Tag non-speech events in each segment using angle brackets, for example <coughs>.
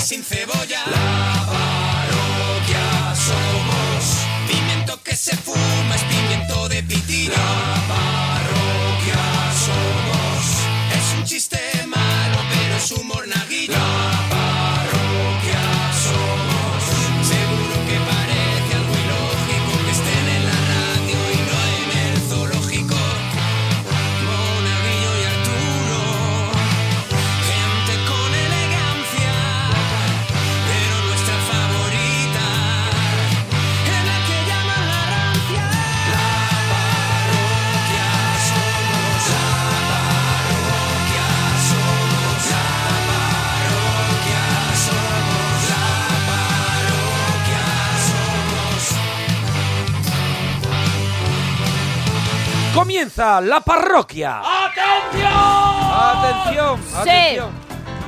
sin cebolla. La parroquia somos. Pimiento que se fuma es pimiento de pitina. La parroquia somos. Es un chiste malo, pero es humor naguillo. La parroquia somos. Seguro que parece algo ilógico que estén en la radio y no en el zoológico. Monaguillo y Arturo. Gente con elegancia, pero nuestra favorita es la que llaman la rancia. La parroquia somos, la parroquia somos, la parroquia somos, la parroquia somos. Comienza la parroquia. Atención, Sí. atención.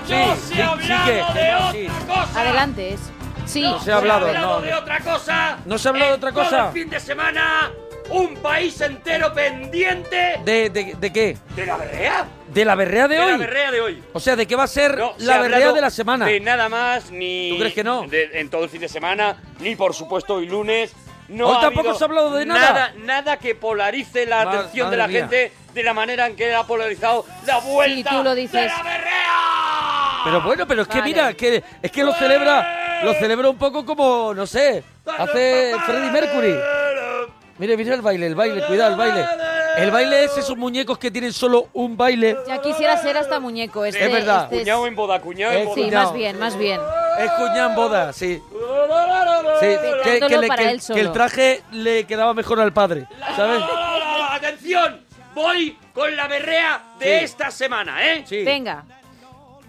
Yo os he hablado de otra cosa. Adelante es. Sí. No se ha hablado, no. de otra cosa. ¿No se ha hablado de otra Todo el cosa? fin de semana, un país entero pendiente ¿De, de, de qué? de la berrea. ¿De la berrea de, De hoy? la berrea de hoy. O sea, ¿de qué va a ser No, se la ha berrea hablado de la semana? De nada más, ni. ¿Tú crees que no? de- en todo el fin de semana, ni por supuesto hoy lunes. No Hoy ha tampoco habido se ha hablado de nada. Nada, nada que polarice la Ma- atención madre de la mía. gente de la manera en que ha polarizado la vuelta. Sí, tú lo de dices. la berrea. Pero bueno, pero es que Vale. mira, que, es que lo Pues celebra, lo celebra un poco como, no sé, hace Freddie Mercury. Mire, mira el baile, el baile, cuidado, el baile. El baile es esos muñecos que tienen solo un baile. Ya quisiera ser hasta muñeco. Este, Es verdad. este es- Cuñado en boda, cuñado en Eh, boda. Sí, Cuñao. más bien, más bien. Es cuñán boda, sí. Sí, que, que Dándolo le- para que- él solo. que el traje le quedaba mejor al padre, ¿sabes? ¡Atención! Voy con la berrea de Sí. esta semana, ¿eh? Sí. Venga.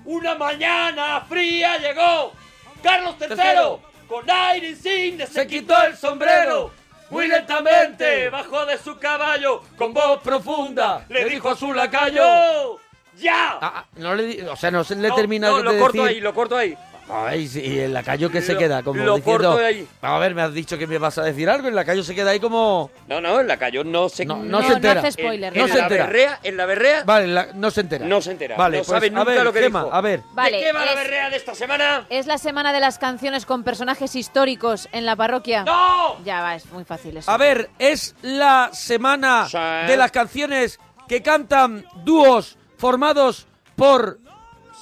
Una mañana fría llegó Carlos III Tercero. con aire insigne se, Se quitó el sombrero. Muy lentamente bajó de su caballo con voz profunda. Le dijo a su lacayo: ¡Ya! Ah, ah, no le, di- o sea, no se le No, termina no, de lo decir. corto ahí, lo corto ahí. Ay, sí, y el lacayo que se Lo- queda, como lo diciendo, corto de ahí. Vamos a ver, me has dicho que me vas a decir algo, el lacayo se queda ahí como... No, no, el lacayo no se No, no No, se no entera. hace spoiler. No en se la entera. berrea, en la berrea. Vale, la- no se entera. No se entera, Vale, no pues, sabe a nunca ver, lo que Gema, dijo. a ver. Vale. ¿De qué va la es- berrea de esta semana? Es la semana de las canciones con personajes históricos en la parroquia. ¡No! Ya va, es muy fácil eso. A ver, es la semana Sí. de las canciones que cantan dúos formados por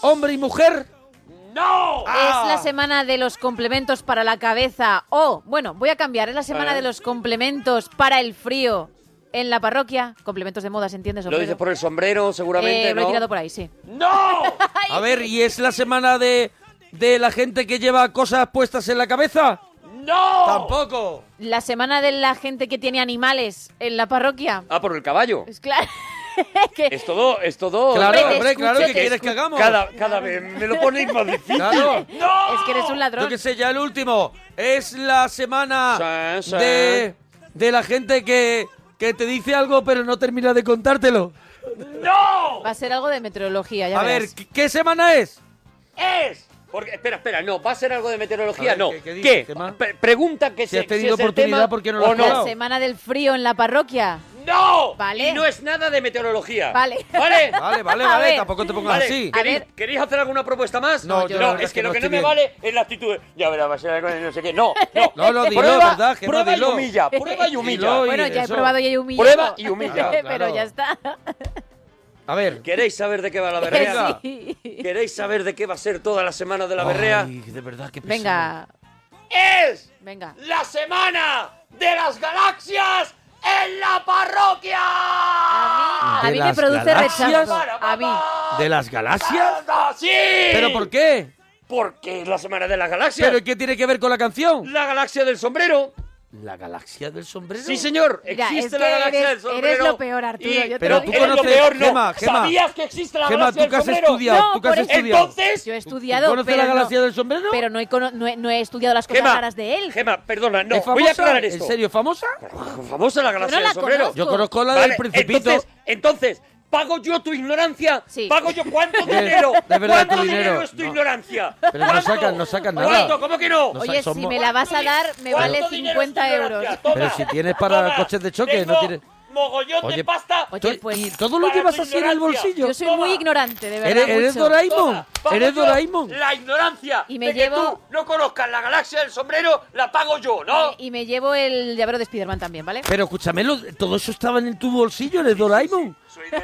hombre y mujer. ¡No! Ah. Es la semana de los complementos para la cabeza. O, bueno, voy a cambiar. Es la semana de los complementos para el frío en la parroquia. Complementos de modas, ¿entiendes? Lo sombrero? dices por el sombrero, seguramente, Eh, ¿no? Lo he tirado por ahí, sí. ¡No! <laughs> A ver, y es la semana de, de la gente que lleva cosas puestas en la cabeza. ¡No! Tampoco. La semana de la gente que tiene animales en la parroquia. Ah, por el caballo. Es claro. <laughs> que- Es todo, es todo. Claro, Hombre, te hombre, claro, escucho, ¿qué te quieres que hagamos? Cada, cada vez me lo ponéis más difícil. <laughs> Claro. es que eres un Yo ladrón. que sé, ya el último. Es la semana Sí, sí. de, de la gente que, que te dice algo pero no termina de contártelo. ¡No! Va a ser algo de meteorología, ya A ver, verás. ¿qué- ¿qué semana es? ¡Es! Porque, espera, espera, no, va a ser algo de meteorología, A ver, no. ¿qué- qué ¿Qué? dices, tema? Pre- pregunta que Si se- has tenido es el oportunidad, tema ¿por qué no lo o has La colado? semana del frío en la parroquia. ¡No! Vale. Y no es nada de meteorología. Vale. ¿Vale? Vale, vale, <laughs> A vale, ver. tampoco te pongas Vale, así. A ¿queréis, ver. queréis hacer alguna propuesta más? No, yo la no verdad es que, que no lo que no estoy me bien. vale es la actitud de, ya verás, va a ser algo de no sé qué. <laughs> No, no. No, no, dilo, prueba, verdad, Gemma, prueba dilo. y humilla, prueba y humilla. Dilo y- bueno, ya eso. he probado y he humillado. Prueba <laughs> y humilla, claro. Pero ya está. A ver. ¿Queréis saber de qué <laughs> va la berrea? Sí. ¿Queréis saber de qué va a ser toda la semana de la berrea? Ay, de verdad, qué pesado. Venga, ¡Es venga. la semana de las galaxias en la parroquia! A ¿De mí me las produce galaxias? rechazo. A mí. ¿De las galaxias? ¡Sí! ¿Pero por qué? Porque es la semana de las galaxias. ¿Pero qué tiene que ver con la canción? La galaxia del sombrero. ¿La galaxia del sombrero? Sí, señor. Mira, existe es la que galaxia eres- del sombrero. eres lo peor, Arturo, yo te Pero tú eres lo conoces- peor, no. Gemma, Gemma. ¿Sabías que existe la Gemma, galaxia ¿tú del que has sombrero? estudiado? No, ¿Tú que has por eso- estudiado? Entonces, Yo he estudiado, conoces pero la galaxia no, del sombrero? Pero no he, cono- no, he, no he estudiado las cosas Gemma, raras de él. Gemma, perdona, no, ¿Es famosa? voy a aclarar esto. ¿En serio, famosa? Famosa la galaxia no la del sombrero. conozco. Yo conozco la Vale, del principito. Entonces, entonces, ¿pago yo tu ignorancia? Sí. ¿Pago yo <laughs> cuánto De- dinero? de verdad, tu ¿Cuánto dinero? es tu No. ignorancia? ignorancia? Pero no ¿Cuánto? sacan- no sacan nada. ¿Cuánto? ¿Cómo que no? No Oye, somos- si me la vas a dar, me ¿Cuánto vale dinero es tu 50 euros. ignorancia? Toma, Pero si tienes para toma. coches de choque, no Tengo tienes- mogollón de Oye, pasta. Oye, tú- pues- ¿y todo lo para llevas tu así en el ignorancia. bolsillo? Yo soy muy ignorante, de verdad. ¿Eres, eres mucho. Doraemon? Toma, ¿Eres yo, Doraemon? La ignorancia Y me de llevo- que tú no conozcas la galaxia del sombrero la pago yo, ¿no? Y me llevo el llavero de Spiderman también, ¿vale? Pero escúchame, lo- todo eso estaba en tu bolsillo, eres Doraemon. Soy de...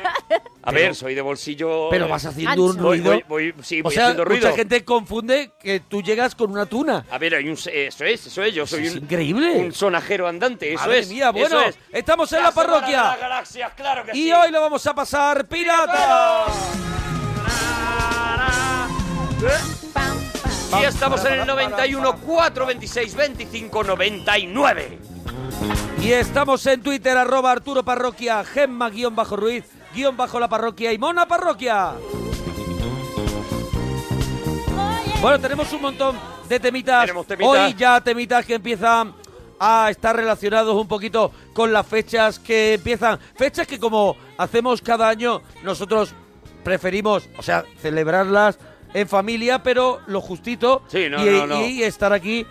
A ver, soy de bolsillo... Pero vas haciendo un Ancho. Voy- ruido. voy- voy- sí, o voy sea, haciendo ruido. mucha gente confunde que tú llegas con una tuna. A ver, hay un, eso es, eso es. Yo soy es un, increíble. un sonajero andante, eso Madre es. mía, bueno, eso es. estamos en la semana parroquia. de las galaxias, claro que Y sí. hoy lo vamos a pasar pirata. Y estamos en el 91 426 25 99. Y estamos en Twitter, arroba Arturo Parroquia, Gemma guión bajo Ruiz, guión bajo la parroquia y Mona Parroquia. Bueno, tenemos un montón de temitas. Tenemos temitas. Hoy ya temitas que empiezan a estar relacionados un poquito con las fechas que empiezan. Fechas que como hacemos cada año, nosotros preferimos, o sea, celebrarlas en familia, pero lo justito Sí, no, y, no, no. y estar aquí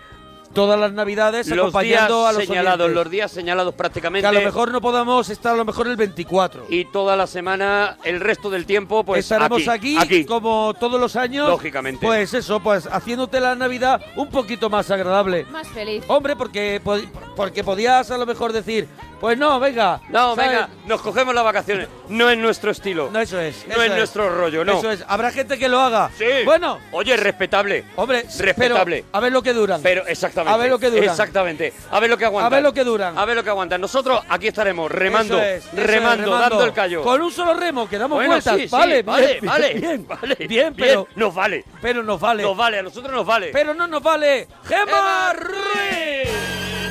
todas las navidades Los días acompañando a los señalados, oyentes. los días señalados prácticamente. Que a lo mejor no podamos estar a lo mejor el 24. Y toda la semana, el resto del tiempo, pues Estaremos aquí, aquí, como todos los años. Lógicamente. Pues eso, pues haciéndote la Navidad un poquito más agradable. Más feliz. Hombre, porque, po- porque podías a lo mejor decir, pues no, venga. No, ¿sabes? venga, nos cogemos las vacaciones. No es nuestro estilo. No, eso es. No eso es nuestro rollo, no. Eso es. Habrá gente que lo haga. Sí. Bueno, Oye, respetable. hombre, Respetable. pero a ver lo que duran. Pero exactamente. A ver lo que dura. Exactamente. A ver lo que aguantan. A ver lo que duran. A ver lo que aguantan. Nosotros aquí estaremos remando, Eso es, eso es, remando, dando el callo. Con un solo remo, que damos Bueno, vueltas. sí, sí, vale, vale, bien, vale, bien, vale, bien, pero, nos vale. pero nos vale. Nos vale, a nosotros nos vale. Pero no nos vale. ¡Gema Emma Ruiz!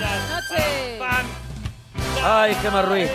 Noche. Ay, Gema Ruiz.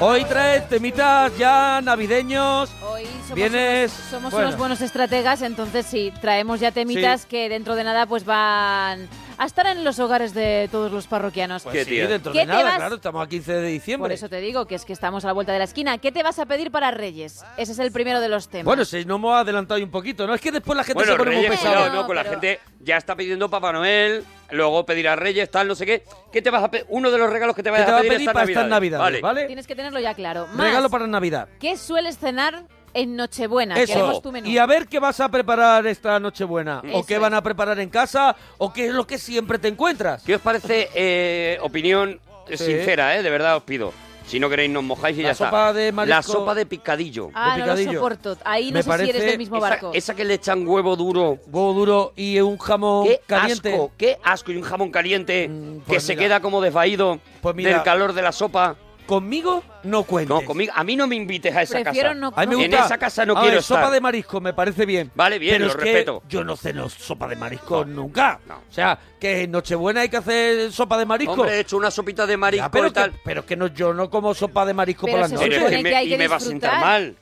Hoy traes temitas ya navideños. Hoy somos, Vienes- unos, somos bueno. unos buenos estrategas, entonces sí, traemos ya temitas Sí. que dentro de nada pues van a estar en los hogares de todos los parroquianos. Qué Y tía. pues dentro ¿Qué de te nada, vas? claro, estamos a 15 de Por diciembre. eso te digo que es que estamos a la vuelta de la esquina. ¿Qué te vas a pedir para Reyes? Ese es el primero de los temas. Bueno, si no hemos adelantado ahí un poquito, ¿no? Es que después la gente bueno, se pone Reyes, muy pesado. cuidado, pesada. ¿no? Con la Pero- gente ya está pidiendo Papá Noel, luego pedirá Reyes, tal, no sé qué. ¿Qué te vas a pe- Uno de los regalos que te Que vayas te va a pedir, pedir para estas navidades, ¿vale? Tienes que tenerlo ya claro. Más, Regalo para Navidad. ¿qué sueles cenar en Nochebuena? Eso. Queremos tu menú. Y a ver qué vas a preparar esta Nochebuena. O Eso qué es. van a preparar en casa. O qué es lo que siempre te encuentras. ¿Qué os parece eh, opinión Sí. sincera, eh? De verdad os pido. Si no queréis, nos mojáis y La ya está. sopa de marisco. La sopa de picadillo. ah, de no lo picadillo. soporto. Ahí no Me sé si parece eres del mismo Esa- barco. Esa, que le echan huevo duro. Huevo duro y un jamón Qué caliente. asco, qué asco. Y un jamón caliente Mm, pues que se mira. queda como desvaído Pues mira. del calor de la sopa. Conmigo no cuentes. No, conmigo, a mí no me invites a esa Prefiero casa. no- A mí me En gusta. esa casa no A quiero ver, sopa estar. de marisco me parece bien. Vale, bien, pero lo es respeto. Que yo no ceno sopa de marisco No. nunca. No. O sea, que en Nochebuena hay que hacer sopa de marisco. Hombre, he hecho una sopita de Ya, marisco pero, y tal. Que, pero que no, yo no como sopa de marisco Pero por se la Pero noche. es supone que me, que hay que y me va a sentar disfrutar. mal.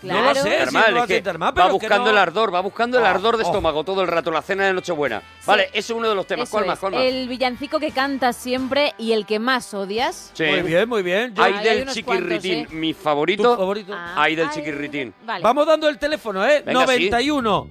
claro. No lo sé, Sentar si mal, no va es a que sentar mal, va pero que buscando no- el ardor, va buscando el Ah, ardor de oh. estómago todo el rato, la cena de Nochebuena. Vale, ese es uno de los temas. Eso ¿Cuál más? es. ¿Cuál más? El villancico que cantas siempre y el que más odias. Sí. Muy bien, muy bien. Yo- Ay, Ahí hay del unos chiquirritín, cuantos, mi ¿eh? tu favorito. favorito. Ah, Ay, del chiquirritín. Vale. Vamos dando el teléfono, ¿eh? Venga, sí. 91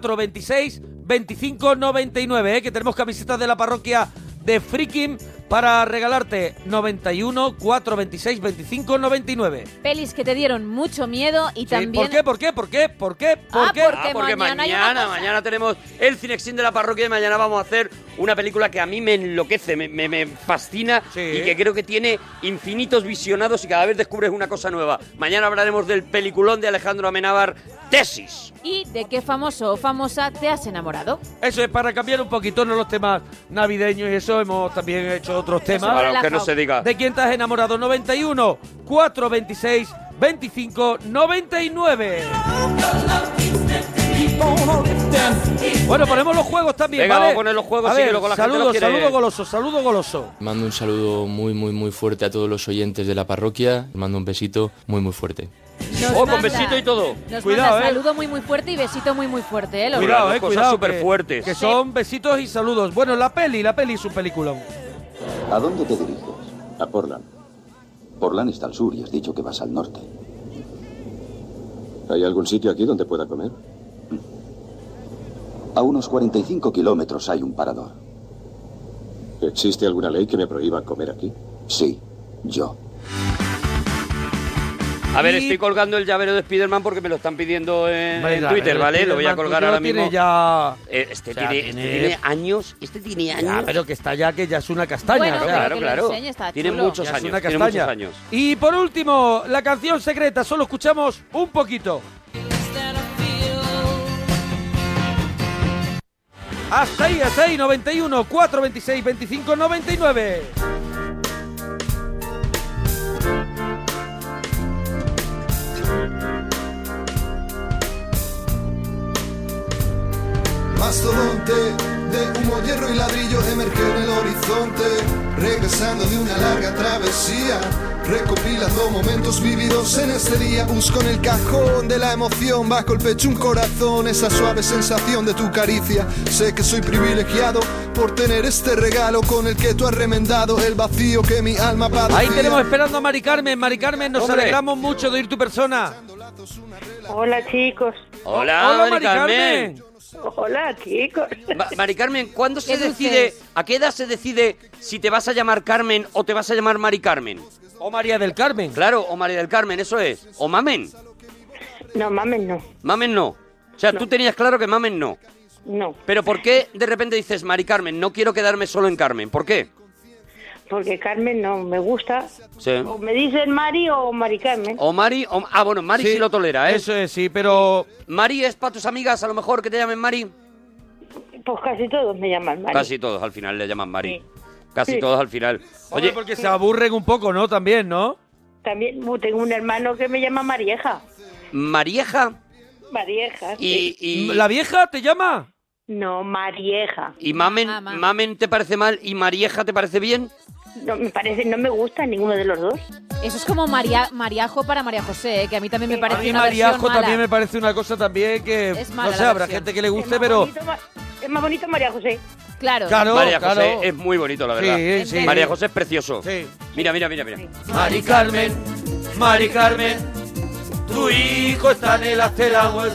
426 25 99, ¿eh? Que tenemos camisetas de la parroquia de Freaking para regalarte 91 426 25 99. Pelis que te dieron mucho miedo y Sí, también. ¿Por qué? ¿Por qué? ¿Por qué? ¿Por qué? ¿Por Ah, qué? porque Ah, porque mañana, mañana hay una mañana, cosa. tenemos el Cinexin de la parroquia y mañana vamos a hacer una película que a mí me enloquece, me, me- me fascina Sí. y que creo que tiene infinitos visionados y cada vez descubres una cosa nueva. Mañana hablaremos del peliculón de Alejandro Amenábar, Tesis. ¿Y de qué famoso o famosa te has enamorado? Eso es para cambiar un poquito ¿no? los temas navideños y eso. Hemos también hecho otros temas. Para los que no se diga. ¿De quién estás enamorado? 91 426 25 99. Bueno, ponemos los juegos también, Venga, ¿vale? vamos a poner los juegos, A sí, que ver, luego la gente saludo, los quiere. saludo goloso, saludo goloso. Mando un saludo muy, muy, muy fuerte a todos los oyentes de la parroquia. Les Mando un besito muy, muy fuerte. Nos Oh, con besito y todo. Nos Cuidado, manda eh. saludo muy muy fuerte y besito muy muy fuerte, ¿eh? Los Cuidado, Cuidado, dos eh, cosas cuidado. que- superfuertes. Que son besitos y saludos. Bueno, la peli, la peli es un peliculón. ¿A dónde te diriges? A Portland. Portland está al sur y has dicho que vas al norte. ¿Hay algún sitio aquí donde pueda comer? A unos 45 kilómetros hay un parador. ¿Existe alguna ley que me prohíba comer aquí? Sí, yo. A ver, Y- estoy colgando el llavero de Spiderman porque me lo están pidiendo en, en Venga, Twitter, el ¿vale? Lo voy a Spiderman colgar tuyo ahora tiene mismo. ya... Eh, Este O sea, tiene, este tiene- tiene años, este tiene años. Ya, pero que está ya, que ya es una castaña. Bueno, o sea, pero claro, que lo claro. enseñe, está Tiene chulo. muchos ya es años, una tiene castaña. muchos años. Y por último, la canción secreta, solo escuchamos un poquito. Hasta ahí, hasta ahí, 91, 4, 26, 25, 99. Mastodonte de humo, hierro y ladrillo emergió en el horizonte, regresando de una larga travesía, recopilando momentos vividos en este día. Busco en el cajón de la emoción, bajo el pecho un corazón, esa suave sensación de tu caricia. Sé que soy privilegiado por tener este regalo con el que tú has remendado el vacío que mi alma padecía. Ahí tenemos esperando a Mari Carmen. Mari Carmen, nos Hombre. alegramos mucho de oír tu persona. Hola chicos, Hola, Mari Carmen. hola chicos. Ma- Mari Carmen, ¿cuándo se ¿Qué decide, dices? a qué edad se decide si te vas a llamar Carmen o te vas a llamar Mari Carmen? O María del Carmen. Claro, o María del Carmen, eso es. O Mamen. No mames, no, Mamen no. O sea, tú tenías claro que Mamen no. no, Pero ¿por qué de repente dices Mari Carmen? No quiero quedarme solo en Carmen. ¿Por qué? porque Carmen no me gusta. Sí. O me dicen Mari o Mari Carmen. O Mari, o- ah, bueno, Mari sí, Sí, lo tolera, ¿eh? Eso es, sí, pero Mari es para tus amigas, a lo mejor, que te llamen Mari. Pues casi todos me llaman Mari. Casi todos al final le llaman Mari. Sí. Casi Sí. todos al final. Oye, Oye, porque se aburren un poco, ¿no? También, ¿no? También uh, tengo un hermano que me llama Marieja. Marieja Marieja. sí. y, y, ¿La vieja te llama? No, Marieja. y Mamen, Ah, ma. Mamen te parece mal y Marieja te parece bien. No me parece, no me gusta ninguno de los dos. Eso es como María, Mariajo para María José, eh, que a mí también me Sí. A parece mí una Mariajo versión mala. también me parece una cosa también que... Es mala No sé, la habrá versión. gente que le es guste, más pero... bonito Ma- es más bonito María José. Claro. Claro, María claro. José eh, es muy bonito, la verdad. Sí, sí. María José es precioso. Sí. Mira, mira, mira, mira. Mari Carmen, Mari Carmen, tu hijo está en el Asteragüe.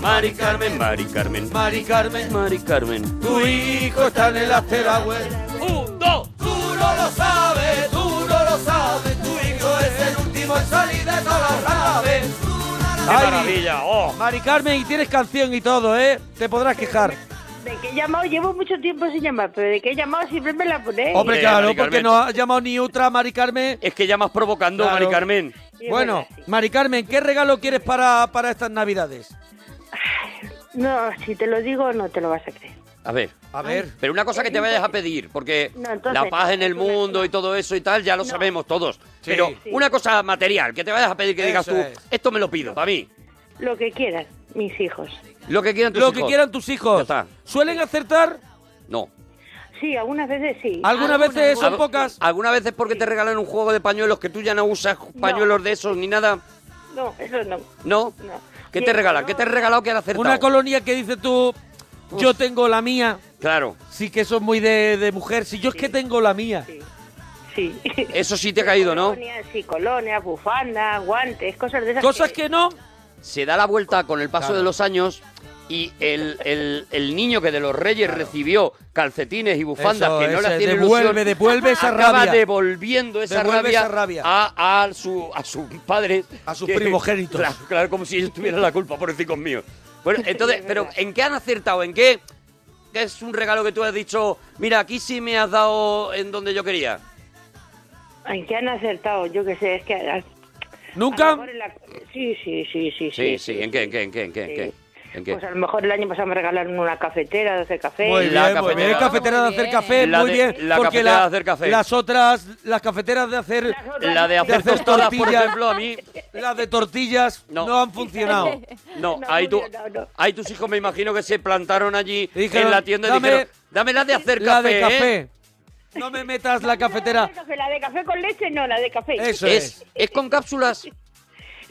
Mari Carmen, Mari Carmen, Mari Carmen, Mari Carmen. tu hijo está en el Asteragüe. Un, dos. Tú no lo sabes, tú no lo sabes, tu hijo es el último en salir de todas las naves. ¡Qué Ay. maravilla! ¡Oh! Mari Carmen, y tienes canción y todo, ¿eh? Te podrás quejar. De que he llamado, llevo mucho tiempo sin llamar, pero de que he llamado siempre me la ponéis. Hombre, Eh, claro, Mari porque Carmen. no ha llamado ni otra Mari Carmen. Es que llamas provocando, Claro. Mari Carmen. Sí, es Bueno, verdad, sí. Mari Carmen, ¿qué regalo quieres para, para estas navidades? No, si te lo digo no te lo vas a creer. A ver. A ver. Pero una cosa que te vayas a pedir, porque No, entonces, la paz en el es una- mundo y todo eso y tal, ya lo sabemos todos. Pero Sí. una cosa material, que te vayas a pedir que digas Eso tú, es. esto me lo pido, para mí. Lo que quieras, mis hijos. Lo que quieran tus Lo que hijos. quieran tus hijos. Ya está. ¿Suelen acertar? No. Sí, algunas veces sí. Algunas Algunas, veces son Al- pocas. Algunas veces porque te regalan un juego de pañuelos que tú ya no usas, pañuelos de esos ni nada. No, eso no. ¿No? No. ¿Qué Sí, te regalan? no. ¿Qué te han regalado que han acertado? Una colonia que dices tú, yo tengo la mía. Claro. Sí que eso es muy de, de mujer. Si yo es que tengo la mía. Sí. <laughs> Eso sí te ha caído, ¿no? Colonias, sí, colonias, bufandas, guantes, cosas de esas. Cosas que no. se da la vuelta con el paso Claro. de los años y el, el- el niño que de los Reyes recibió calcetines y bufandas Eso, que no le ese, hacían devuelve, ilusión, devuelve esa acaba rabia. devolviendo esa Devuelve rabia, esa rabia. A, a su, a sus padres. A sus primogénitos. <laughs> Claro, claro, como si ellos tuvieran la culpa, pobrecicos míos. Bueno, entonces, pero ¿en qué han acertado? ¿En qué qué es un regalo que tú has dicho, mira, aquí sí me has dado en donde yo quería? Ay, que han acertado, yo qué sé, es que... a- a lo Nunca. mejor en la- Sí, sí, sí, sí. Sí, sí, ¿en qué, en qué, en qué, en qué? en qué? Sí. ¿En qué? Pues a lo mejor el año pasado me regalaron una cafetera, 12 cafés. Muy La bien, muy bien. cafetera. Cafetera de Muy hacer bien. café, La muy de- bien. la porque cafetera de hacer café. Las otras, las cafeteras de hacer, Las otras- La de sí. hacer hacer tostadas, por tortillas. ejemplo, a mí... las de tortillas, no, No. han funcionado. No, No, ahí, tú, Julio, no, no. ahí tus hijos me imagino que se plantaron allí Y dijeron, en la tienda y "Dame- dijeron, dame la de hacer la café, de ¿eh?". café. No me metas la La cafetera. de café, la de café con leche, no, la de café. Eso Es, es. es con cápsulas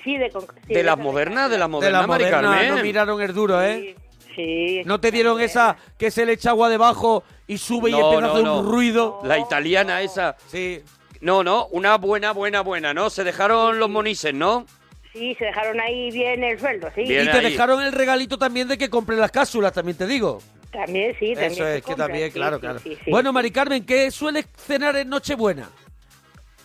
Sí, de, con- sí, de las café. modernas, de las De modernas, la Mari moderna, Carmen. no miraron el duro, ¿eh? Sí, sí. No te dieron esa que se le echa agua debajo y sube y No, empieza a no, hacer no. un ruido. La italiana esa. Sí. No, no, una buena, buena, buena, ¿no? Se dejaron los monises, ¿no? Sí, se dejaron ahí bien el sueldo, sí. Bien. Y te ahí. dejaron el regalito también de que compre las cápsulas, también te digo. También, sí, también. Eso se es, que compra, también, sí, claro, sí, claro. sí, sí. Bueno, Mari Carmen, ¿qué sueles cenar en Nochebuena?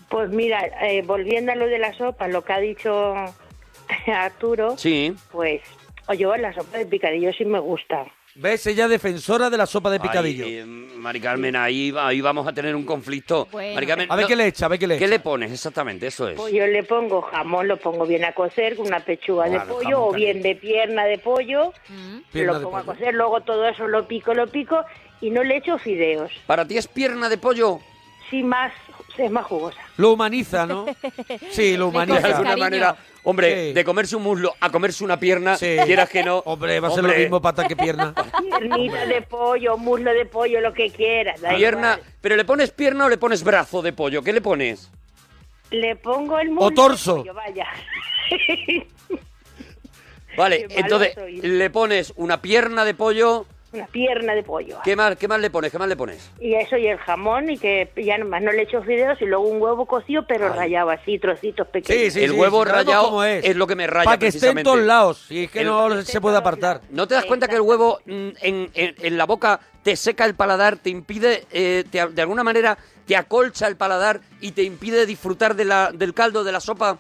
Pues mira, eh, volviendo a lo de la sopa, lo que ha dicho <laughs> Arturo, Sí. pues yo la sopa de picadillo sí me gusta. ¿Ves? Ella defensora de la sopa de picadillo. Ay, eh, Mari Carmen, ahí, ahí vamos a tener un conflicto. Bueno. Mari Carmen, A ver no- qué le echa, a ver qué le ¿Qué echa. le pones? Exactamente, eso es. Pues yo le pongo jamón, lo pongo bien a cocer con una pechuga de Claro, pollo jamón o bien de pierna de pollo, Pierna lo de pongo a pollo. cocer, luego todo eso lo pico, lo pico y no le echo fideos. ¿Para ti es pierna de pollo? Sí, más, es más jugosa. Lo humaniza, <laughs> <laughs> ¿no? Sí, lo humaniza. De alguna manera, hombre, Sí. de comerse un muslo a comerse una pierna, quieras que no. Hombre, va a ser lo mismo pata que pierna. Piernita de pollo, muslo de pollo, lo que quieras. da <laughs> Pierna, igual. pero ¿le pones pierna o le pones brazo de pollo? ¿Qué le pones? Le pongo el muslo. de torso. pollo, vaya. <laughs> Vale, Qué malo entonces soy. le pones una pierna de pollo. una pierna de pollo. ¿Qué más, qué más le pones? ¿Qué más le pones? Y eso y el jamón y que ya nomás no le echo fideos y luego un huevo cocido pero rayado así, trocitos pequeños. el huevo sí, sabemos rayado cómo es. lo que me raya. Para que esté en precisamente. todos lados. Si es que El- no se puede apartar. ¿No te das cuenta que el huevo mm, en, en- en la boca te seca el paladar, te impide, eh, te- de alguna manera, te acolcha el paladar y te impide disfrutar de la, del caldo, de la sopa?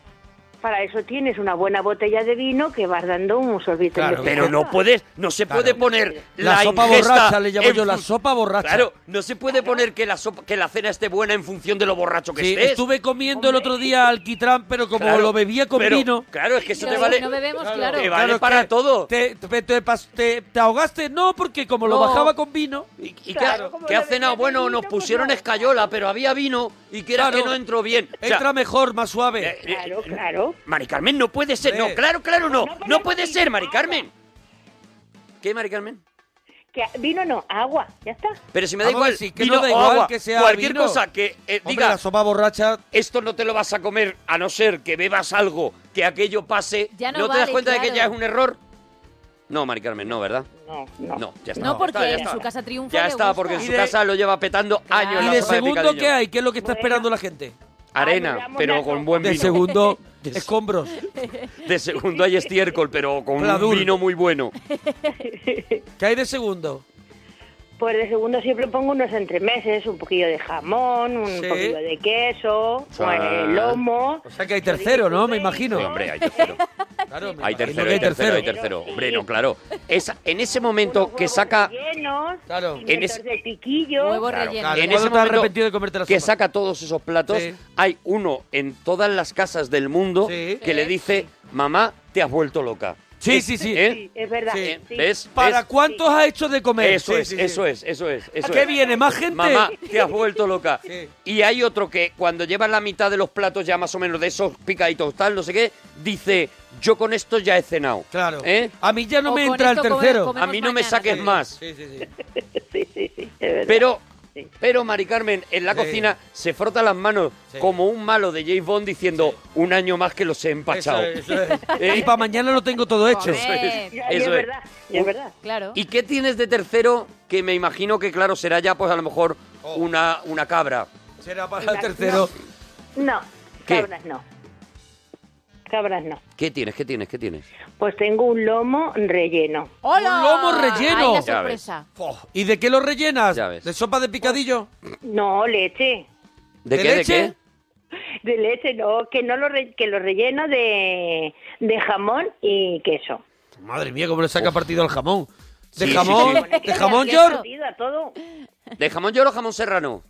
Para eso tienes una buena botella de vino que vas dando un sorbito. Claro, pero no puedes, no se puede poner la, La sopa ingesta borracha, le llamo en yo, la fun- sopa borracha. Claro, no se puede poner que la sopa, que la cena esté buena en función de lo borracho que Sí, estés. estuve comiendo el otro día alquitrán, pero como Claro, lo bebía con pero- vino. Claro, es que eso Pero te si vale. no bebemos, claro. Te vale Claro, para que todo. Te, te- te pas- te- te ahogaste? No, porque como lo No. bajaba con vino. ¿Y qué, ha- qué ha cenado? Bueno, nos pues pusieron escayola, pero había vino y que era Claro. que no entró bien. O sea, eh, Entra mejor, más suave. Claro, claro. Mari Carmen, no puede ser. No, Hombre. claro, claro, no. No puede ser, Mari Carmen. ¿Qué, Mari Carmen? Que vino no, agua, ya está. Pero si me da Vamos a igual, ver, sí, que vino no da o igual agua, que sea cualquier vino. cosa que eh, Hombre, diga, la sopa borracha. esto no te lo vas a comer a no ser que bebas algo, que aquello pase, Ya no te das vale, cuenta de que claro. ya es un error? No, Mari Carmen, no, ¿verdad? No, No, ya está. No, ya está, porque ya en está. su casa triunfa. Ya le está, gusta. porque en su Y de- casa lo lleva petando años. ¿Y la de sopa segundo picadillo. qué hay? ¿Qué es lo que está esperando la gente? Arena, pero con buen vino. De segundo, escombros. <laughs> De segundo hay estiércol, pero con Pladur. un vino muy bueno. <laughs> ¿Qué hay de segundo? Pues de segundo siempre pongo unos entremeses, un poquillo de jamón, un Sí. poquillo de queso, Sí. el lomo. O sea que hay tercero, ¿no? Me imagino. Hombre, hay tercero. Claro, me imagino Hay que tercero, hay tercero, hay tercero. Hombre, no, claro. Esa, en ese momento que saca... Llenos, Claro. En ese- pimientos de piquillo. Huevo Claro, relleno. Claro, En ¿cuándo ese te has momento arrepentido de comerte la sopa? que saca todos esos platos, Sí. hay uno en todas las casas del mundo Sí. que le dice, mamá, te has vuelto loca. Sí, sí, sí. ¿Eh? Sí, es verdad. Sí. sí. ¿Ves? ¿Para ¿Ves? cuántos ha hecho de comer? Eso Sí, es, sí, sí. eso es, eso es, eso ¿Qué es. viene? ¿Más gente? Mamá, te has vuelto loca. <laughs> Sí. Y hay otro que cuando lleva la mitad de los platos ya más o menos de esos picaditos tal, no sé qué, dice, yo con esto ya he cenado. Claro. ¿Eh? A mí ya no O me con entra el esto come- tercero. come- A mí no me mañana, saques sí. más. Sí, sí, sí. <laughs> Sí, sí, sí, es verdad. Pero, pero Mari Carmen, en la Sí. cocina se frota las manos Sí. como un malo de James Bond diciendo, un año más que los he empachado. Eso es, eso es. <laughs> ¿Eh? Y para mañana lo tengo todo hecho. Joder. Eh, Ya, y eso es es. verdad, y es verdad. Claro. ¿Y qué tienes de tercero? Que me imagino que, claro, será ya, pues a lo mejor, Oh. una, una cabra. Será para el tercero. No, ¿Qué? cabras no. Cabras no. ¿Qué tienes? ¿Qué tienes? ¿Qué tienes? Pues tengo un lomo relleno. ¡Hola! Un lomo relleno. Ahí la Ya ves. sorpresa. Oh, ¿Y de qué lo rellenas? Ya ves. ¿De sopa de picadillo? No, leche. ¿De, qué? leche? ¿De qué? De leche, no, que no lo re- que lo relleno de, de jamón y queso. Madre mía, cómo le saca partido al jamón. ¿De Sí, sí, jamón? sí. ¿De jamón, Queso. George? Partido a todo ¿De jamón york o jamón serrano?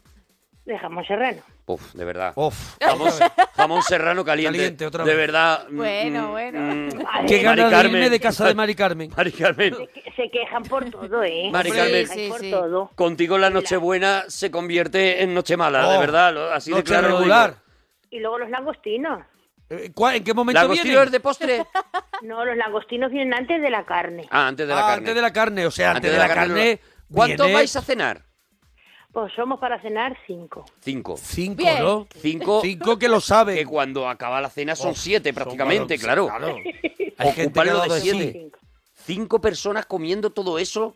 de jamón serrano. Uf, de verdad. Uf. Jamón, jamón serrano caliente. Caliente, otra De vez. verdad. mm, Bueno, mm, bueno. mm. Qué Mari ganas de irme Carmen. de casa de Mari Carmen. Mari Carmen, Que Se quejan por todo, ¿eh? Mari Se Carmen. quejan Sí, por sí. todo. contigo la Nochebuena se convierte en noche mala, de Oh, verdad. lo- Así de noche claro. lo digo. regular. Y luego los langostinos. Eh, ¿cuál- ¿En qué momento viene? ¿Langostino es de postre? No, los langostinos vienen antes de la carne. Ah, antes de la Ah, carne. antes de la carne, o sea, antes, de la, carne. lo- ¿Cuánto viene vais a cenar? Pues somos para cenar cinco. Cinco. Cinco, Bien. ¿no? Cinco. Cinco que lo sabe. que cuando acaba la cena son Oh, siete son prácticamente, varios, claro. <laughs> claro. Hay gente que Ocupar lo ha dado de de sí. siete. Cinco personas comiendo todo eso.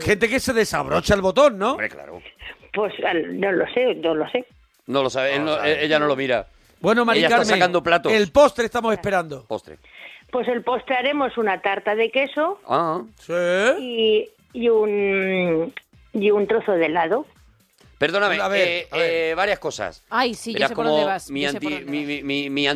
Gente que se desabrocha el botón, ¿no? Hombre, claro. Pues al- no lo sé, no lo sé. No lo sabe, él no- eh, ella no lo mira. Bueno, Mari Ella está Carmen, sacando platos. el postre estamos esperando. Postre. Pues el postre haremos una tarta de queso Ah. Sí. y, y un y un trozo de helado. Perdóname, A ver, eh, a ver. eh, varias cosas. Ay, sí, yo Verás sé por cómo dónde vas, Mi, yo sé anti, por dónde mi, mi- mi- mi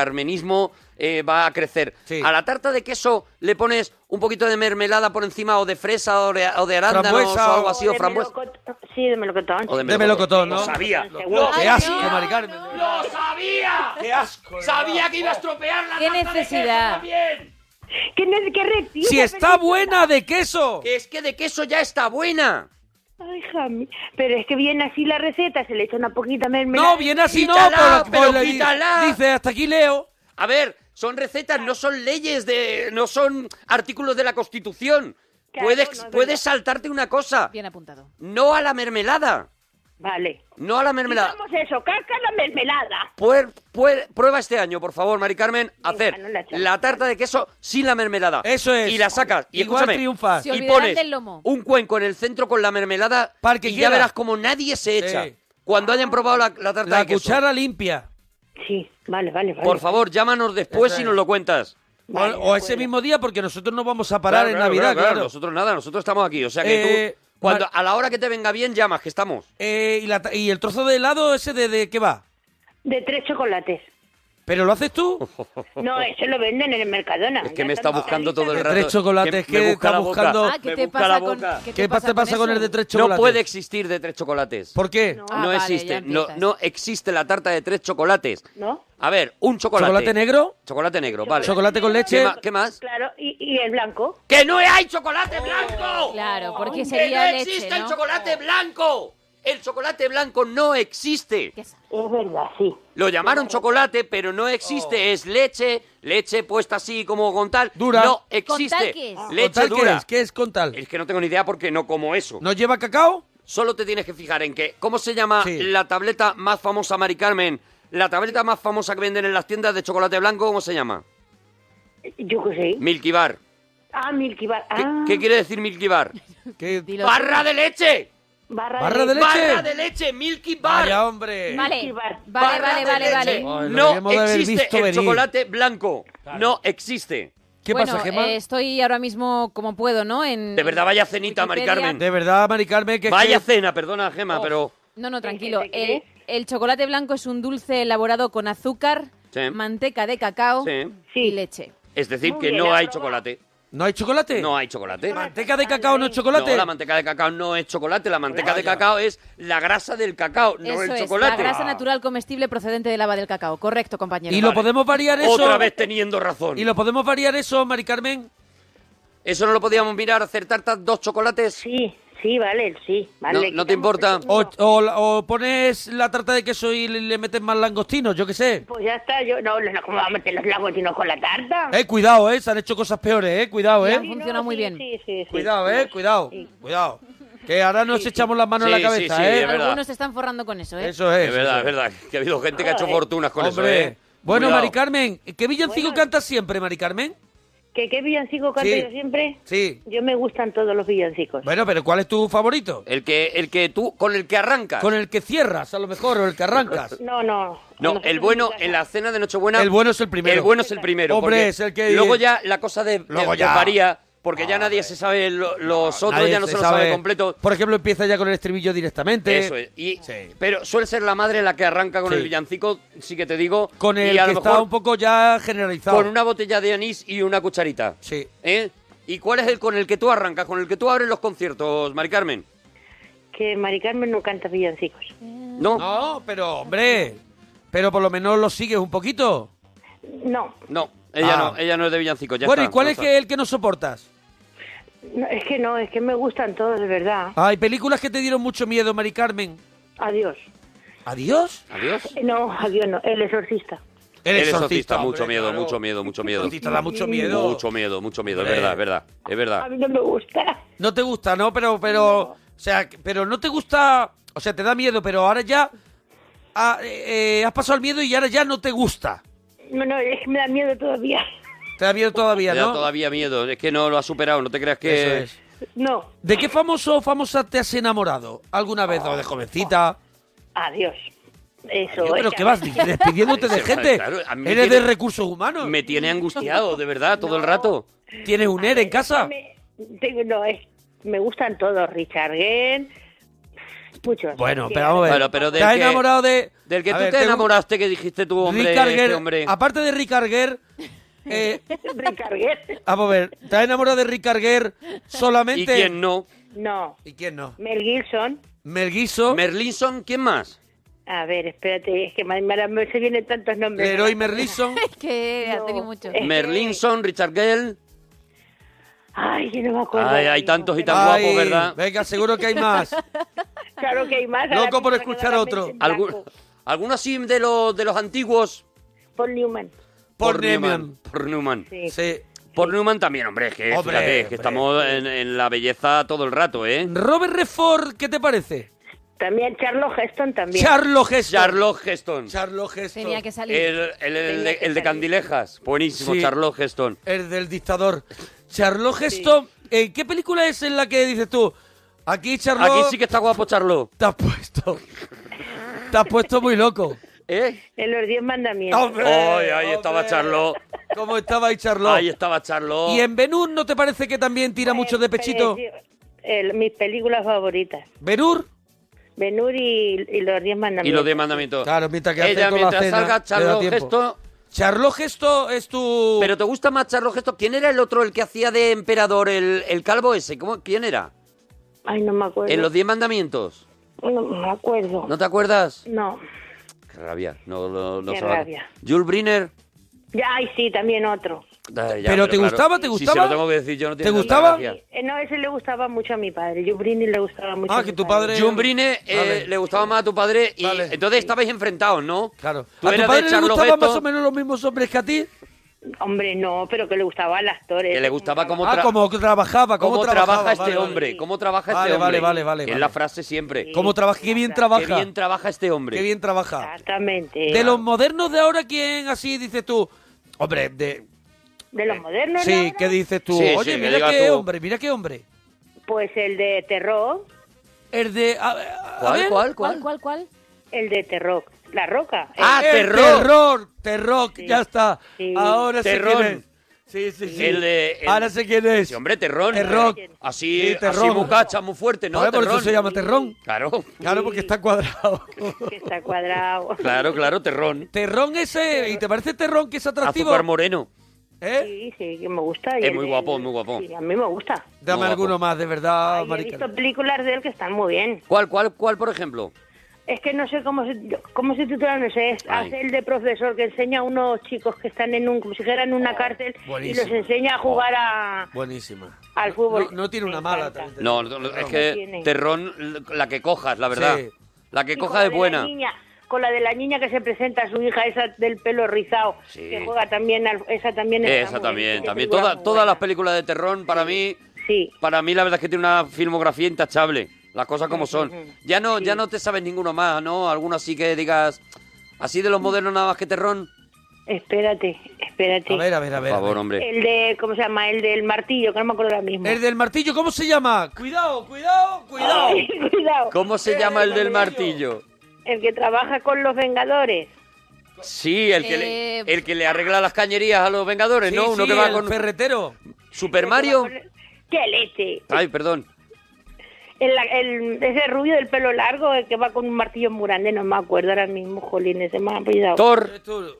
antimaricármenismo, eh, va a crecer. Sí. A la tarta de queso le pones un poquito de mermelada por encima o de fresa o de, o de arándanos Frambuesa o o- algo así o, de frambuesa. melocotón. Sí, de melocotón. O De melocotón, Lo ¿no? sabía. Seguro. ¡Qué Ay, asco, no, Mari Carmen! ¡Lo sabía! ¡Qué asco! Sabía que iba a estropear la Qué tarta de queso necesidad. también. ¿Qué, ne- qué repite, ¡Si está Fernando? buena de queso! Que es que de queso ya está buena. Ay, Jami. Pero es que viene así la receta, se le echa una poquita mermelada. No, viene así, no, Quítala, pero, pero le di- quítala. dice hasta aquí leo. A ver, son recetas, no son leyes, de, no son artículos de la Constitución. Claro, no es puedes, verdad. puedes saltarte una cosa. Bien apuntado. No a la mermelada. Vale. No a la mermelada. Vamos eso, caca la mermelada. Puer- puer- prueba este año, por favor, Mari Carmen, hacer no la echamos. la tarta de queso sin la mermelada. Eso es. Y la sacas. Y Igual escúchame, triunfas. Se Y olvidarán pones del lomo. un cuenco en el centro con la mermelada Para el que y quiera. ya verás como nadie se echa. Sí. Cuando hayan probado la, la tarta La de queso. cuchara limpia. Sí, vale, vale, vale. Por favor, llámanos después Eso si es. nos lo cuentas. O- Vale, o ese bueno. mismo día, porque nosotros no vamos a parar en Navidad, claro. Nosotros nada, nosotros estamos aquí. O sea que Eh, tú, cuando, Mar- a la hora que te venga bien, llamas, que estamos. Eh, y, la ta- y el trozo de helado ese de, de qué va? De tres chocolates. ¿Pero lo haces <laughs> tú? No, eso lo venden en el Mercadona. Es Ya que me está estamos buscando listas. todo el De rato. tres chocolates, que me busca está la boca, buscando- Ah, ¿qué me te busca pasa la con, boca. ¿Qué pasa, te pasa con, el de tres No chocolates? puede existir de tres chocolates. ¿Por qué? No. Ah, no vale, ya existe. No, empiezas. no existe la tarta de tres chocolates. ¿No? A ver, un chocolate. ¿Chocolate negro? Chocolate negro, vale. ¿Chocolate con leche? ¿Qué, ma- qué más? Claro, y, y el blanco. Oh. ¡Que no hay chocolate blanco! Claro, porque ¡Que sería no leche, existe el ¿no? chocolate blanco! El chocolate blanco no existe. ¿Qué sabe? Es verdad, sí. Lo llamaron chocolate, pero no existe. Oh. Es leche, leche puesta así como con tal. Dura. No ¿Con existe. tal qué es? ¿Con Leche tal dura. ¿Qué es? ¿Qué es con tal? Es que no tengo ni idea porque no como eso. ¿No lleva cacao? Solo te tienes que fijar en que, ¿cómo se llama Sí. la tableta más famosa, Mari Carmen? La tableta más famosa que venden en las tiendas de chocolate blanco, ¿cómo se llama? Yo qué sé. Milky Bar. Ah, Milky Bar. ¿Qué, Ah, qué quiere decir Milky Bar? <laughs> ¿Qué- Dilo. ¡Barra de leche! barra, barra de leche. ¡Barra de leche! ¡Milky Bar! Vaya, hombre! Vale, Sí, vale, bar- vale, Barra vale, de vale. leche. Ay, lo No debíamos de haber existe visto el venir. chocolate blanco. No existe. ¿Qué bueno, pasa, Gemma? eh, estoy ahora mismo como puedo, ¿no? En, De verdad, vaya cenita, Mari Wikipedia. Oh. Carmen. De verdad, Mari Carmen, que... Vaya que- cena, perdona, Gema, pero... No, no, tranquilo. ¿De qué? El, el chocolate blanco es un dulce elaborado con azúcar, Sí. manteca de cacao ¿Eh? Sí. y Sí. leche. Es decir, Muy que bien, no la hay probó. chocolate. ¿No hay chocolate? No hay chocolate. ¿Manteca de cacao no es chocolate? No, la manteca de cacao no es chocolate. La manteca de cacao es la grasa del cacao, no Eso el es, chocolate. la grasa natural comestible procedente de lava del cacao. Correcto, compañero. ¿Y lo podemos variar eso? Otra vez teniendo razón. ¿Y lo podemos variar eso, Mari Carmen? ¿Eso no lo podíamos mirar, hacer tartas dos chocolates? Sí, sí, vale, sí. Vale, No- le no te quitamos importa. el O, segundo. o la- o pones la tarta de queso y le, le metes más langostinos, yo qué sé. Pues ya está, yo no, no, no, ¿cómo vamos a meter los langostinos con la tarta? Eh, cuidado, eh, se han hecho cosas peores, eh, cuidado, Ya, eh. han funcionado muy sí, bien. Sí, sí, sí. Cuidado, eh, cuidado, cuidado. Que ahora nos echamos las manos Sí, en la cabeza, sí, sí, eh. es verdad. Algunos se están forrando con eso, ¿eh? Eso es. Es verdad, es eso verdad. Que ha habido gente que ha hecho fortunas con Hombre. eso, ¿eh? Bueno, Cuidado. Mari Carmen, ¿qué villancico canta siempre, Mari Carmen? ¿Que qué villancico canto Sí. yo siempre? Sí. Yo me gustan todos los villancicos. Bueno, pero ¿cuál es tu favorito? El que, el que tú, con el que arrancas. Con el que cierras, a lo mejor, o el que arrancas. No, no. <laughs> No, nosotros el bueno, nunca- en la cena de Nochebuena. El bueno es el primero. El bueno es el primero. Hombre, porque es el que- Luego ya la cosa de, Luego de- ya. pues varía, porque ya nadie se sabe, lo- los otros Nadie ya no se, lo sabe completo. Por ejemplo, empieza ya con el estribillo directamente. Eso es. Y, Sí. Pero suele ser la madre la que arranca con Sí. el villancico, sí que te digo. Con el y a que lo está mejor un poco ya generalizado. con una botella de anís y una cucharita. Sí. ¿Eh? ¿Y cuál es el con el que tú arrancas, con el que tú abres los conciertos, Mari Carmen? Que Mari Carmen no canta villancicos. No. No. No, pero hombre, pero por lo menos lo sigues un poquito. No, Ella Ah. no, ella no es de villancico. Ya bueno, ¿y está, cuál no es está. que, el que no soportas? no, es que no, es que me gustan todos, de verdad. Hay películas que te dieron mucho miedo, Mari Carmen. Adiós. ¿Adiós? Adiós. No, adiós no, el exorcista. El Eres exorcista, mucho hombre, miedo, claro. mucho miedo, mucho El miedo. exorcista da mucho miedo. Mucho miedo, mucho miedo, es Hombre. verdad, es verdad, es A verdad. mí no me gusta. No te gusta, ¿no? Pero, pero, o sea, que- pero no te gusta, o sea, te da miedo, pero ahora ya ah, eh, eh, has pasado el miedo y ahora ya no te gusta. No, no, es que me da miedo todavía. <laughs> Te da miedo todavía, Me da ¿no? todavía miedo, es que no lo has superado, no te creas Eso que... es. No, ¿De qué famoso o famosa te has enamorado alguna vez o de jovencita? adiós. Eso. Yo, es pero que- ¿qué vas <laughs> despidiéndote de Claro, gente? claro, a mí me Eres de tiene- recursos humanos. Me tiene angustiado, de verdad, todo el rato. ¿Tienes un ERE en casa? Me- tengo- no, es, me gustan todos. Richard Gere, <laughs> muchos. Bueno, Sí, pero vamos a ver. Bueno, pero del te has que- enamorado de. Del que A tú ver, te tengo- enamoraste que dijiste tu hombre, Rick este Carguer, hombre. Aparte de Rick Carguer, <laughs> eh, Recargué. vamos a ver, ¿te has enamorado de Rick Carguer ¿Y solamente? quién no? No, ¿Y quién no? Mel Gibson. Mel Guiso, Merlinson, ¿quién más? A ver, espérate, es que me, me- me- se vienen tantos nombres. Leroy Merlison. que ha No. tenido mucho. Eh, Merlinson, Richard Gell. Ay, yo no me acuerdo. Ay, ahora hay mismo, tantos y pero tan guapos, ¿verdad? Venga, seguro que hay más. <laughs> Claro que hay más. ahora Loco por mismo me escuchar da la otro. mente en Algu- blanco. Algunos sí de los, de los antiguos. Paul Newman. Por Newman. Por Newman. Sí. Sí. Por Newman también, hombre, es que, Hombre, fíjate, es hombre. que estamos en, en la belleza todo el rato, ¿eh? Robert Redford, ¿qué te parece? También Charlo Heston también. Charlo Gesto. Charlotte Heston. Charlo Heston. Tenía que salir. El, el- el de, el de Candilejas. Buenísimo, Sí. Charlotte Heston. El del dictador. Charlo Gesto. eh, ¿Qué película es en la que dices tú? Aquí Charlo. Aquí sí que está guapo Charlotte. Te has puesto. Te has puesto muy loco. <laughs> ¿Eh? En los Diez Mandamientos. ¡Hombre! Ay, ahí estaba ¡Hombre! Charlo. ¿Cómo estaba ahí Charlo? Ahí estaba Charlotte. ¿Y en Benur no te parece que también tira mucho de pechito? Pero, Eh, el- mis películas favoritas. ¿Benur? Benur y, y los Diez Mandamientos. Y los diez mandamientos. Claro, mientras que hace Ella, toda la mientras cena, salga le da Charlo tiempo. Gesto. Charlo Gesto es tu. Pero te gusta más Charlo Gesto. ¿Quién era el otro, el que hacía de emperador, el, el calvo ese? ¿Cómo, ¿Quién era? Ay, Pues no me acuerdo. En los diez mandamientos. No me acuerdo. ¿No te acuerdas? No. Qué rabia. No, no, no Qué se va a- rabia. Jules Briner. Ya, ay, sí, también otro. Ay, Pero ¿te gustaba? ¿Te Si se gustaba? lo tengo que decir, yo no ¿Te tiene tanta gustaba? gracia. Eh, no, ese le gustaba mucho a mi padre. Yo Brini le gustaba mucho. Ah, a que mi tu padre. Jun Brine eh, Vale. le gustaba más a tu padre y Vale. entonces estabais enfrentados, ¿no? Claro. Tú ¿A tu eras de padre le Charlo gustaban Gesto, más o menos los mismos hombres que a ti? Hombre, no, pero que le gustaba a las Torres. que le gustaba cómo, Ah, tra- como trabajaba, como cómo trabaja este vale, vale. hombre, cómo trabaja Vale, este vale, hombre. vale, vale, Que vale. Es la frase siempre. Cómo trabaja, qué bien trabaja. Qué bien trabaja este hombre. Qué bien trabaja. Exactamente. De los modernos de ahora, ¿quién así dices tú? Hombre, de... De los modernos. de sí, ahora, ¿qué dices tú? Sí, sí, Oye, que mira diga qué tú. hombre, mira qué hombre. Pues el de terror, El de... a- a- a ¿Cuál, ver. cuál, ¿Cuál, cuál? cuál, cuál? el de terror. La roca. Ah, El Terror. Eh, Terror, terror, ya está. Sí. Ahora Terrón. sé quién es. Sí, sí, Ah, sí. El de- el- Ahora sé quién es. Sí, hombre, terrón. Terrón. Así, Sí, terrón. así bucacha, muy fuerte, ¿no? Ahora por eso Terrón. se llama terrón. Claro, Claro, porque está cuadrado. Que está cuadrado. claro, claro, terrón. terrón ese, ¿y te parece terrón que es atractivo? Azúcar moreno. ¿eh? Sí, sí, que me gusta. y Es el muy del- guapo, muy guapo. Sí, a mí me gusta. Dame No, alguno más, de verdad, Ay, he Maricarmen. visto películas de él que están muy bien. ¿Cuál, cuál, cuál, por ejemplo? Es que no sé cómo se, cómo se titula, no sé, es Ay. hace el de profesor que enseña a unos chicos que están en un, como si fueran en una cárcel buenísimo. y los enseña a jugar a, Buenísima. al fútbol. No, no tiene Me una mala. encanta. también te No, digo. no, no, es Tiene. que terrón, la que cojas, la verdad. Sí. La que Y con cojas la es de la buena. niña, con la de la niña que se presenta a su hija, esa del pelo rizado, Sí. que juega también, al- esa también. está Esa muy también, bien, también. película Toda- muy todas las buena. películas de terror, para mí, Sí. para mí la verdad es que tiene una filmografía intachable. Las cosas como son. Ya no, ya no te sabes ninguno más, ¿no? Alguno así que digas, así de los modernos nada más que terrón. Espérate, espérate. A ver, a ver, a Por ver. favor, hombre. El de, ¿cómo se llama? El del martillo, que no me acuerdo ahora mismo. <laughs> El del martillo, ¿cómo se llama? Cuidado, cuidado, cuidado. Ay, <laughs> cuidado. ¿Cómo se llama el del martillo? El que trabaja con los Vengadores. Sí, el que, le, Eh, el que le arregla las cañerías a los Vengadores, Sí, ¿no? Uno sí, que va el con ferretero. Super Mario. ¡Qué leche! Ay, perdón. El, el- ese rubio del pelo largo, el que va con un martillo en Murande, no me acuerdo ahora mismo, jolín, ese me ha olvidado. Thor. Tú-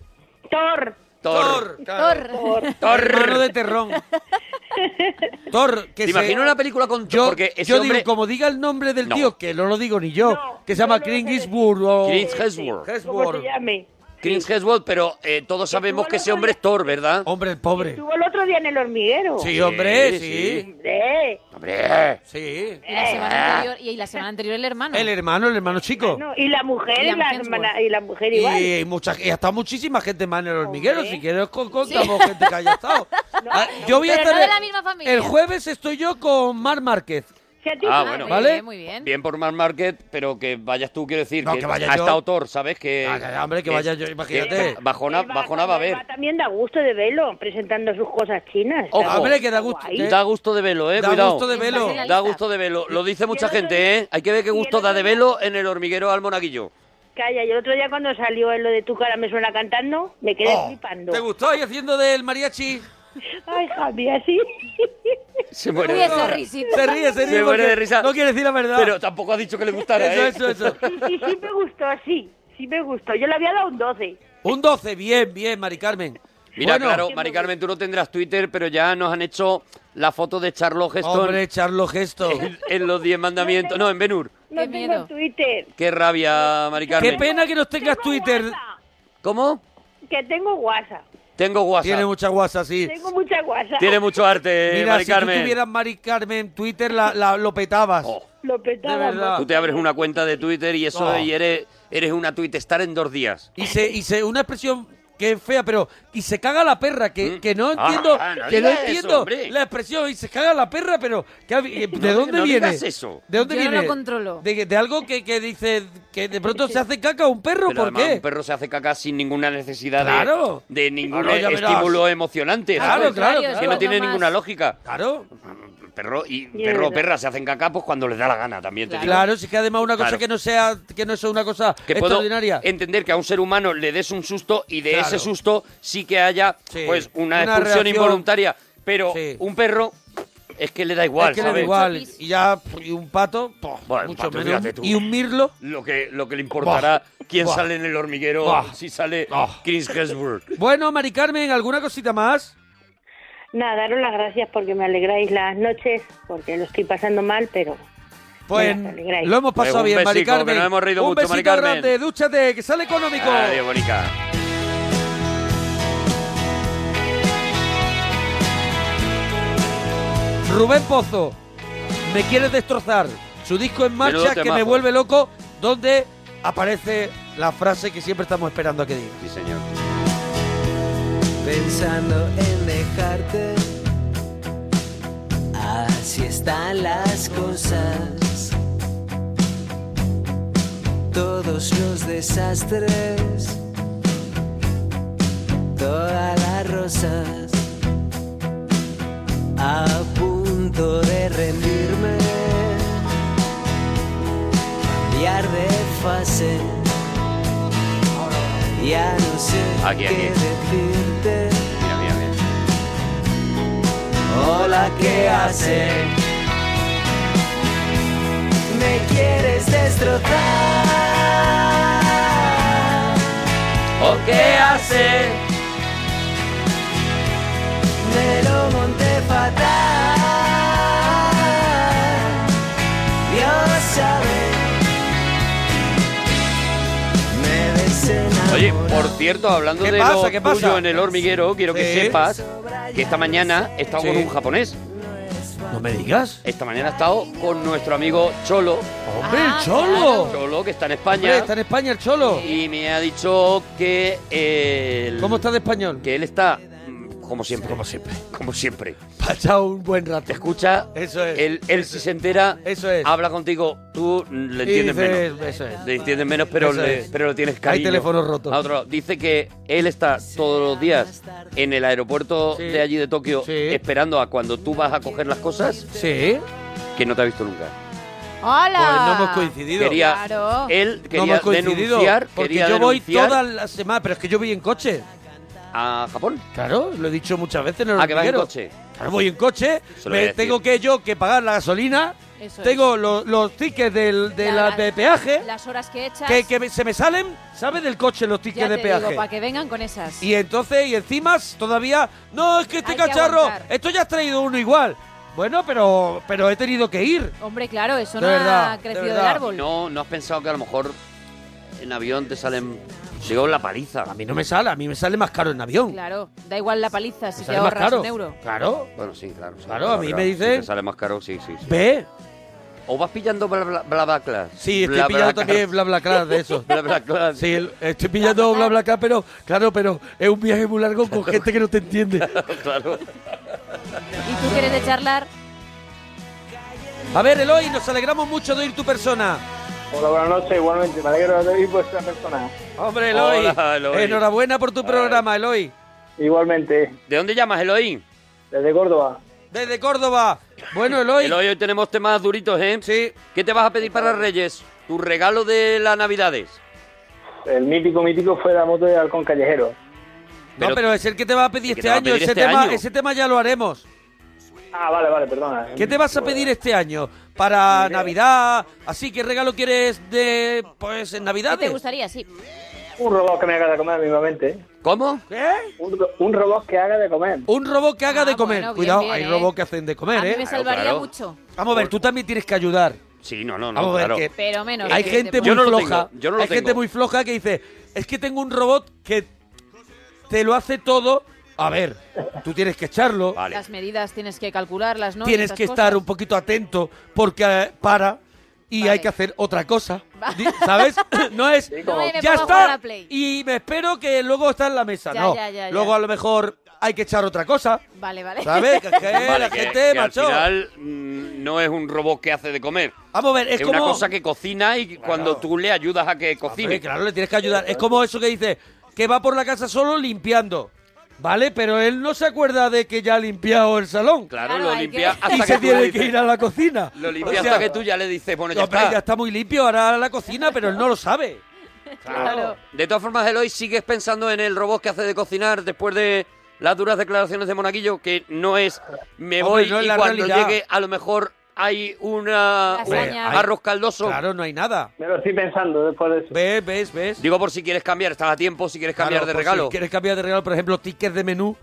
Thor. Thor. claro. Thor. <laughs> Thor. Hermano de <laughs> terrón. Thor, que ¿Te se- imaginas una película con Thor? Yo, Porque ese yo hombre... digo, como diga el nombre del No. tío, que no lo digo ni yo, No, que se llama no lo vas a Clint decir. Eastwood o... Clint Hemsworth. ¿Cómo Hemsworth. se llame? Clint Hemsworth, pero eh, todos sabemos que ese hombre es Thor, ¿verdad? Hombre, el pobre. Estuvo el otro día en el hormiguero. Sí, hombre, Sí, sí. Hombre. ¡Hombre! Eh. Sí. Y la eh. Ah. semana anterior, ah, y la semana anterior el hermano. El hermano, el hermano chico. No, y la mujer, y Liam la, Hemsworth. hermana- y la mujer igual. Y, mucha, y ha estado muchísima gente más en el hormiguero. Hombre. Si quieres, con- contamos gente que haya <laughs> estado. Ah, yo voy a pero estar. no de la misma familia. El jueves estoy yo con Mar Márquez. Si a ti- Ah, Ah, bueno. muy ¿Vale? bien, muy bien. Bien por Mar Market, pero que vayas tú, quiero decir. No, que vaya ha yo. estado Thor, ¿sabes? Que, Ah, ya, ya, hombre, que vaya yo, imagínate. Bajona, él va- bajona va a él ver. También da gusto de verlo, presentando sus cosas chinas. Ojo. Está- Hombre, que da está gusto, guay. ¿eh? Da gusto de velo, ¿eh? Da Cuidado. gusto de velo. Está en la Da lista. gusto de velo. Lo dice mucha otro gente, ¿eh? Hay que ver qué y el gusto da otro de velo en el hormiguero al monaguillo. Calla, y el otro día cuando salió en lo de tu cara me suena cantando, me quedé Oh, flipando. ¿Te gustó? Y haciendo del mariachi. Ay, Javi, así. Se muere de Ríe, se ríe, sí. Se ríe, se ríe. Se muere porque de risa. No quiere decir la verdad. Pero tampoco ha dicho que le gustara, Eso, ¿eh? eso, eso. Sí, sí, sí me gustó, sí. Sí me gustó. Yo le había dado un 12. Un 12, bien, bien, Mari Carmen. Mira, Bueno, claro, Mari Carmen, tú no tendrás Twitter, pero ya nos han hecho la foto de Charlo Geston Hombre, Charlo Gesto. en, en los Diez Mandamientos. No, en Benur. No Qué tengo miedo. Twitter. Qué rabia, Mari Qué Carmen. pena que no tengas Tengo Twitter. WhatsApp, ¿Cómo? Que tengo WhatsApp. Tengo WhatsApp. Tiene Tiene, mucha guasa, sí. Tengo mucha WhatsApp. mucho arte, Mira, Eh, Mari si Carmen. tú tuvieras Mari Carmen Twitter, la, la- lo petabas. Oh, Lo de petaba. verdad. tú te abres una cuenta de Twitter y eso, Oh. y eres, eres una Twittestar en dos días. Y se, y se, una expresión que es fea, pero. Y se caga la perra, que, Mm. que no Ah, entiendo. no que no digas eso, entiendo hombre. la expresión. Y se caga la perra, pero. que ha- eh, ¿De diga- dónde no viene? digas eso. ¿De dónde Yo no viene? lo controlo. De, de algo que, que dice. Que de pronto se hace caca un perro, Pero ¿por además qué? un perro se hace caca sin ninguna necesidad de- Claro. de, ningún Claro, ya verás. estímulo emocionante. Claro, ¿sabes? claro, Que claro. no tiene Más. ninguna lógica. Claro. Perro y es perro o verdad. perra se hacen caca pues cuando les da la gana también. Te digo. Claro, sí que además una cosa Claro. que no sea que no sea una cosa que puedo extraordinaria. entender que a un ser humano le des un susto y de Claro. ese susto sí que haya Sí. pues Una una, expulsión reacción. involuntaria, pero Sí. un perro es que le da igual, es que le da ¿sabes? igual. Chapis. Y ya, y un pato, po, Bueno, mucho pato, menos. fíjate tú. Y un mirlo. Lo que lo que le importará quién Buah. sale en el hormiguero, Buah. Ah. si sale Buah. Chris Hemsworth. Bueno, Mari Carmen, ¿alguna cosita más? Nada, daros las gracias porque me alegráis las noches, porque lo estoy pasando mal, pero... Pues Venga, te alegráis. lo hemos pasado Pues un bien, Mari besico, que Carmen. nos hemos reído un mucho, besito Mari Carmen. grande, dúchate, que sale económico. Adiós, Mónica. Rubén Pozo, me quieres destrozar. Su disco en Menudo marcha que me temazo. vuelve loco, donde aparece la frase que siempre estamos esperando a que diga. Sí, señor. pensando en dejarte. Así están las cosas. Todos los desastres, todas las rosas, a punto de rendirme, cambiar de fase, ya no sé Aquí, aquí. qué decirte. Mira, mira, mira. Hola, ¿qué hace? Me quieres destrozar. ¿O Oh, qué hace? Me lo monté fatal. Dios sabe. Me desenamoré. Oye, por cierto, hablando ¿Qué de pasa? lo ¿Qué pasa? tuyo en el hormiguero, quiero que Sí. sepas que esta mañana he estado Sí. con un japonés. No me digas. Esta mañana he estado con nuestro amigo Cholo, Hombre, Ah, el cholo. Cholo que está en Hombre, España, está en España el cholo. y me ha dicho que él, ¿Cómo está de español? que él está mm, como siempre, como siempre, <laughs> como siempre. Pasa un buen rato. Te escucha, Eso es. él, él si se entera, Eso es. habla contigo, tú mm, le Y entiendes dices, menos. eso es. Le entiendes menos, pero Eso le, es. pero le tienes cariño. teléfonos rotos. A otro lado. Dice que él está todos los días en el aeropuerto Sí. de allí de Tokio Sí. esperando a cuando tú vas a coger las cosas Sí. que no te ha visto nunca. ¡Hola! Pues no hemos coincidido. Quería, Claro. él no quería hemos coincidido. denunciar, porque quería yo voy denunciar todas las semanas, pero es que yo voy en coche. a Japón. Claro, lo he dicho muchas veces. En el Ah, que vas en hormiguero. coche. Claro, voy en coche. Se me lo voy a decir. tengo que yo que pagar la gasolina. Eso tengo lo- los tickets del, de, la, Las- de peaje Las horas que echas. que, que me- se me salen, ¿sabes? Del coche los tickets ya de te peaje. digo, para que vengan con esas. Y entonces, y encima todavía, no, es que este Hay que cacharro, aguantar. esto ya has traído uno igual. Bueno, pero, pero he tenido que ir. Hombre, claro, eso De no verdad, ha de crecido verdad. del árbol. No, no has pensado que a lo mejor en avión te salen, digo, la paliza. A mí no me sale, a mí me sale más caro en avión. Claro, da igual la paliza si Me te sale más ahorras caro. un euro. Pues Claro. Bueno, sí, claro. sí, Claro, a mí me sí, dicen- te sale más caro, sí, sí, sí. Ve. ¿O vas pillando bla bla bla bla class? Sí, estoy Bla, bla, pillando class. también bla bla de eso. <laughs> Bla, bla, claro. Sí, el- estoy pillando bla bla pero claro, pero es un viaje muy largo con gente que no te entiende. <laughs> claro. Y tú quieres de charlar, A ver, Eloy, nos alegramos mucho de oír tu persona. Hola, buenas noches, igualmente. Me alegro de ir vuestra persona. Hombre, Eloy. Hola, Eloy. Enhorabuena por tu programa, Eloy. Igualmente, ¿De dónde llamas, Eloy? desde Córdoba. Desde Córdoba. Bueno, Eloy. Eloy, hoy tenemos temas duritos, ¿eh? Sí. ¿Qué te vas a pedir para Reyes? Tu regalo de las Navidades. El mítico, mítico fue la moto de Halcón Callejero. no, pero es el que te va a pedir el que este te va a año. pedir ese, este tema, año. ese tema ya lo haremos. Ah, vale, vale, perdona. ¿Qué te vas a pedir este año? Para Mira. Navidad, así, ¿qué regalo quieres de, pues, en ¿Qué te Navidades? gustaría? Sí. Un robot que me haga de comer mínimamente. ¿Cómo? Un, ro- un robot que haga de comer. Un robot que Ah, haga de comer. bueno, bien, Cuidado, bien, hay ¿eh? robots que hacen de comer, A mí ¿eh? me salvaría mucho. Vamos a ver, tú también tienes que ayudar. Sí, no, no, no, Vamos a ver, claro. que Pero menos. hay que gente te- muy Yo no lo floja. tengo, yo no lo hay gente tengo. muy floja que dice, es que tengo un robot que te lo hace todo. A ver, tú tienes que echarlo, Las medidas tienes que calcularlas, ¿no? Y tienes esas que cosas. estar un poquito atento porque eh, para y hay que hacer otra cosa. Di- <laughs> ¿Sabes? no es, como- No viene ya para jugar a está Play. y me espero que luego está en la mesa. Ya, no, ya, ya, ya. luego a lo mejor hay que echar otra cosa. Vale, vale. ¿Sabes? Que- que <laughs> Vale, la que- gente, que al macho. final mm, no es un robot que hace de comer. Vamos a ver, es, Es, como... una cosa que cocina y cuando tú le ayudas a que Hombre, cocine. claro, le tienes que ayudar. Es como eso que dice, que va por la casa solo limpiando. ¿Vale? Pero él no se acuerda de que ya ha limpiado el salón. Claro, Claro, lo hay limpia que- hasta y que se tú le tiene que dices- ir a la cocina. Lo limpia O sea, hasta que tú ya le dices, bueno, ya hombre, está. ya está muy limpio, ahora a la cocina, pero él no lo sabe. Claro. De todas formas, Eloy, ¿sigues pensando en el robot que hace de cocinar después de las duras declaraciones de Monaguillo? Que no es, Hombre, me voy no es y la cuando realidad. llegue a lo mejor hay una, un Lasaña. Hombre, hay- arroz caldoso. Claro, no hay nada. Me lo estoy pensando ¿eh? después de eso. ¿Ves, ves, ves? Digo por si quieres cambiar, estás a tiempo, si quieres cambiar Claro, de por regalo. Si quieres cambiar de regalo, por ejemplo, tickets de <laughs> menú.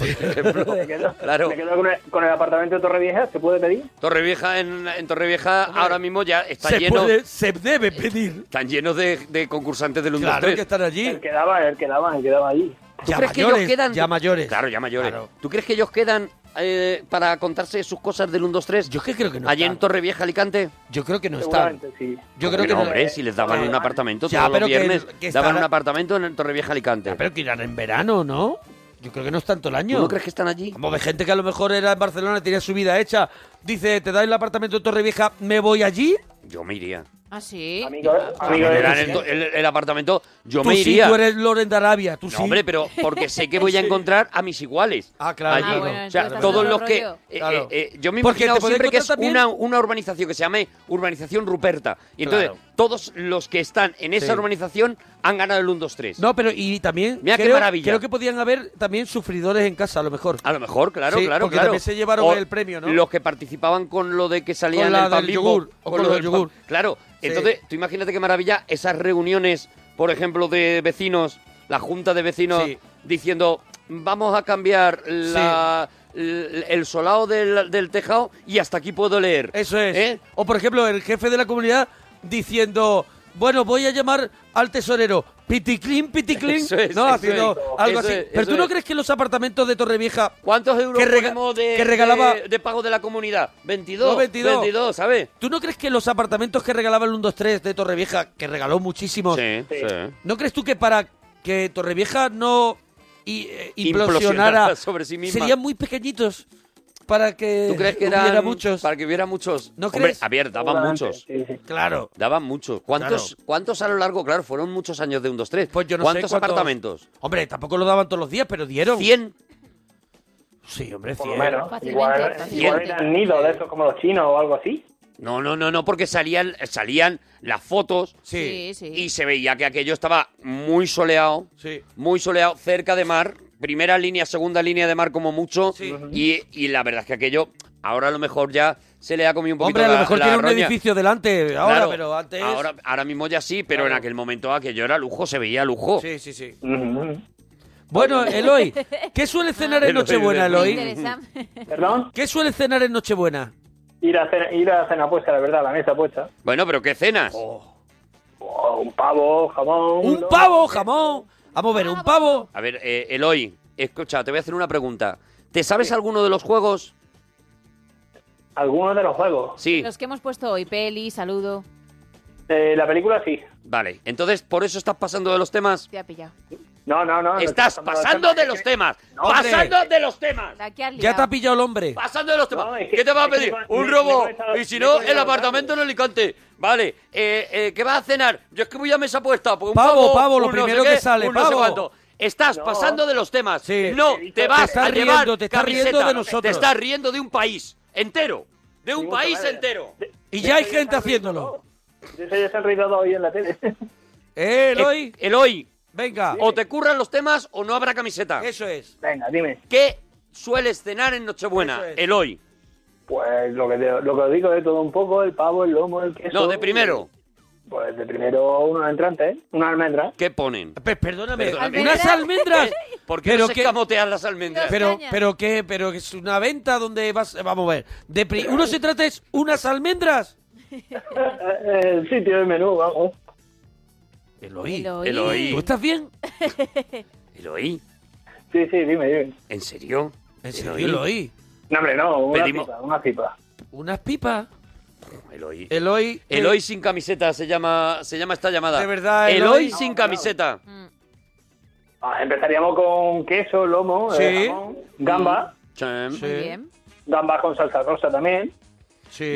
Me quedo, Claro. me quedo con, el, con el apartamento de Torrevieja, ¿se puede pedir? Torrevieja, en, en Torrevieja ahora mismo ya está Se, lleno, puede- se debe pedir. están llenos de, de concursantes del 1, Claro 2, que 3. están allí. El que daba, el que daba, el que daba allí. ¿Tú Ya crees que mayores, ellos quedan? ya mayores. Claro, ya mayores. Claro. ¿Tú crees que ellos quedan eh, para contarse sus cosas del 1, 2, 3? Yo es que creo que no Allí están. en Torrevieja, Alicante. Yo creo que no están. Seguramente, sí. Yo Hombre, creo que no, no. hombre, si les daban un apartamento Ya, todos pero los que- viernes, que daban estará- un apartamento en el Torrevieja Alicante. Pero que irán en verano, ¿no? Yo creo que no están todo el ¿Tú año. no crees que están allí? Como de gente que a lo mejor era en Barcelona, tenía su vida hecha. Dice, te dais el apartamento de Torrevieja, me voy allí. Yo me iría. Ah, sí. Amigo, Me amigo de dan el, Ah, el- el apartamento, yo tú me sí, iría. tú eres Loren de Arabia, tú No, sí. hombre, pero porque sé que voy a encontrar a mis iguales. Ah, claro, allí. claro. Ah, bueno, o sea, entonces todos no los que. rollo. eh, eh, Claro. eh, yo me he Porque te imaginado puedes siempre que es encontrar también- una, una urbanización que se llame Urbanización Ruperta. Y entonces, Claro. todos los que están en esa Sí. urbanización han ganado el 1, 2, 3. No, pero y también Mira qué creo, maravilla. creo que podían haber también sufridores en casa, a lo mejor. A lo mejor, claro, Sí, claro, porque claro. también se llevaron el premio, ¿no? Los que participaban con lo de que salían Con la el pan del Bimbo, yogur, o con lo del pan- yogur. Claro, Sí. entonces tú imagínate qué maravilla esas reuniones, por ejemplo, de vecinos, la junta de vecinos Sí. diciendo, vamos a cambiar la- l- el solado del, del tejado y hasta aquí puedo leer. Eso es. ¿Eh? O por ejemplo, el jefe de la comunidad diciendo, bueno, voy a llamar al tesorero. Piticlin, piticlin. Eso es, no, eso haciendo es. algo Eso así. es, pero eso tú no es. crees que los apartamentos de Torrevieja ¿Cuántos euros Que rega- ponemos de, que regalaba- de, de pago de la comunidad? 22, No, 22. 22, ¿sabes? ¿Tú no crees que los apartamentos que regalaba el 123 de Torrevieja, que regaló muchísimos, eh, Sí, sí. ¿no crees tú que para que Torrevieja no i- eh, implosionara Implosionara sobre sí misma. serían muy pequeñitos para que ¿Tú crees que hubiera eran muchos? Para que hubiera muchos. ¿No Hombre, crees? a ver, daban muchos. Sí, sí. Claro. Daban muchos. ¿Cuántos, <laughs> ¿Cuántos a lo largo? Claro, fueron muchos años de un 2, 3. Pues yo no ¿Cuántos sé cuántos apartamentos? Hombre, tampoco lo daban todos los días, pero dieron. 100. Sí, hombre, Por lo 100. menos. Fácilmente, Igual, fácilmente. igual eran nidos de esos como los chinos o algo así. No, no, no, no, porque salían, salían las fotos Sí. Sí, sí. y se veía que aquello estaba muy soleado, Sí. muy soleado, cerca de mar, primera línea, segunda línea de mar como mucho. Sí. Y, y la verdad es que aquello, ahora a lo mejor ya se le ha comido un poquito Hombre, a lo la- mejor la tiene un roña. edificio delante ahora, Claro, pero antes... Ahora, ahora mismo ya sí, pero en Claro. aquel momento aquello era lujo, se veía lujo. Sí, sí, sí. Ujú. Bueno, Eloy, <laughs> ¿qué suele cenar en Eloy, Nochebuena, Eloy. Eloy? Interesante. ¿Perdón? ¿Qué suele cenar en Nochebuena? Ir a, cena, ir a cena puesta, la verdad, la mesa puesta. Bueno, pero ¿qué cenas? Oh, un pavo, jamón. Un ¿no? pavo, jamón. Vamos a ver, un pavo. A ver, eh, Eloy, escucha, te voy a hacer una pregunta. ¿Te sabes alguno de los juegos? Algunos de los juegos. Sí. Los que hemos puesto hoy, peli, saludo, Eh, la película sí. Vale, entonces por eso estás pasando de los temas. te ha pillado. No, no, no. no Estás estoy pasando de los es que- temas. No, hombre. Pasando de los temas. La que has Ya te ha liado. pillado el hombre. Pasando de los temas. No, es que- ¿Qué te vas a es que pedir? me- Un me- robo. me he conectado- y si me he no, el conectado apartamento en Alicante. Vale. Eh, eh, ¿Qué vas a cenar? Yo es que voy a mesa puesta. Pues un Pavo, pavo, lo un no sé primero qué, que sale, un no sé pavo. cuánto. Estás No. pasando de los temas. Sí. No, Te te estás vas a riendo, llevar Eh, te estás riendo camiseta. de nosotros. Te estás riendo de un país entero. De un Sí, país vale. entero. Y ya hay gente haciéndolo. De eso ya se han reído dos hoy en la tele. ¿Eh, Eloy? Eh, Eloy, Venga. O te curran los temas o no habrá camiseta. Eso es. Venga, dime. ¿Qué sueles cenar en Nochebuena? Eso es. El hoy. Pues lo que, te- lo que os digo de todo un poco, el pavo, el lomo, el queso. No, de primero. Pues de primero unos entrantes, ¿eh? unas almendras. ¿Qué ponen? perdóname, Perdóname. unas almendras. <laughs> ¿Por qué Pero no se que- escamotean las almendras? Pero, pero qué, pero que es una venta donde vas, vamos a ver. De pri- uno se trata es unas almendras. Eh, El sitio del menú, vamos. Eloí. Eloy. Eloy. ¿Tú estás bien? Eloy. Sí, sí, dime, dime. ¿En serio? ¿En serio, Eloy? No, hombre, no, una Pedimos- pipa, una pipa. ¿Unas pipas? Eloy. Eloy. Eloy sin camiseta se llama, se llama esta llamada. De verdad, Eloy, Eloy. sin camiseta. Ah, empezaríamos con queso, lomo, eh, Sí. jamón, Mm. gamba, gambas con salsa rosa también.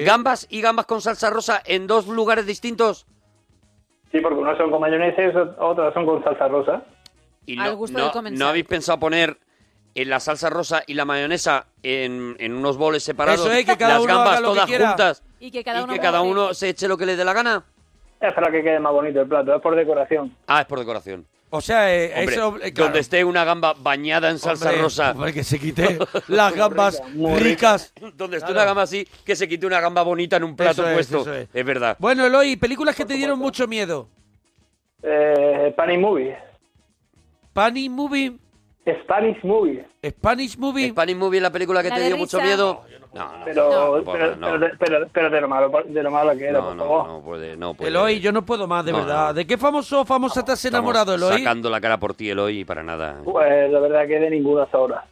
Gambas y gambas con salsa rosa en dos lugares distintos. Sí, porque unos son con mayonesa y esos- otros son con salsa rosa. Y Al no, gusto no- del comensal. no habéis pensado poner en la salsa rosa y la mayonesa en, en unos boles separados. Eso es, que cada las uno gambas haga lo que todas quiera. juntas. Y que cada y uno... que cada uno se eche lo que le dé la gana. Es para que quede más bonito el plato, es por decoración. Ah, es por decoración. O sea, eh, Hombre, eso. eh, claro. donde esté una gamba bañada en salsa Hombre, rosa. hombre, que se quite las gambas ricas. <laughs> Donde esté Claro. una gamba así, que se quite una gamba bonita en un plato Eso es, puesto. eso es. verdad. Bueno, Eloy, películas que te dieron mucho miedo. Eh, Spanish Movie. Spanish Movie. Spanish Movie. Spanish Movie. Spanish Movie es la película que La te de dio mucho Richard. miedo. No, no, Pero, no, pero, no. pero de- pero- pero de lo malo, de lo malo que era, por favor. no puede, no puede. Eloy, yo no puedo más, de No, verdad. ¿De qué famoso o famosa te has Estamos enamorado, Eloy? Sacando la cara por ti, Eloy, y para nada. Pues la verdad que de ninguna hasta ahora.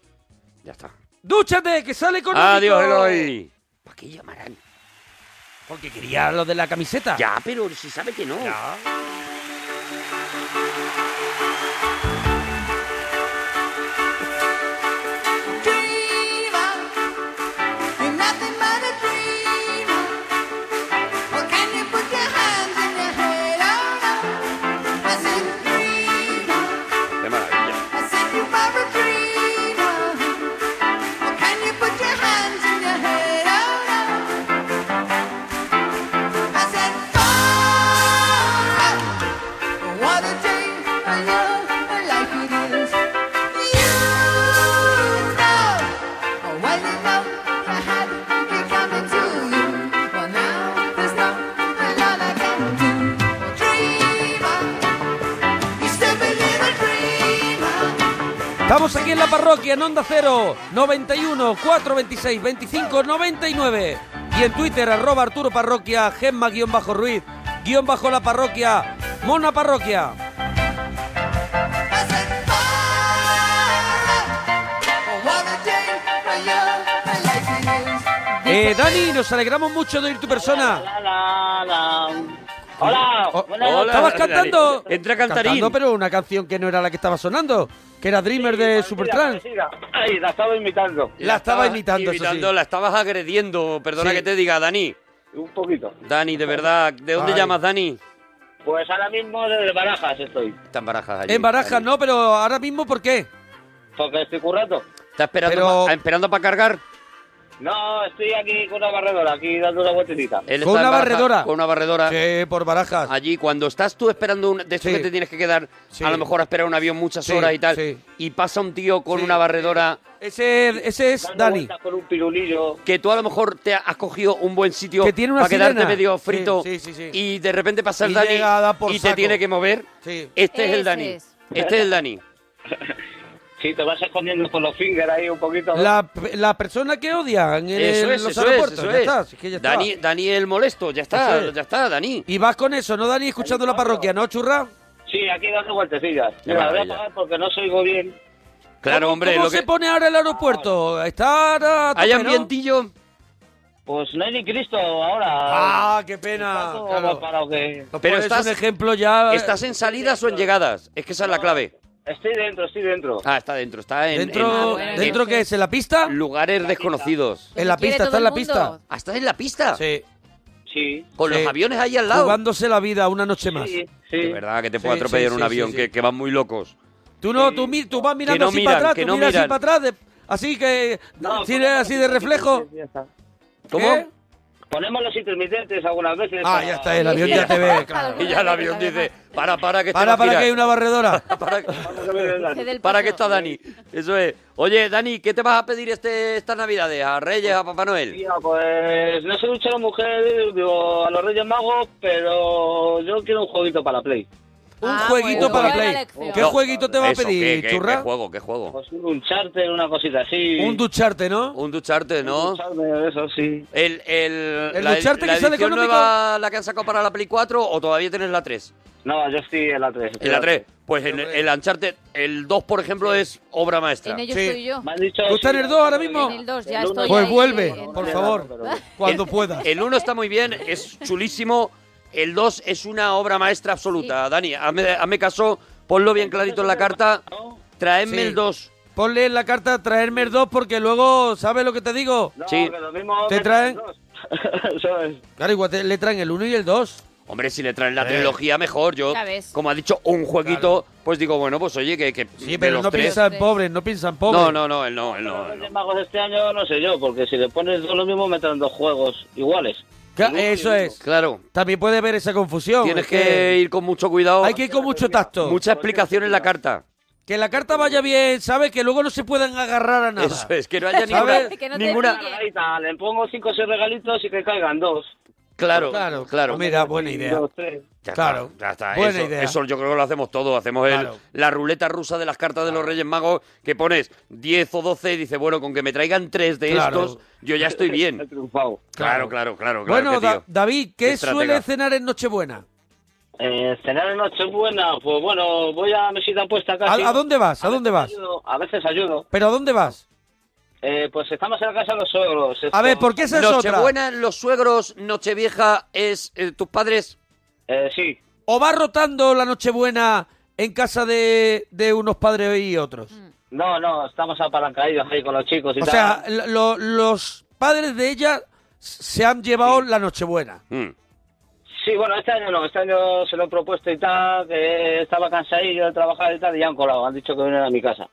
Ya está. ¡Dúchate, que sale con Adiós, Eloy. Porque quería lo de la camiseta. Ya, pero si sabe que no. dreamer. You're nothing but a dreamer. Well, can you put your hands in your head? Oh, no. I said, dreamer. Qué maravilla. I said, you are a dreamer. Well, can you put your hands in your head? Oh, no. I said, oh, no. What a day for you, for life it is. You know. Oh, well, you know I had it coming to you. Well, now there's nothing that I can do. Dreamer, you stupid little dreamer. Estamos aquí en la parroquia, en Onda Cero, 91 426 25 99. Y en Twitter, arroba Arturo Parroquia, Gemma guión bajo Ruiz, guión bajo la parroquia, Mona Parroquia. What a day for you, for life it is. Eh, Dani, nos alegramos mucho de oír tu persona. Hola, Oh, buenas noches. ¿Estabas cantando? Dani. Entra cantarín. Cantando, pero una canción que no era la que estaba sonando, que era Dreamer de Supertramp. Ay, la estaba imitando. La estaba imitando, eso imitando, sí. La estabas agrediendo, perdona Sí. que te diga, Dani. Un poquito. Dani, de verdad, ¿de dónde Ay. llamas, Dani? Pues ahora mismo de Barajas estoy. Están barajas allí. En Barajas no, pero ahora mismo ¿por qué? Porque estoy currando. ¿Estás esperando, Pero- pa- esperando para cargar? No, estoy aquí con una barredora, aquí dando una vueltecita. Él Con está en una Barajas, barredora. Con una barredora. Sí, por Barajas. Allí, cuando estás tú esperando un, de esto Sí. que te tienes que quedar, a lo mejor a esperar un avión muchas Sí, horas y tal, sí. y pasa un tío con una barredora Ese, ese es Dani. Con un pirulillo. que tú a lo mejor te has cogido un buen sitio Que tiene una para quedarte sirena. medio Sí, frito sí, sí, sí. y de repente pasa el Y Dani llega a dar por y saco. te tiene que mover. Sí. Este es Ese el Dani. es. Este es el Dani. Sí, te vas escondiendo con los fingers ahí un poquito. La, la persona que odian en Eso el- es, los eso es, aeropuertos. eso ya es. está, si es que ya está. Dani, Dani el molesto, ya Eso está, es. ya está, Dani. Y vas con eso, ¿no, Dani? Escuchando la parroquia, ¿no, churra? Sí, aquí dando vueltecillas. Qué Me la voy a maravilla. apagar porque no soy oigo bien. Claro, hombre, ¿Cómo lo se que... pone ahora el aeropuerto? ¿Está ahora a tope, Hay no? ambientillo. Pues no hay ni Cristo ahora. Ah, qué pena. Todo claro. para que... Nos Pero pones estás- pues, un ejemplo ya... eh, ¿Estás en salidas o en llegadas? Es que esa es la clave. Estoy dentro, estoy dentro. Ah, está dentro, está en, ¿Dentro, en- ¿dentro qué es? ¿En la pista? en lugares desconocidos. En la quiere pista, todo está en el la mundo. pista. Ah, ¿Estás en la pista? Sí. Sí. Con Sí. los aviones ahí al lado. Jugándose la vida una noche más. Sí, De sí. verdad, que te Sí, puede sí, atropellar sí, un sí, avión, sí. Que, que van muy locos. Tú no, tú, mi- tú vas mirando no así miran, para atrás, que tú no miras así miran. para atrás, de- así que... No, tienes así de reflejo. Ya está. ¿Cómo? ¿Qué? Ponemos los intermitentes algunas veces. Ah, ya está, el avión ya te <laughs> ve, claro. Y ya el avión dice, para, para, que Para, para, que hay una barredora. <laughs> para, para que está Dani. Eso es. Oye, Dani, ¿qué te vas a pedir este, estas navidades? ¿A Reyes, a Papá Noel? Tía, pues no sé luchar a mujer, digo, a los Reyes Magos, pero yo quiero un jueguito para la Play. Un Ah, jueguito bueno, para buena Play. elección. ¿Qué jueguito te va a Eso, pedir, ¿qué- qué- churra? ¿Qué juego, qué juego? Pues un charter, una cosita así. Un ducharte, ¿no? Un ducharte, ¿no? eso sí. El, el, ¿El la, ducharte la que sale edición económico? nueva, la que han sacado para la Play 4 o todavía tienes la 3? No, yo estoy en la 3. En la 3. Pues en el Uncharted, el 2, por ejemplo, es obra maestra. En ello estoy yo. Me han dicho... ¿Tú estás en el 2 ahora mismo? En el 2, ya El uno estoy Pues ahí, vuelve, en- por favor, cuando puedas. El 1 está muy bien, es chulísimo. El 2 es una obra maestra absoluta. Dani, hazme, hazme caso, ponlo bien clarito en la carta. Traedme Sí. el 2. Ponle en la carta traerme el 2 porque luego, ¿sabes lo que te digo? sí. Te traen. <laughs> ¿Sabes? Claro, igual te- le traen el 1 y el 2. Hombre, si le traen la Eh. trilogía, mejor. Yo, Ya ves. como ha dicho, un jueguito, pues digo, bueno, pues oye, que. que Sí, pero no piensan pobres, no piensan pobres. No, no, no, él no, él no. él no. Reyes Magos de este año no sé yo, porque si le pones todo lo mismo, me traen dos juegos iguales. Ca- Eso es. Claro. También puede haber esa confusión. Tienes es que ir con mucho cuidado. Hay que ir con mucho tacto. Mucha explicación en la carta. Que la carta vaya bien, ¿sabes? Que luego no se puedan agarrar a nada. Eso es, que no haya ¿Sabes? ninguna. ninguna- Margarita, le pongo cinco o seis regalitos y que caigan dos. Claro, Claro, Oh, claro, mira, buena idea. Dos, tres. Ya Claro. está, ya está. Buena eso, idea. eso yo creo que lo hacemos todo. Hacemos el- Claro. la ruleta rusa de las cartas de los Reyes Magos que pones 10 o 12 y dices, bueno, con que me traigan tres de Claro. estos, yo ya estoy bien. triunfado. Claro, claro, claro. claro bueno, que Da- tío. David, ¿qué Estratega. suele cenar en Nochebuena? Eh, cenar en Nochebuena, pues bueno, voy a mesita puesta ¿A, casi. a dónde vas? ¿A dónde vas? Ayudo, a veces ayudo. ¿Pero a dónde vas? Eh, pues estamos en la casa de los suegros. A ver, ¿por qué esa es otra? Nochebuena, los suegros, Nochevieja es eh, tus padres. Eh, sí. ¿O vas rotando la Nochebuena en casa de, de unos padres y otros? No, no, estamos apalancadillos ahí con los chicos y O tal. sea, lo- los padres de ella se han llevado la Nochebuena. Mm. Sí, bueno, este año no, este año se lo he propuesto y tal, que estaba cansadillo de trabajar y tal, y ya han colado, han dicho que vienen a mi casa.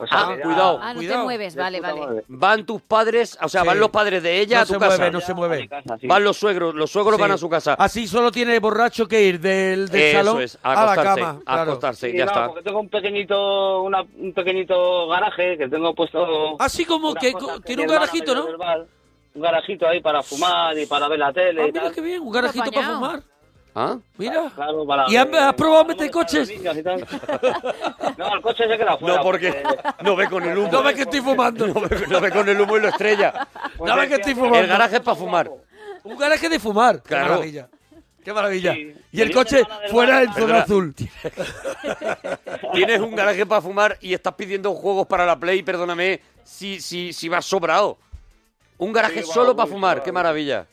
O sea, Ah, que ya- cuidado. Ah, no te cuidado. mueves, vale, vale. Van tus padres, o sea, Sí. van los padres de ella no a tu se casa. mueve, no se mueve. Van los suegros, los suegros Sí. van a su casa. Así solo tiene borracho que ir del, del Eso salón es, a, la acostarse, cama. a claro. acostarse, Sí, ya no, está. porque tengo un pequeñito, una- un pequeñito garaje que tengo puesto. Así como unas que cosas co- que tiene mi un hermana garajito, me dio ¿no? del bar, Un garajito ahí para fumar y para ver la tele. Ah, y mira tal. qué bien, un garajito para Apañado. fumar. ¿Ah? Mira. Claro, para- ¿Y has, has probado meter coches? Niños y tal. <laughs> no, el coche se queda fuera. No, porque no ve con el humo. No ves que estoy fumando. No ve, no ve con el humo y lo estrella. No ves que estoy fumando. El garaje es para fumar. Un garaje de fumar. Qué Claro. maravilla. Qué maravilla. Y el Tenía coche una hermana del fuera bar, en zona ¿verdad? azul. <laughs> Tienes un garaje para fumar y estás pidiendo juegos para la Play, perdóname, si, si, si vas sobrado. Un garaje Sí, va, solo para voy fumar, sobrado. qué maravilla.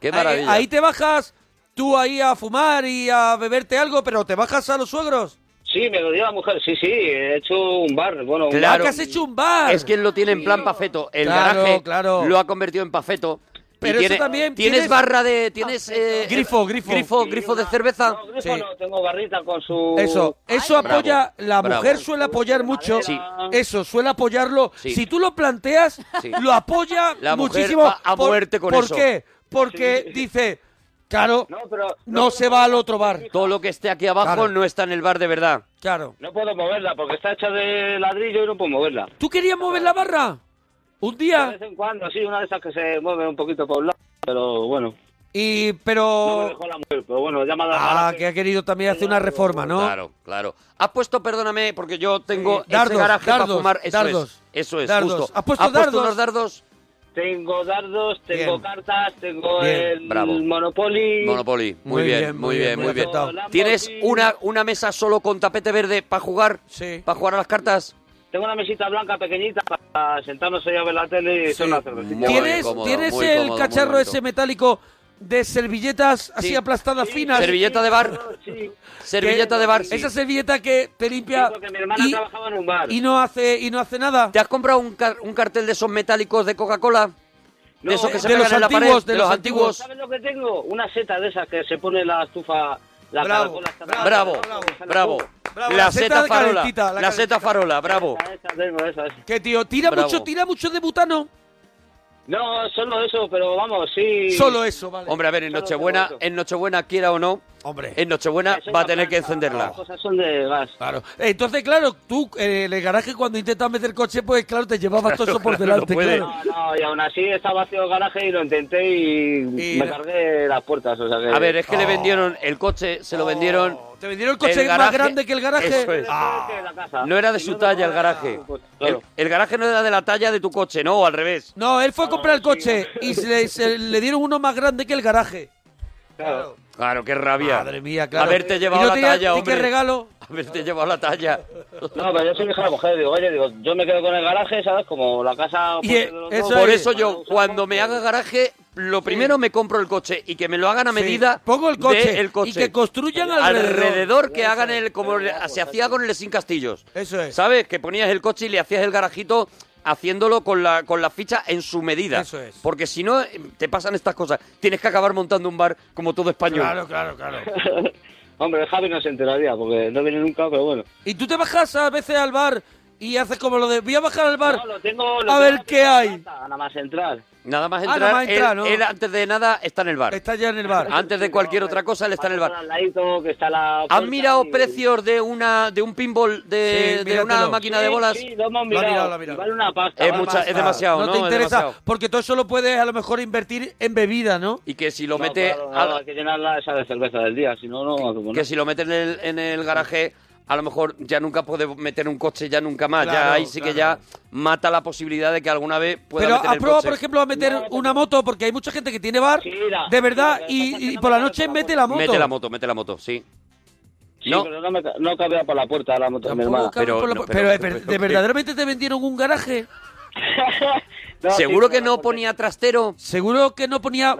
Qué Ahí, maravilla. ahí te bajas tú ahí a fumar y a beberte algo, pero te bajas a los suegros. Sí, me lo dio la mujer, sí, sí, he hecho un bar, bueno, un Claro. Ah, que has hecho un bar. Es quien lo tiene en plan pafeto. El Claro, garaje claro. lo ha convertido en pafeto. Y Pero eso tiene- también Tienes tienes- barra de. Tienes. eh, Grifo, grifo. Grifo, grifo de cerveza. No, grifo no, tengo barrita con su... Eso, eso Bravo, apoya, la bravo. mujer suele apoyar mucho, Sí. eso, suele apoyarlo. Sí. Si tú lo planteas, Sí. lo apoya La mujer muchísimo. va a muerte con ¿por eso. qué? Porque dice, claro, No, pero... no, se va al otro bar. Todo lo que esté aquí abajo Claro. no está en el bar de verdad. Claro. No puedo moverla porque está hecha de ladrillo y no puedo moverla. ¿Tú querías mover la barra? Un De día. vez en cuando, sí, una de esas que se mueve un poquito para un lado, pero bueno. Y, No me pero. dejó la mujer, pero bueno, llama la... Ah, que ha querido también hacer una reforma, ¿no? Claro, claro. Has puesto, perdóname, porque yo tengo Sí, dardos, ese garaje dardos, para fumar. Eso dardos, es, eso es, dardos. justo. ¿Has puesto dardos? unos dardos? Tengo dardos, tengo Bien. cartas, tengo Ah, Bien. el Bravo. Monopoly... Monopoly. Muy Muy, bien, bien, muy bien, muy bien. acertado. ¿Tienes Lamborghini. una, una mesa solo con tapete verde para jugar? Sí. ¿Para jugar a las cartas? Tengo una mesita blanca pequeñita para sentarnos ahí a ver la tele y hacer una cervecita. Muy ¿Tienes, cómodo, ¿tienes muy el cómodo, muy cacharro bonito. ese metálico de servilletas así Sí. aplastadas finas? Servilleta de bar. <laughs> Sí. Servilleta de bar. sí. Esa servilleta que te limpia Sí, porque mi hermana y, trabajaba en un bar. y no hace y no hace nada. ¿Te has comprado un, car- un cartel de esos metálicos de Coca-Cola? No, eh. de esos que se eh, de los pegan en la pared, antiguos, de de los los antiguos. ¿Sabes lo que tengo? Una seta de esas que se pone en la estufa, la Bravo, caracola está en la- Bravo, Esa la bravo. tengo. Bravo, la La seta seta farola. calentita, la La calentita. seta farola, bravo. Esa, esa tengo, esa, esa. Que tío, tira Bravo. mucho, tira mucho de butano. No, solo eso, pero vamos, sí. Hombre, a ver, en Solo Nochebuena, eso. en Nochebuena, quiera o no, Hombre. en Nochebuena va a tener que encenderla. Las cosas son de gas. Claro. Entonces, claro, tú eh, en el garaje cuando intentas meter coche, pues claro, te llevabas <laughs> todo eso por delante. claro. No, no, y aún así estaba vacío el garaje y lo intenté y, me cargué las puertas. O sea que... Ah. A ver, es que le vendieron el coche, se lo vendieron. Oh, ¿Te vendieron el coche más garaje- grande que el garaje? Ah. Eso es. No era de su talla el garaje. El, el garaje no era de la talla de tu coche, no, al revés. No, él fue a comprar el coche y se le, se le dieron uno más grande que el garaje. Claro. Claro, qué rabia. Madre mía, claro. Haberte ¿Y llevado no la tenía- talla, y qué hombre. regalo? <laughs> Haberte llevado la talla. No, pero yo soy hija de <laughs> la mujer, digo, oye, digo, yo me quedo con el garaje, ¿sabes? Como la casa... Y, fuerte eh, de los eso dos. por eso yo, cuando me haga garaje, lo primero me compro el coche y que me lo hagan a Sí. medida Pongo el de coche el coche. y que construyan alrededor. alrededor. que hagan el como le- se hacía con el sin castillos. Eso es. ¿Sabes? Que ponías el coche y le hacías el garajito haciéndolo con la con la ficha en su medida. Eso es. Porque si no eh, te pasan estas cosas. Tienes que acabar montando un bar como todo español. Claro, claro, claro. <laughs> Hombre, Javi no se enteraría porque <laughs> no viene nunca, pero bueno. ¿Y tú te bajas a veces al bar y haces como lo de voy a bajar al bar lo a tengo ver qué hay? Ah, Nada más entrar. Nada más Ah, entrar, nada más él- entrar, él, ¿no? antes de nada está en el bar. Está ya en el bar. Antes de cualquier otra cosa, él está en el bar. Al ladito que está la puerta ¿Han mirado y- precios de una de un pinball de, Sí, eh, de una míratelo. máquina de Sí, bolas? sí, lo hemos Lo ha mirado. mirado, lo ha Y mirado. Vale una pasta. Es vale mucha- una es pasta. demasiado, No, ¿no? te Es interesa, demasiado. porque todo eso lo puedes a lo mejor invertir en bebida, ¿no? Y que si lo No, mete claro, a- no, hay que llenarla esa de cerveza del día, si no, no. como no. que si lo mete en el, en el garaje a lo mejor ya nunca puede meter un coche ya nunca más. Claro, ya ahí sí que ya mata la posibilidad de que alguna vez pueda Pero meter has el probado, coche. por ejemplo, a meter una moto, porque hay mucha gente que tiene bar, la- de verdad, sí, la- y, y por la noche mete la moto. Mete la moto, mete la moto, sí. Sí, no. pero no, me, ca- no cabía por la puerta la moto de mi hermana. Cabrón, por la- no, pero, pero- eh, per- ¿de verdaderamente te vendieron un garaje? <laughs> No, sí, Seguro pero que no ponía trastero. ¿Seguro que no ponía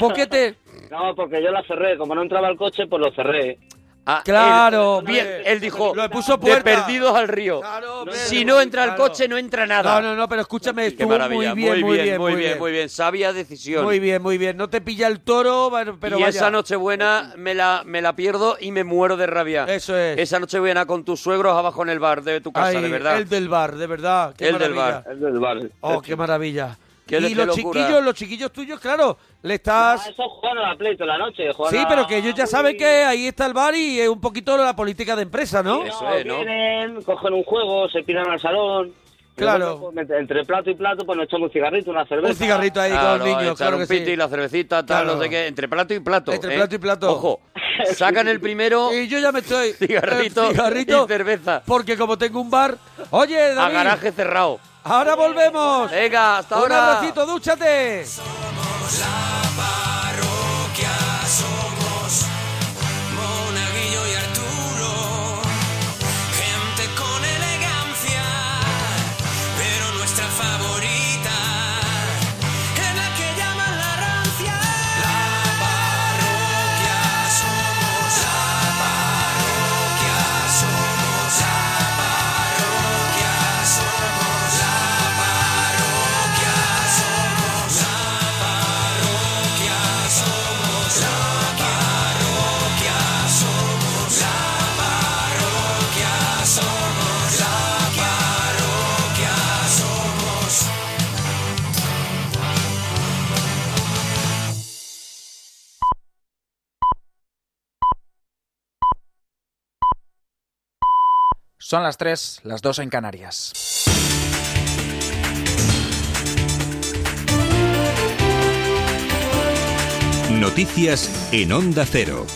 boquete? <laughs> No, porque yo la cerré. Como no entraba el coche, pues lo cerré. Ah, Claro, él- bien, él dijo, Lo puso de puerta. perdidos al río. si no entra el claro. coche, no entra No, nada. no, no, pero escúchame, Qué estuvo muy maravilla, bien, muy bien, muy bien, muy bien. Sabia decisión. Muy bien, muy bien. No te pilla el toro, pero pero y vaya. esa Nochebuena me la, me la pierdo y me muero de rabia. Eso es. Esa Nochebuena con tus suegros abajo en el bar de tu casa, Ay, de verdad. El del bar, de verdad. qué El del maravilla. bar. Es del bar. Oh, qué maravilla. Qué- y qué los locura. chiquillos, los chiquillos tuyos, claro, le estás... Ah, eso jugaron a la pleito la noche. jugaron Sí, a- pero que ellos ya saben que ahí está el bar y es un poquito la política de empresa, ¿no? Eso es, ¿no? Vienen, cogen un juego, se piran al salón. y Claro. luego, pues, entre- entre plato y plato, pues nos echamos un cigarrito, una cerveza. Un cigarrito ahí Claro, con los niños, echar claro un que pito sí. y la cervecita, tal, Claro. no sé qué, entre plato y plato. Entre ¿eh? plato y plato. <laughs> Ojo, sacan el primero, Y yo ya me <laughs> estoy... cigarrito, eh, cigarrito, y cerveza. porque como tengo un bar... Oye, A David, garaje cerrado. ahora volvemos. Venga, hasta Un ahora. abracito, dúchate. parroquia somos Monaguillo y Arturo, gente con elegancia, pero nuestra favorita es la que llaman la rancia. La parroquia somos, la parroquia somos, la parroquia somos, la parroquia somos, la parroquia somos, la parroquia somos, la parroquia somos, la parroquia somos. Son las 3, las 2 en Canarias. Noticias en Onda Cero.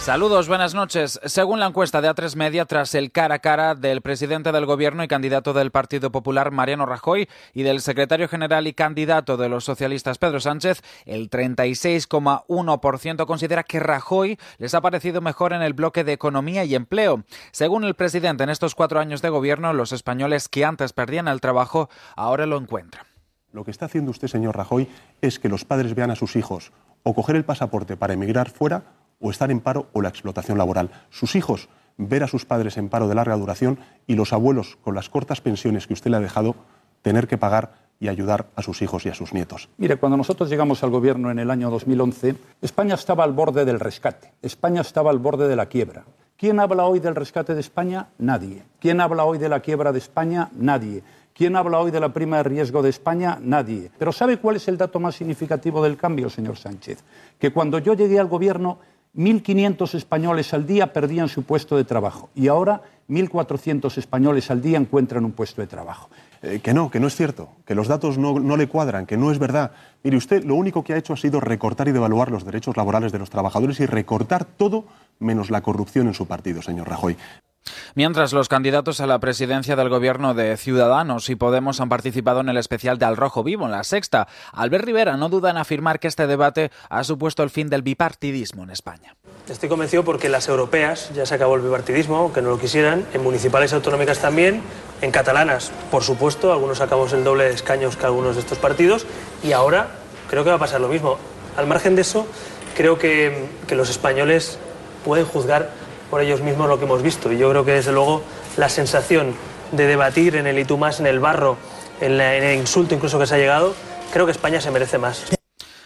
Saludos, buenas noches. Según la encuesta de A3 Media, tras el cara a cara del presidente del Gobierno y candidato del Partido Popular, Mariano Rajoy, y del secretario general y candidato de los socialistas, Pedro Sánchez, el 36,1% considera que Rajoy les ha parecido mejor en el bloque de economía y empleo. Según el presidente, en estos cuatro años de gobierno, los españoles que antes perdían el trabajo ahora lo encuentran. Lo que está haciendo usted, señor Rajoy, es que los padres vean a sus hijos o coger el pasaporte para emigrar fuera o estar en paro o la explotación laboral. Sus hijos ver a sus padres en paro de larga duración y los abuelos, con las cortas pensiones que usted le ha dejado, tener que pagar y ayudar a sus hijos y a sus nietos. Mire, cuando nosotros llegamos al gobierno en el año 2011, España estaba al borde del rescate, España estaba al borde de la quiebra. ¿Quién habla hoy del rescate de España? Nadie. ¿Quién habla hoy de la quiebra de España? Nadie. ¿Quién habla hoy de la prima de riesgo de España? Nadie. Pero ¿sabe cuál es el dato más significativo del cambio, señor Sánchez? Que cuando yo llegué al gobierno, 1.500 españoles al día perdían su puesto de trabajo y ahora 1.400 españoles al día encuentran un puesto de trabajo. Eh, que no, que no es cierto, que los datos no, no le cuadran, que no es verdad. Mire, usted lo único que ha hecho ha sido recortar y devaluar los derechos laborales de los trabajadores y recortar todo menos la corrupción en su partido, señor Rajoy. Mientras los candidatos a la presidencia del gobierno de Ciudadanos y Podemos han participado en el especial de Al Rojo Vivo, en la sexta, Albert Rivera no duda en afirmar que este debate ha supuesto el fin del bipartidismo en España. Estoy convencido porque las europeas ya se acabó el bipartidismo, aunque no lo quisieran, en municipales y autonómicas también, en catalanas, por supuesto, algunos sacamos el doble de escaños que algunos de estos partidos, y ahora creo que va a pasar lo mismo. Al margen de eso, creo que, que los españoles pueden juzgar por ellos mismos lo que hemos visto. Y yo creo que, desde luego, la sensación de debatir en el y tú más, en el barro, en, la- en el insulto incluso que se ha llegado, creo que España se merece más.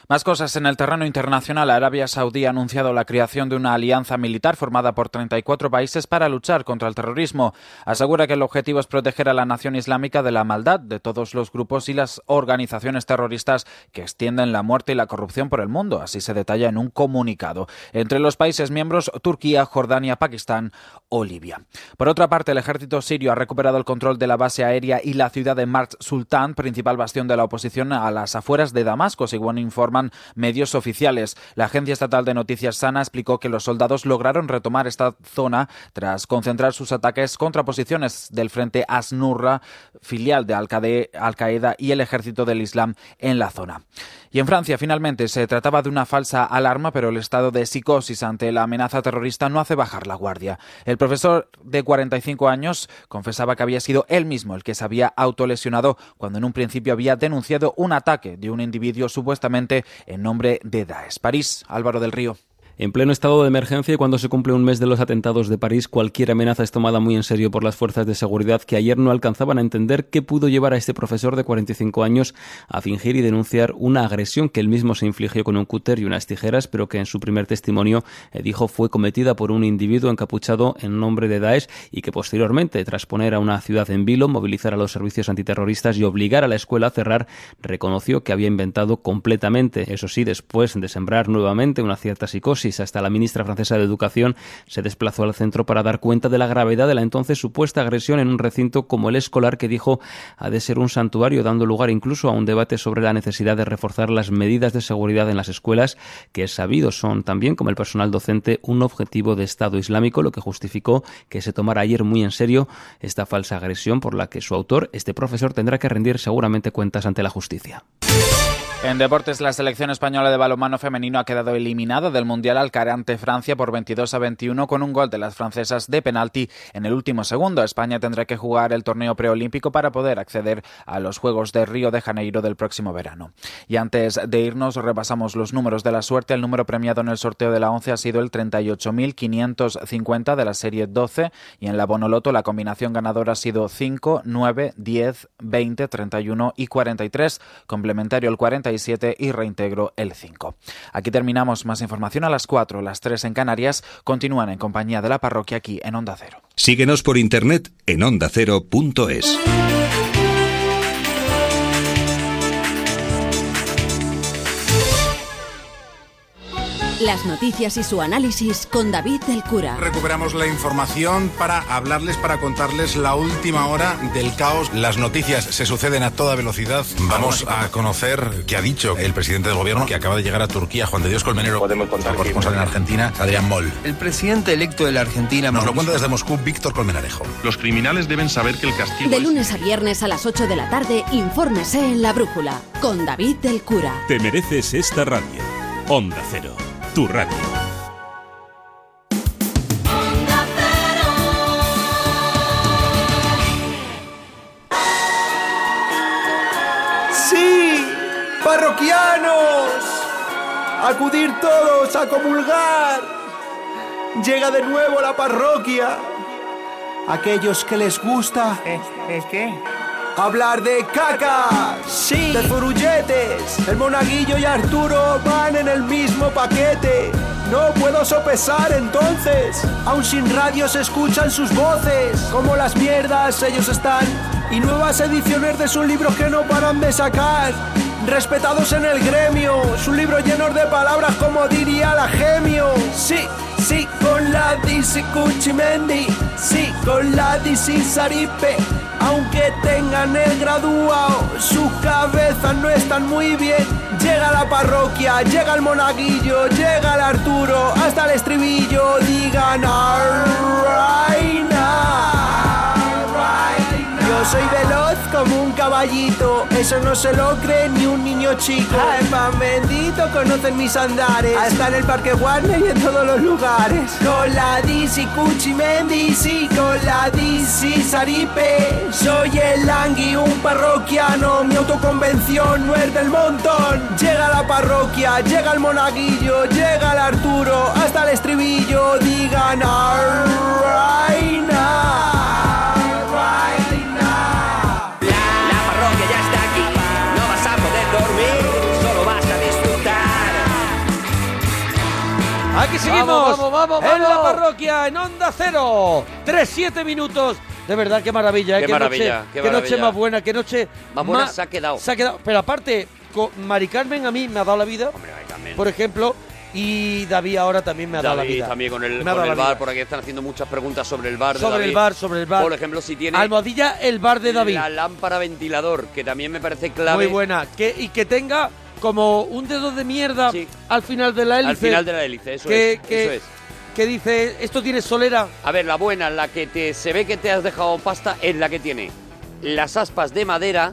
Más cosas en el terreno internacional. Arabia Saudí ha anunciado la creación de una alianza militar formada por 34 países para luchar contra el terrorismo. Asegura que el objetivo es proteger a la nación islámica de la maldad de todos los grupos y las organizaciones terroristas que extienden la muerte y la corrupción por el mundo. Así se detalla en un comunicado. Entre los países miembros, Turquía, Jordania, Pakistán o Libia. Por otra parte, el ejército sirio ha recuperado el control de la base aérea y la ciudad de Mart Sultan, principal bastión de la oposición a las afueras de Damasco, según informan medios oficiales. La Agencia Estatal de Noticias Sana explicó que los soldados lograron retomar esta zona tras concentrar sus ataques contra posiciones del frente Asnurra, filial de Al-Qaeda Al-Qaeda y el ejército del Islam en la zona. Y en Francia, finalmente, se trataba de una falsa alarma, pero el estado de psicosis ante la amenaza terrorista no hace bajar la guardia. El profesor de 45 años confesaba que había sido él mismo el que se había autolesionado cuando en un principio había denunciado un ataque de un individuo supuestamente en nombre de Daesh. París, Álvaro del Río. En pleno estado de emergencia y cuando se cumple un mes de los atentados de París, cualquier amenaza es tomada muy en serio por las fuerzas de seguridad que ayer no alcanzaban a entender qué pudo llevar a este profesor de 45 años a fingir y denunciar una agresión que él mismo se infligió con un cúter y unas tijeras, pero que en su primer testimonio eh, dijo fue cometida por un individuo encapuchado en nombre de Daesh y que posteriormente, tras poner a una ciudad en vilo, movilizar a los servicios antiterroristas y obligar a la escuela a cerrar, reconoció que había inventado completamente. Eso sí, después de sembrar nuevamente una cierta psicosis, hasta la ministra francesa de Educación se desplazó al centro para dar cuenta de la gravedad de la entonces supuesta agresión en un recinto como el escolar que dijo ha de ser un santuario, dando lugar incluso a un debate sobre la necesidad de reforzar las medidas de seguridad en las escuelas, que es sabido son también, como el personal docente, un objetivo de Estado Islámico, lo que justificó que se tomara ayer muy en serio esta falsa agresión por la que su autor, este profesor, tendrá que rendir seguramente cuentas ante la justicia. En deportes, la selección española de balonmano femenino ha quedado eliminada del Mundial al caer ante Francia por 22 a 21 con un gol de las francesas de penalti en el último segundo. España tendrá que jugar el torneo preolímpico para poder acceder a los Juegos de Río de Janeiro del próximo verano. Y antes de irnos, repasamos los números de la suerte. El número premiado en el sorteo de la 11 ha sido el 38.550 de la Serie 12 y en la Bonoloto la combinación ganadora ha sido 5, 9, 10, 20, 31 y 43, complementario el 47 y reintegro el 5. Aquí terminamos más información a las 4, las 3 en Canarias. Continúan en compañía de la parroquia aquí en Onda Cero. Síguenos por internet en ondacero.es. Las noticias y su análisis con David del Cura. Recuperamos la información para hablarles, para contarles la última hora del caos. Las noticias se suceden a toda velocidad. Vamos a conocer qué ha dicho el presidente del gobierno que acaba de llegar a Turquía, Juan de Dios Colmenero. Podemos contar. corresponsal en Argentina, Adrián Moll. El presidente electo de la Argentina. Nos lo cuenta desde Moscú Víctor Colmenarejo. Los criminales deben saber que el castigo De lunes a viernes a las 8 de la tarde, infórmese en La Brújula con David del Cura. <laughs> Te mereces esta radio. Onda Cero, tu radio. Sí, parroquianos, acudir todos a comulgar. Llega de nuevo la parroquia. Aquellos que les gusta... ¿Es qué? Hablar de caca, sí. de furulletes. El monaguillo y Arturo van en el mismo paquete. No puedo sopesar entonces. Aún sin radio se escuchan sus voces. Como las mierdas ellos están y nuevas ediciones de sus libros que no paran de sacar. Respetados en el gremio, sus libros llenos de palabras como diría la gemio. Sí, sí, con la DC Cuchimendi, sí, con la DC Saripe. Aunque tengan el graduado, sus cabezas no están muy bien. Llega la parroquia, llega el monaguillo, llega el Arturo, hasta el estribillo, digan alright yo soy veloz como un caballito, eso no se lo cree ni un niño chico. Ay, pan bendito, conocen mis andares. Hasta en el parque Warner y en todos los lugares. Con la DC Cuchi Mendici, con la DC Saripe. Soy el Langui, un parroquiano. Mi autoconvención no es del montón. Llega la parroquia, llega el monaguillo, llega el Arturo, hasta el estribillo. Digan, alright now. La parroquia ya está aquí, no vas a poder dormir, solo vas a disfrutar. Aquí seguimos. Vamos, vamos, vamos, En la vamos. parroquia, en Onda Cero. 3-7 minutos. De verdad, qué maravilla. ¿eh? Qué maravilla, noche, qué noche maravilla. más buena, qué noche Más buena se ha quedado. Se ha quedado. Pero aparte, co- Mari Carmen a mí me ha dado la vida, También. por ejemplo, y David ahora también me ha dado la David vida. también con el, Me ha con dado el la bar, vida. por aquí están haciendo muchas preguntas sobre el bar. de Sobre el David. bar, sobre el bar. Por ejemplo, si tiene Almohadilla, el bar de David. la lámpara ventilador, que también me parece clave. Muy buena. Que, y que tenga como un dedo de mierda al final de la hélice. Al final de la hélice, eso que, es, que- eso es. que dice, esto tiene solera. A ver, la buena, la que te, se ve que te has dejado pasta, es la que tiene las aspas de madera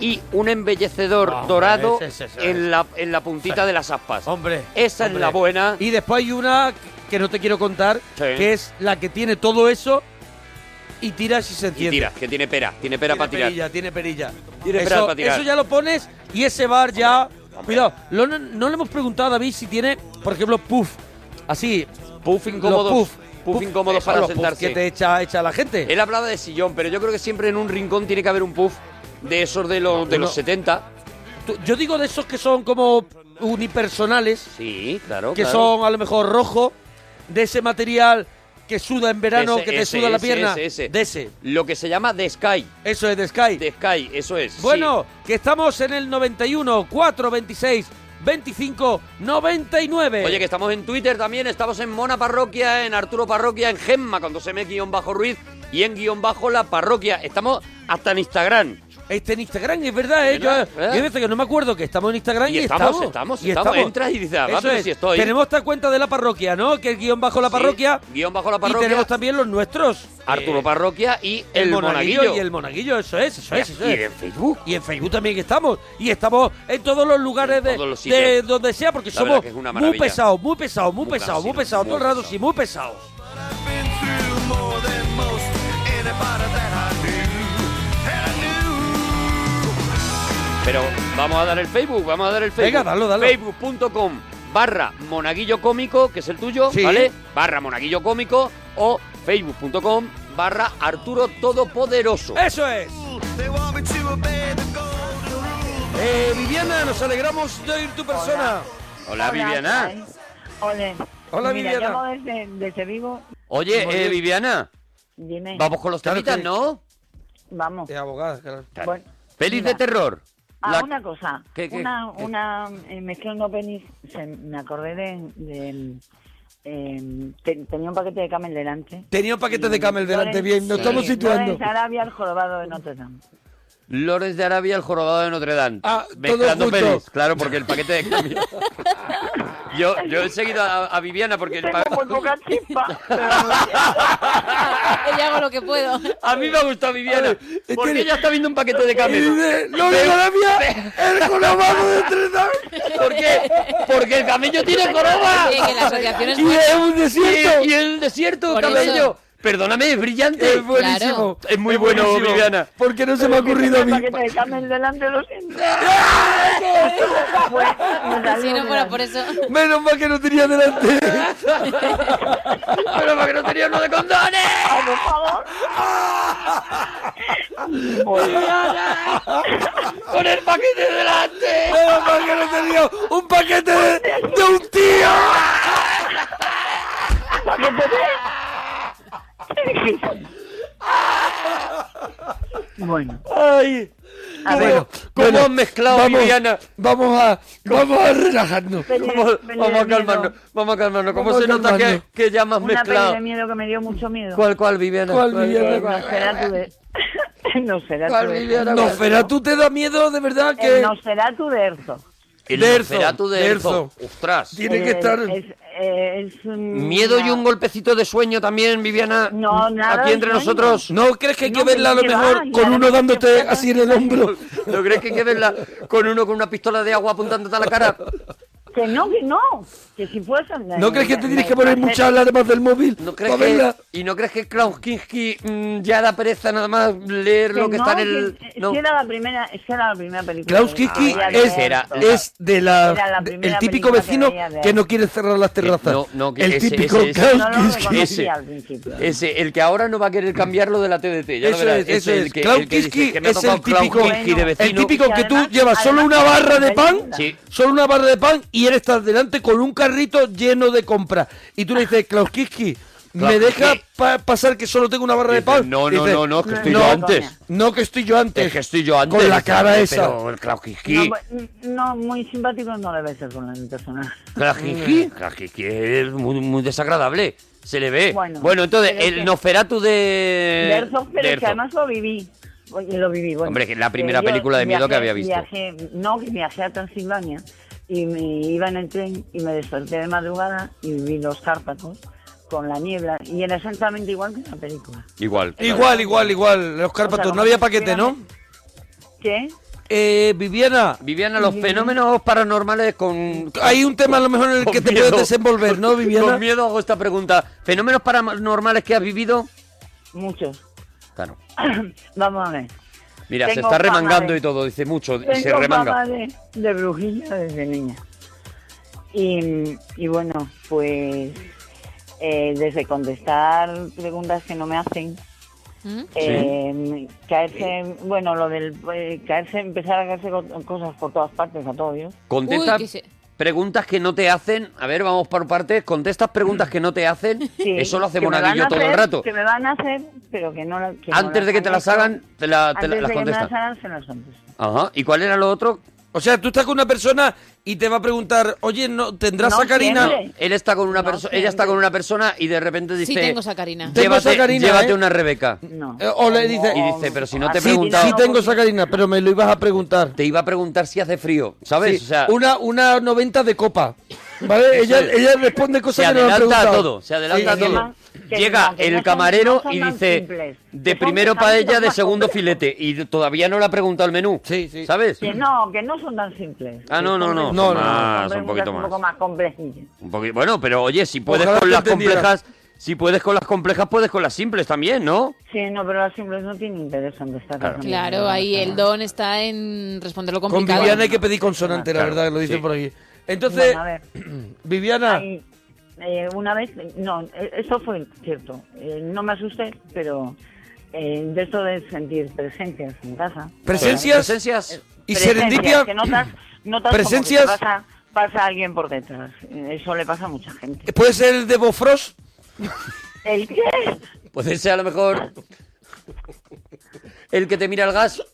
y un embellecedor Ah, Hombre, dorado ese, ese, ese. en, la, en la puntita Sí. de las aspas. <laughs> Hombre. Esa es hombre. la buena. Y después hay una que no te quiero contar, que es la que tiene todo eso y tira si se Y entiende. tira, que tiene pera, tiene pera para tirar. perilla, tiene perilla. Tiene eso, pera para tirar. eso ya lo pones y ese bar ya. Cuidado, lo- no, no le hemos preguntado a David si tiene, por ejemplo, puff. Así. Puff incómodos, Puff, puff incómodos para los puff sentarse. que te echa, echa la gente. Él hablaba de sillón, pero yo creo que siempre en un rincón tiene que haber un puff de esos de los, de uno- los 70. Tú- Yo digo de esos que son como unipersonales. Sí, claro. Que claro. son a lo mejor rojo, de ese material que suda en verano, Ese, que te ese, suda la ese, pierna. ese, ese. De ese. Lo que se llama The Sky. Eso es The Sky. The Sky, eso es. Bueno, que estamos en el 91, 4, 26, 25, 99. Oye, que estamos en Twitter también, estamos en Mona Parroquia, en Arturo Parroquia, en Gemma con 2M guión bajo Ruiz y en guión bajo La Parroquia. Estamos hasta en Instagram. Este en Instagram, es verdad, ¿eh? Yo, ¿Verdad? yo hay veces que no me acuerdo que estamos en Instagram y, Y estamos, estamos, estamos. Entras y dices, ah, va, Eso pero es. si estoy. Tenemos esta cuenta de la parroquia, ¿no? Que es guión bajo la Sí, parroquia. guión bajo la parroquia. Y tenemos también los nuestros. Arturo Parroquia y El Monaguillo. Y el monaguillo, eso es, eso Y- es. eso y es. en Facebook. Y en Facebook también que estamos. Y estamos en todos los lugares de, todos los de sitios. donde sea, porque La somos verdad que es una muy maravilla. pesados, muy pesados, muy Muy pesados, muy cansinos, pesados, muy todo el rato, sí, muy pesados. Pero vamos a dar el Facebook, vamos a dar el Facebook. Venga, dalo, dalo. Facebook.com barra monaguillo cómico, que es el tuyo, Sí. ¿vale? Barra monaguillo cómico o facebook.com barra Arturo Todopoderoso. Eso es. Eh, Viviana, nos alegramos de oír tu persona. Hola, Viviana. Hola. Hola, Mira, Viviana. llamo desde, desde Vigo. Oye, eh, Viviana, Dime. vamos con los temitas, ¿no? Vamos. abogada, claro. Bueno, Pelis mira. de terror. Ah, La- una cosa. ¿Qué, qué, una qué? una eh, mezclando penis, se- me acordé de... de, eh, te- tenía un paquete de camel delante. Tenía un paquete de camel delante, Lorenz- bien, nos sí, estamos situando. Lorenz Arabia, el jorobado de Notre Dame. Lores de Arabia, el jorobado de Notre Dame. Ah, Mezclando todo junto. pelis, claro, porque el paquete de cambio. <laughs> yo, yo he seguido a, a Viviana porque... el pa- <laughs> <laughs> Yo ya hago lo que puedo. A mí me ha gustado Viviana, porque ella está viendo un paquete de camel. "Lores de <laughs> Arabia, el jorobado de Notre ¿Por qué? Porque el camello tiene joroba. Oye, que la asociación es Y buena. es un desierto. Y, y el desierto, Por camello. eso. Perdóname, es brillante. Es buenísimo. Claro. Es muy bueno, buenísimo. Viviana. Porque no se me ha ocurrido a mí. paquete de camel delante, lo siento. ¡Ah, Bueno, me salió <laughs> Si no de fuera la- por eso. Menos mal que no tenía delante. Menos mal que no tenía uno de condones. por favor. Con el paquete delante. Menos mal que no tenía un paquete de, de un tío. Bueno. Ay. A ¿Cómo, ver. cómo Bueno, han mezclado vamos- Viviana? Vamos a, vamos a relajarnos. Peli- Vamos, peli vamos de a calmarnos, miedo. vamos a calmarnos. ¿Cómo Vamos se a nota que, calmarnos. que ya más Una peli de mezclado? miedo que me dio mucho miedo. ¿Cuál, cuál, Viviana? ¿Cuál, Viviana? Nosferatu <laughs> de... Nosferatu ¿Cuál, de- Viviana? No, Fera, tú te da miedo de verdad que... El Nosferatu de Herzog. El Derzo, Nosferatu de Herzog. Derzo. Ostras. Tiene que Eh, estar... Es, eh, es un- Miedo y una- un golpecito de sueño también, Viviana. No, nada. Aquí entre de sueño. nosotros. ¿No crees que hay que No, verla a lo que va, mejor y con además uno que dándote fuera- así en el hombro? <laughs> ¿No crees que hay que verla con uno con una pistola de agua apuntándote a la cara? Que no, que no. Que si fuesen. ¿No crees que te tienes que poner muchas alarmas del móvil ¿No crees para que- verla? ¿Y no crees que Klaus Kinski mm, ya da pereza nada más leer lo que no, está en el...? que- eh, no. que era la primera, es que era la primera película. Klaus que Kinski había es, de era- esto. es de la, Era la de- primera el típico película que vecino veía de- que no quiere cerrar las terrazas. no, no, que el ese- típico ese- ese- Klaus No, no lo Kinski. reconocía al principio. Ese, el que ahora no va a querer cambiarlo de la TDT. Ya lo Eso es, verás, eso el es. que- Klaus el que dice, Kinski que me ha es tocado el Klaus típico, Kinski de el vecino. típico que tú además- llevas solo además una es barra una de pan, película. Sí. solo una barra de pan y él está delante con un carrito lleno de compras. Y tú le dices, Klaus Kinski, ¿me Klaus deja Kinski. pa- pasar que solo tengo una barra de Dice, pan? "No, no, Dice, no, no, que estoy yo antes". No, que estoy yo antes. Es que estoy yo antes. Con la cara pero esa. el Klaus Kinski... No, pues, no, muy simpático no debe ser con el personaje. Mm. Jajiji, jajiji, es muy, muy desagradable. Se le ve. Bueno, Bueno, entonces, pero es el que- Noferatu de. De Herzog, pero de es que Herzog. además lo viví. Oye, Lo viví, bueno. Eh, Hombre, que es la Eh, primera yo película de miedo que había visto. viajé- no, que viajé a Transilvania y me iba en el tren y me desperté de madrugada y vi los Cárpatos con la niebla y era exactamente igual que en la película. Igual. Igual, igual, igual. Los O sea, Cárpatos, como no había si paquete, ¿no? estuviéramos- ¿Qué? Eh, Viviana, Viviana, los fenómenos paranormales con. hay un tema a lo mejor en el con que te miedo. puedes desenvolver, ¿no, <laughs> Con Viviana? miedo hago esta pregunta. ¿Fenómenos paranormales que has vivido? Muchos. <coughs> Claro. Vamos a ver. Mira, se Tengo está fama remangando de- y todo, dice mucho, y se Tengo remanga. fama de, de brujilla desde niña. Y, y bueno, pues eh, desde contestar preguntas que no me hacen, ¿Mm? eh, caerse, bueno, lo del eh, caerse, empezar a caerse co- cosas por todas partes a todo Dios. Contesta Uy, que se- preguntas que no te hacen. A ver, vamos por partes. Contestas preguntas que no te hacen. <laughs> Sí, Eso lo hace que me van Bonadillo a todo el hacer- rato. Que me van a hacer, pero que no la- que no Antes de que te han las hecho. hagan, te, la, te la- Antes de las que me las contestas. hagan, se las contesto. Ajá. ¿Y cuál era lo otro? O sea, tú estás con una persona y te va a preguntar, oye, ¿no, ¿tendrás No a Karina? siempre. Él está con una No, persona, sí, ella está sí. con una persona y de repente dice, Sí, tengo sacarina. Tengo llévate, sacarina, llévate ¿eh? una Rebeca. No. Eh, o le dice- Y dice, pero si no te he Sí, preguntado. sí tengo esa Karina, pero me lo ibas a preguntar. Te iba a preguntar si hace frío, ¿sabes? Sí, o sea, una, una 90 de copa. ¿Vale? ella, es. ella responde se cosas que no le han adelanta a preguntado. todo, se adelanta Sí, a sí. todo. que Llega no, que no el son- camarero no son y tan dice, simples, que de son primero pesaditos paella, de más segundo complejos". filete. Y todavía no le ha preguntado el menú, Sí, sí. ¿sabes? Que no, que no son tan simples. Ah, no, no, No, no. no, no, más, Son un poquito preguntas Un más. poco más complejillas. Un poqui- Bueno, pero oye, si puedes Ojalá con te las entendiera. complejas, si puedes con las complejas, puedes con las simples también, ¿no? Sí, no, pero las simples no tienen interés en estar Claro. Claro, ahí Ah. el don está en responder lo Con complicado. Viviana hay que pedir consonante, la Claro, verdad, que lo dicen sí. por aquí. Entonces, Bueno, a ver. <clears throat> Viviana, Ahí, eh, una vez, no, eh, eso fue cierto. Eh, no me asusté, pero eh, de esto de sentir presencias en casa. pues, presencias Presencias. y Presencias, serendipia. Que notas, notas como que te Presencias. pasa, pasa alguien por detrás. Eh, Eso le pasa a mucha gente. ¿Puede ser el de Bofrost? ¿El qué? Puede ser a lo mejor el que te mira el gas. <laughs>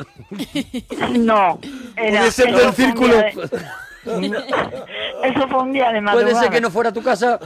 No. Era, Puede ser eso del fue un círculo. día <laughs> de- eso fue un día de madrugada. Puede ser que no fuera tu casa.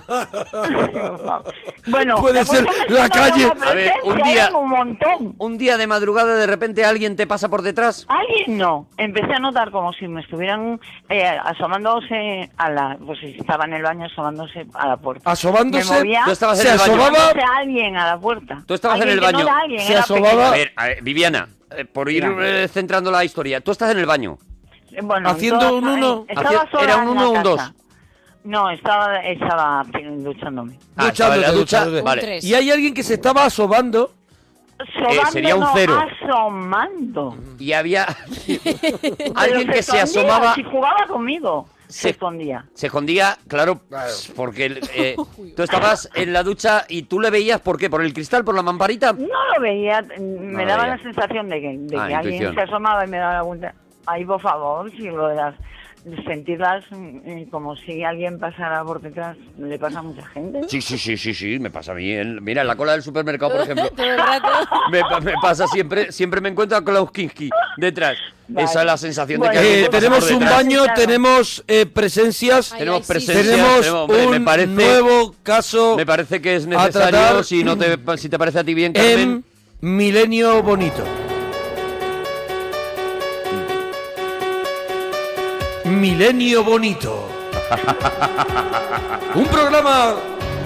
bueno, Puede ser cosa es que la no calle. era una A ver, un presencia, día- eran un montón. Un día de madrugada de repente alguien te pasa por detrás. Alguien no. Empecé a notar como si me estuvieran eh, asomándose a la. Pues si estaba en el baño asomándose a la puerta. Asomándose, Me movía. Tú estabas en se el baño. asomaba. Asomándose a alguien a la puerta. Tú estabas en Alguien el que no baño. era alguien, Se era asomaba. A ver, a ver, Viviana, eh, por ir Dígame. eh, centrando la historia. Tú estás en el baño. pequeño. Eh, Bueno, haciendo todas- un uno. Estaba Haci- sola era un en uno o la un casa. No, estaba, estaba duchándome. Duchándote, estaba en Ah, la ducha. duchándote. Vale. Un tres. Y hay alguien que se estaba asobando. Sobando, Eh, sería un no, cero. Asomando. Y había Pero <laughs> alguien que se escondía, asomaba, Si jugaba conmigo, <laughs> Se- se escondía. se escondía, claro, porque <laughs> eh, tú estabas en la ducha y tú le veías, ¿por qué? ¿Por el cristal? ¿Por la mamparita? No lo veía, me lo daba veía. la sensación de que, de Ah, que alguien intuición. se asomaba y me daba la vuelta. Ay, por favor, si lo de las, sentirlas mm, como si alguien pasara por detrás, le pasa a mucha gente. Sí, sí, sí, sí, sí, me pasa a mí. en- Mira, en la cola del <laughs> supermercado, por ejemplo, Todo el rato. me, pa- me pasa siempre, siempre me encuentro a Klaus Kinski detrás. Esa es la sensación de que Eh, alguien pasa tenemos por un detrás. baño, tenemos eh, presencias, Ay, Tenemos ay, sí. presencias, tenemos tenemos- me- un me parece- nuevo caso. Me parece que es a necesario, tratar si, no te, si te parece a ti bien, Carmen. en Milenio Bonito. Milenio Bonito. Un programa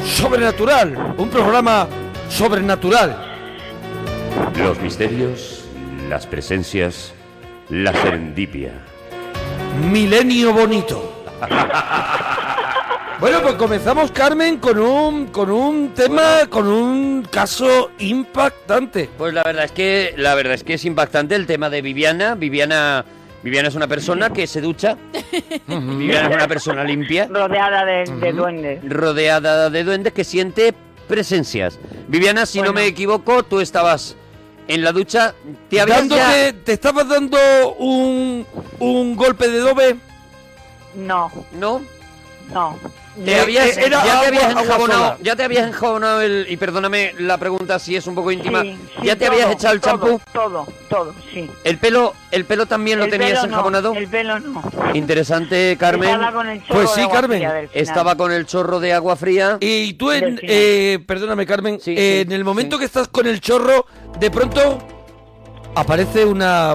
sobrenatural, un programa sobrenatural. Los misterios, las presencias, la serendipia. Milenio Bonito. <laughs> Bueno, pues comenzamos, Carmen, con un, con un tema, con un caso impactante. Pues la verdad es que la verdad es que es impactante el tema de Viviana. Viviana Viviana es una persona que <laughs> se ducha. Viviana es una persona limpia. Rodeada de, de duendes. Rodeada de duendes que siente presencias. Viviana, si no me equivoco, tú estabas en la ducha, te habías Dándote- te estabas dando un, un golpe de dobe. No. ¿No? No. ya, te habías, Eh, era ya te agua- habías agua enjabonado, sola. ya te habías enjabonado el y perdóname la pregunta si es un poco íntima. Sí, sí, ya te todo, habías echado el todo, champú. Todo, todo, sí. El pelo, el pelo también lo El tenías pelo no, enjabonado. el pelo no. Interesante, Carmen. Estaba con el chorro Pues sí, de agua Carmen. fría del final. Estaba con el chorro de agua fría. Y tú, en- eh, perdóname, Carmen, eh, en el momento que estás con el chorro, de pronto aparece una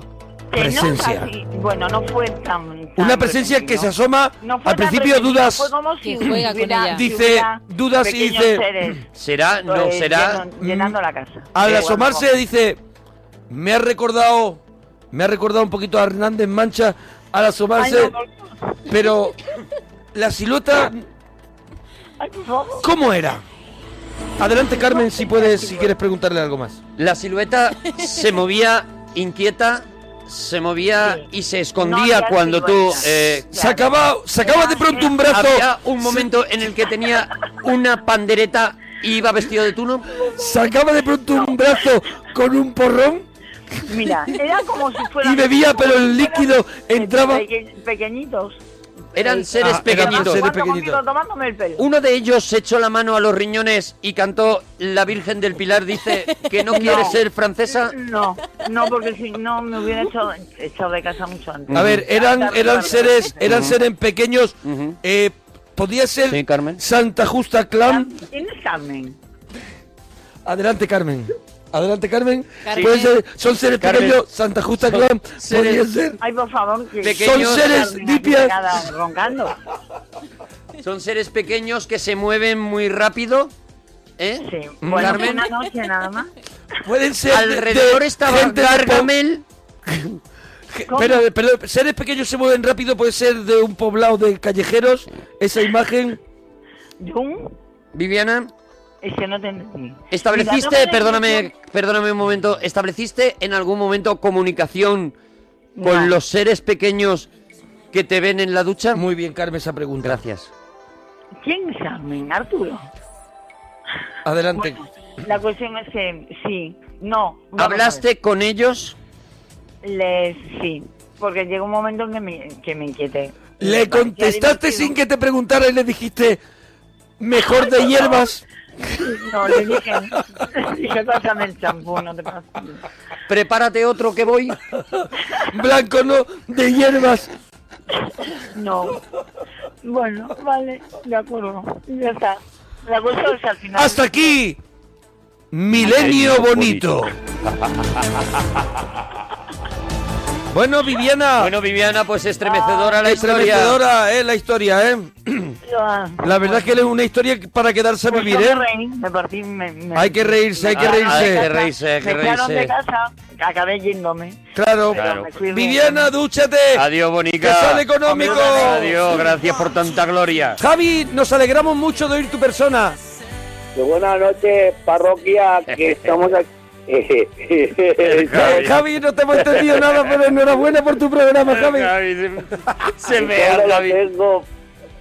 Te presencia. enojas y- bueno, no fue tan. tan Una presencia que se asoma. No fue Al tan principio repentino, dudas. Fue como si Que juega con hubiera- ella. si Dice, hubiera dudas y pequeños dice, "Ah, seres, Será, no, pues, será. lleno- Llenando la casa. Al Eh, asomarse dice, me ha recordado, me ha recordado un poquito a Hernández Mancha al asomarse, Ay, pero la silueta, ¿cómo era? Adelante Carmen, si puedes, si quieres preguntarle algo más. La silueta se movía inquieta, se movía y se escondía había cuando tú silueta. eh, Sacaba- sacaba de pronto un brazo. Había un momento en el que tenía una pandereta y iba vestido de tuno. Sacaba de pronto un brazo con un porrón Mira, era como si fuera. <laughs> y bebía, pero el líquido entraba. Peque- pequeñitos. Eran seres Ah, eran pequeñitos. seres Jugando conmigo, tomándome el pelo. Mm, Uno de ellos se echó la mano a los riñones y cantó La Virgen del Pilar dice que no quiere No. ser francesa. No, no, porque si no me hubiera hecho, echado de casa mucho antes. A ver, eran, Hasta eran tarde. Mm. seres, eran Ujú. seres pequeños. Eh, podía ser Santa Justa Clan. ¿Quién es Carmen? Adelante, Carmen. Adelante, Carmen. Carmen. Pueden ser- son seres Carmen. pequeños, Santa Justa Clan. Podrían ser. Ay, por favor, que Pequeños- Son seres Carmen, aquí dipias. pegada, Roncando. Son seres pequeños que se mueven muy rápido. ¿Eh? Bueno, Carmen. una noche nada más. Pueden ser. de- Alrededor de estaba gente de <laughs> Gargamel. po- Pero, pero seres pequeños se mueven rápido. Puede ser de un poblado de callejeros. Esa imagen. Viviana. Es que no te entendí. Estableciste, Mira, no me- perdóname, perdóname un momento, estableciste en algún momento comunicación con los seres pequeños que te ven en la ducha. Muy bien, Carmen, esa pregunta. Gracias. ¿Quién es Carmen? Arturo. Adelante. La cuestión es que sí, no. vamos a ver. ¿Hablaste con ellos? Les, sí, porque llegó un momento en que me, que me inquieté. Le contestaste sin que te preguntara y le dijiste. Mejor de hierbas. No, le dije, <laughs> dije, pásame el champú, no te pases. Prepárate otro que voy. <laughs> Blanco, no. De hierbas. No. Bueno, vale, de acuerdo, ya está. La cuestión es que al final... Hasta aquí. Milenio bonito. Bueno, Viviana. Bueno, Viviana, pues estremecedora la Estremecedora, historia. eh, la historia, eh. Ah, La verdad es que es una historia para quedarse a pues vivir, yo eh. me reí, me partí, me- me- Hay que reírse, hay que me echaron reírse. de Hay que casa, reírse, hay que Me echaron reírse. de casa, acabé yéndome. Claro. Claro. Viviana, dúchate. Adiós, bonica. Que sale económico. Adiós, gracias por tanta gloria. Javi, nos alegramos mucho de oír tu persona. Que buenas noches, parroquia, <laughs> que estamos aquí. Eh, <laughs> Javi, no te hemos entendido <laughs> nada, pero enhorabuena por tu programa, Javi. Se me ha Javi.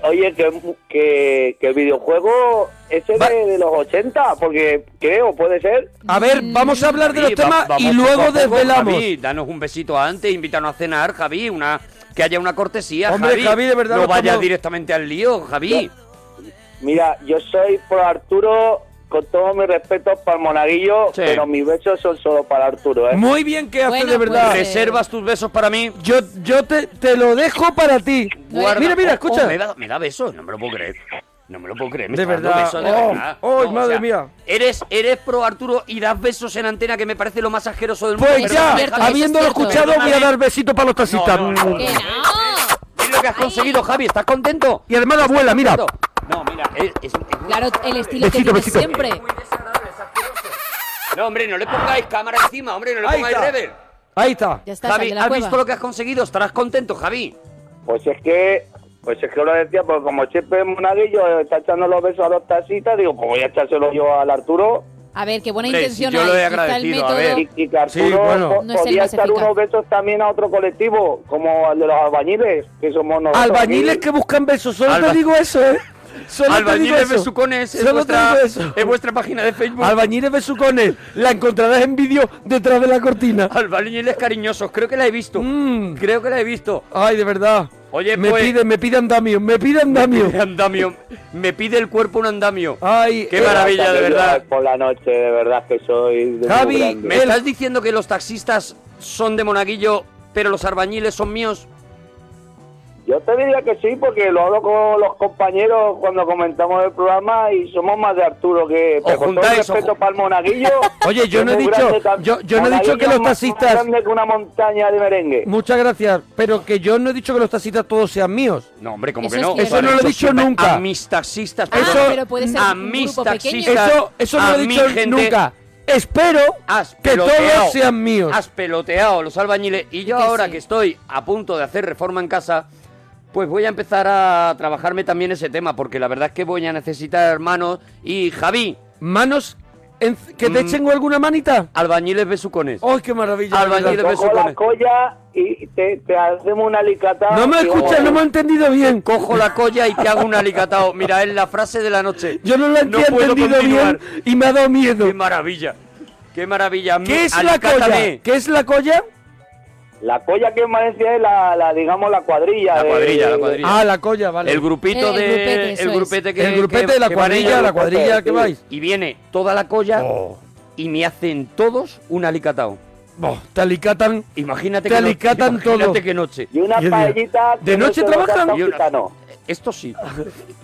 Oye, que, que, que el videojuego ese de, de los 80, porque creo, puede ser. A ver, vamos a hablar de los Javi, va- temas y vamos luego poco a poco, desvelamos. Javi, danos un besito antes, invítanos a cenar, Javi, una que haya una cortesía, Hombre, Javi, de verdad, No lo vayas estamos- directamente al lío, Javi. Mira, yo soy pro Arturo, con todo mi respeto para el monaguillo, pero mis besos son solo para Arturo, ¿eh? Muy bien que hace de verdad. pues, eh. ¿Reservas tus besos para mí? Yo, yo te, te lo dejo para ti. Guarda- mira, mira, Oh, escucha. oh, me, da, me da besos, no me lo puedo creer. No me lo puedo creer. me De está dando verdad. besos, de Oh, verdad. oh, o madre mía. Eres, eres pro Arturo y das besos en antena que me parece lo más asqueroso del mundo. Pues Perdóname, ya, Javi. habiéndolo escuchado, voy a Perdóname. dar besito para los taxistas. Es lo que has conseguido, Javi. ¿Estás contento? Y además la abuela, mira. <laughs> No, mira, es, es- es muy- Claro, el estilo Besito, que besito. tienes siempre. No, hombre, no le pongáis cámara encima, hombre, no le Ahí pongáis está. rever. Ahí está. Javi, ¿has visto lo que has conseguido? ¿Estarás contento, Javi? Pues es que, pues es que lo decía, porque como siempre el monaguillo está echando los besos a los tacitas, digo, pues voy a echárselo yo al Arturo. A ver, qué buena Hombre, intención si yo hay. lo he quizá el agradecido, a ver. método- Y- y que Arturo Sí, bueno. po- No es el podía más echar eficaz. unos besos también a otro colectivo, como al de los albañiles, que somos nosotros. Albañiles aquí. que buscan besos, solo Alba- te digo eso, ¿eh? Solo te Albañiles digo eso. besucones, es Solo vuestra- te digo eso. es vuestra página de Facebook. Albañiles besucones, la encontrarás en vídeo detrás de la cortina. Mm. Albañiles cariñosos, creo que la he visto. Creo que la he visto. Ay, de verdad. Oye, me pues- pide, me pide andamio, me pide andamio. Andamio. Me pide el cuerpo un andamio. Ay, qué maravilla, de Yo verdad. Por la noche, de verdad que soy. eh, de muy Javi, grande. ¿me estás diciendo que los taxistas son de Monaguillo, pero los albañiles son míos? Yo te diría que sí, porque lo hablo con los compañeros cuando comentamos el programa y somos más de Arturo que. pero con todo el juntáis, o respeto ju- para el monaguillo. <laughs> Oye, yo que no es he muy dicho- grande tam- yo- yo no he dicho Monaguillo que los es más- taxistas- Más grande que una montaña de merengue. Muchas gracias, pero que yo no he dicho que los taxistas todos sean míos. No, hombre, como Eso que es no. cierto. Eso no lo he Vale, dicho siempre- nunca. A mis taxistas. Ah, perdón. pero puede ser a un mis grupo pequeño. taxistas. Eso- eso no lo a he mi dicho gente. nunca. Espero Has que peloteado, todos sean míos. Has peloteado los albañiles. Y yo ahora que estoy a punto de hacer reforma en casa, pues voy a empezar a trabajarme también ese tema, porque la verdad es que voy a necesitar manos. Y Javi. Mm. ¿Manos? ¿Que te echen alguna manita? Albañiles besucones. ¡Ay, qué maravilla! Albañiles Cojo la besucones. colla y te, te hacemos una alicata. No me escuchas, no me he entendido bien. Cojo la colla y te hago un alicatao. Mira, es la frase de la noche. Yo no la he puedo entendido continuar. bien y me ha dado miedo. Qué maravilla. Qué maravilla. Mi- ¿Qué es la alicátame. colla? ¿Qué es la colla? La colla que en Valencia es la, la, digamos, la cuadrilla. La de- cuadrilla, la cuadrilla. Ah, la colla, vale. El grupito de. el grupete que. El grupete, que- la que van cuadrilla, ellos. la cuadrilla, ¿qué Sí. vais? Oh. Y viene toda la colla y me hacen todos un alicatao. Boh, te alicatan. Imagínate te que no- alicatan imagínate todo. qué noche. Y una Dios mío. paellita. ¿De que noche no se lo trabajan? gasta un Y una- gitano. Esto sí.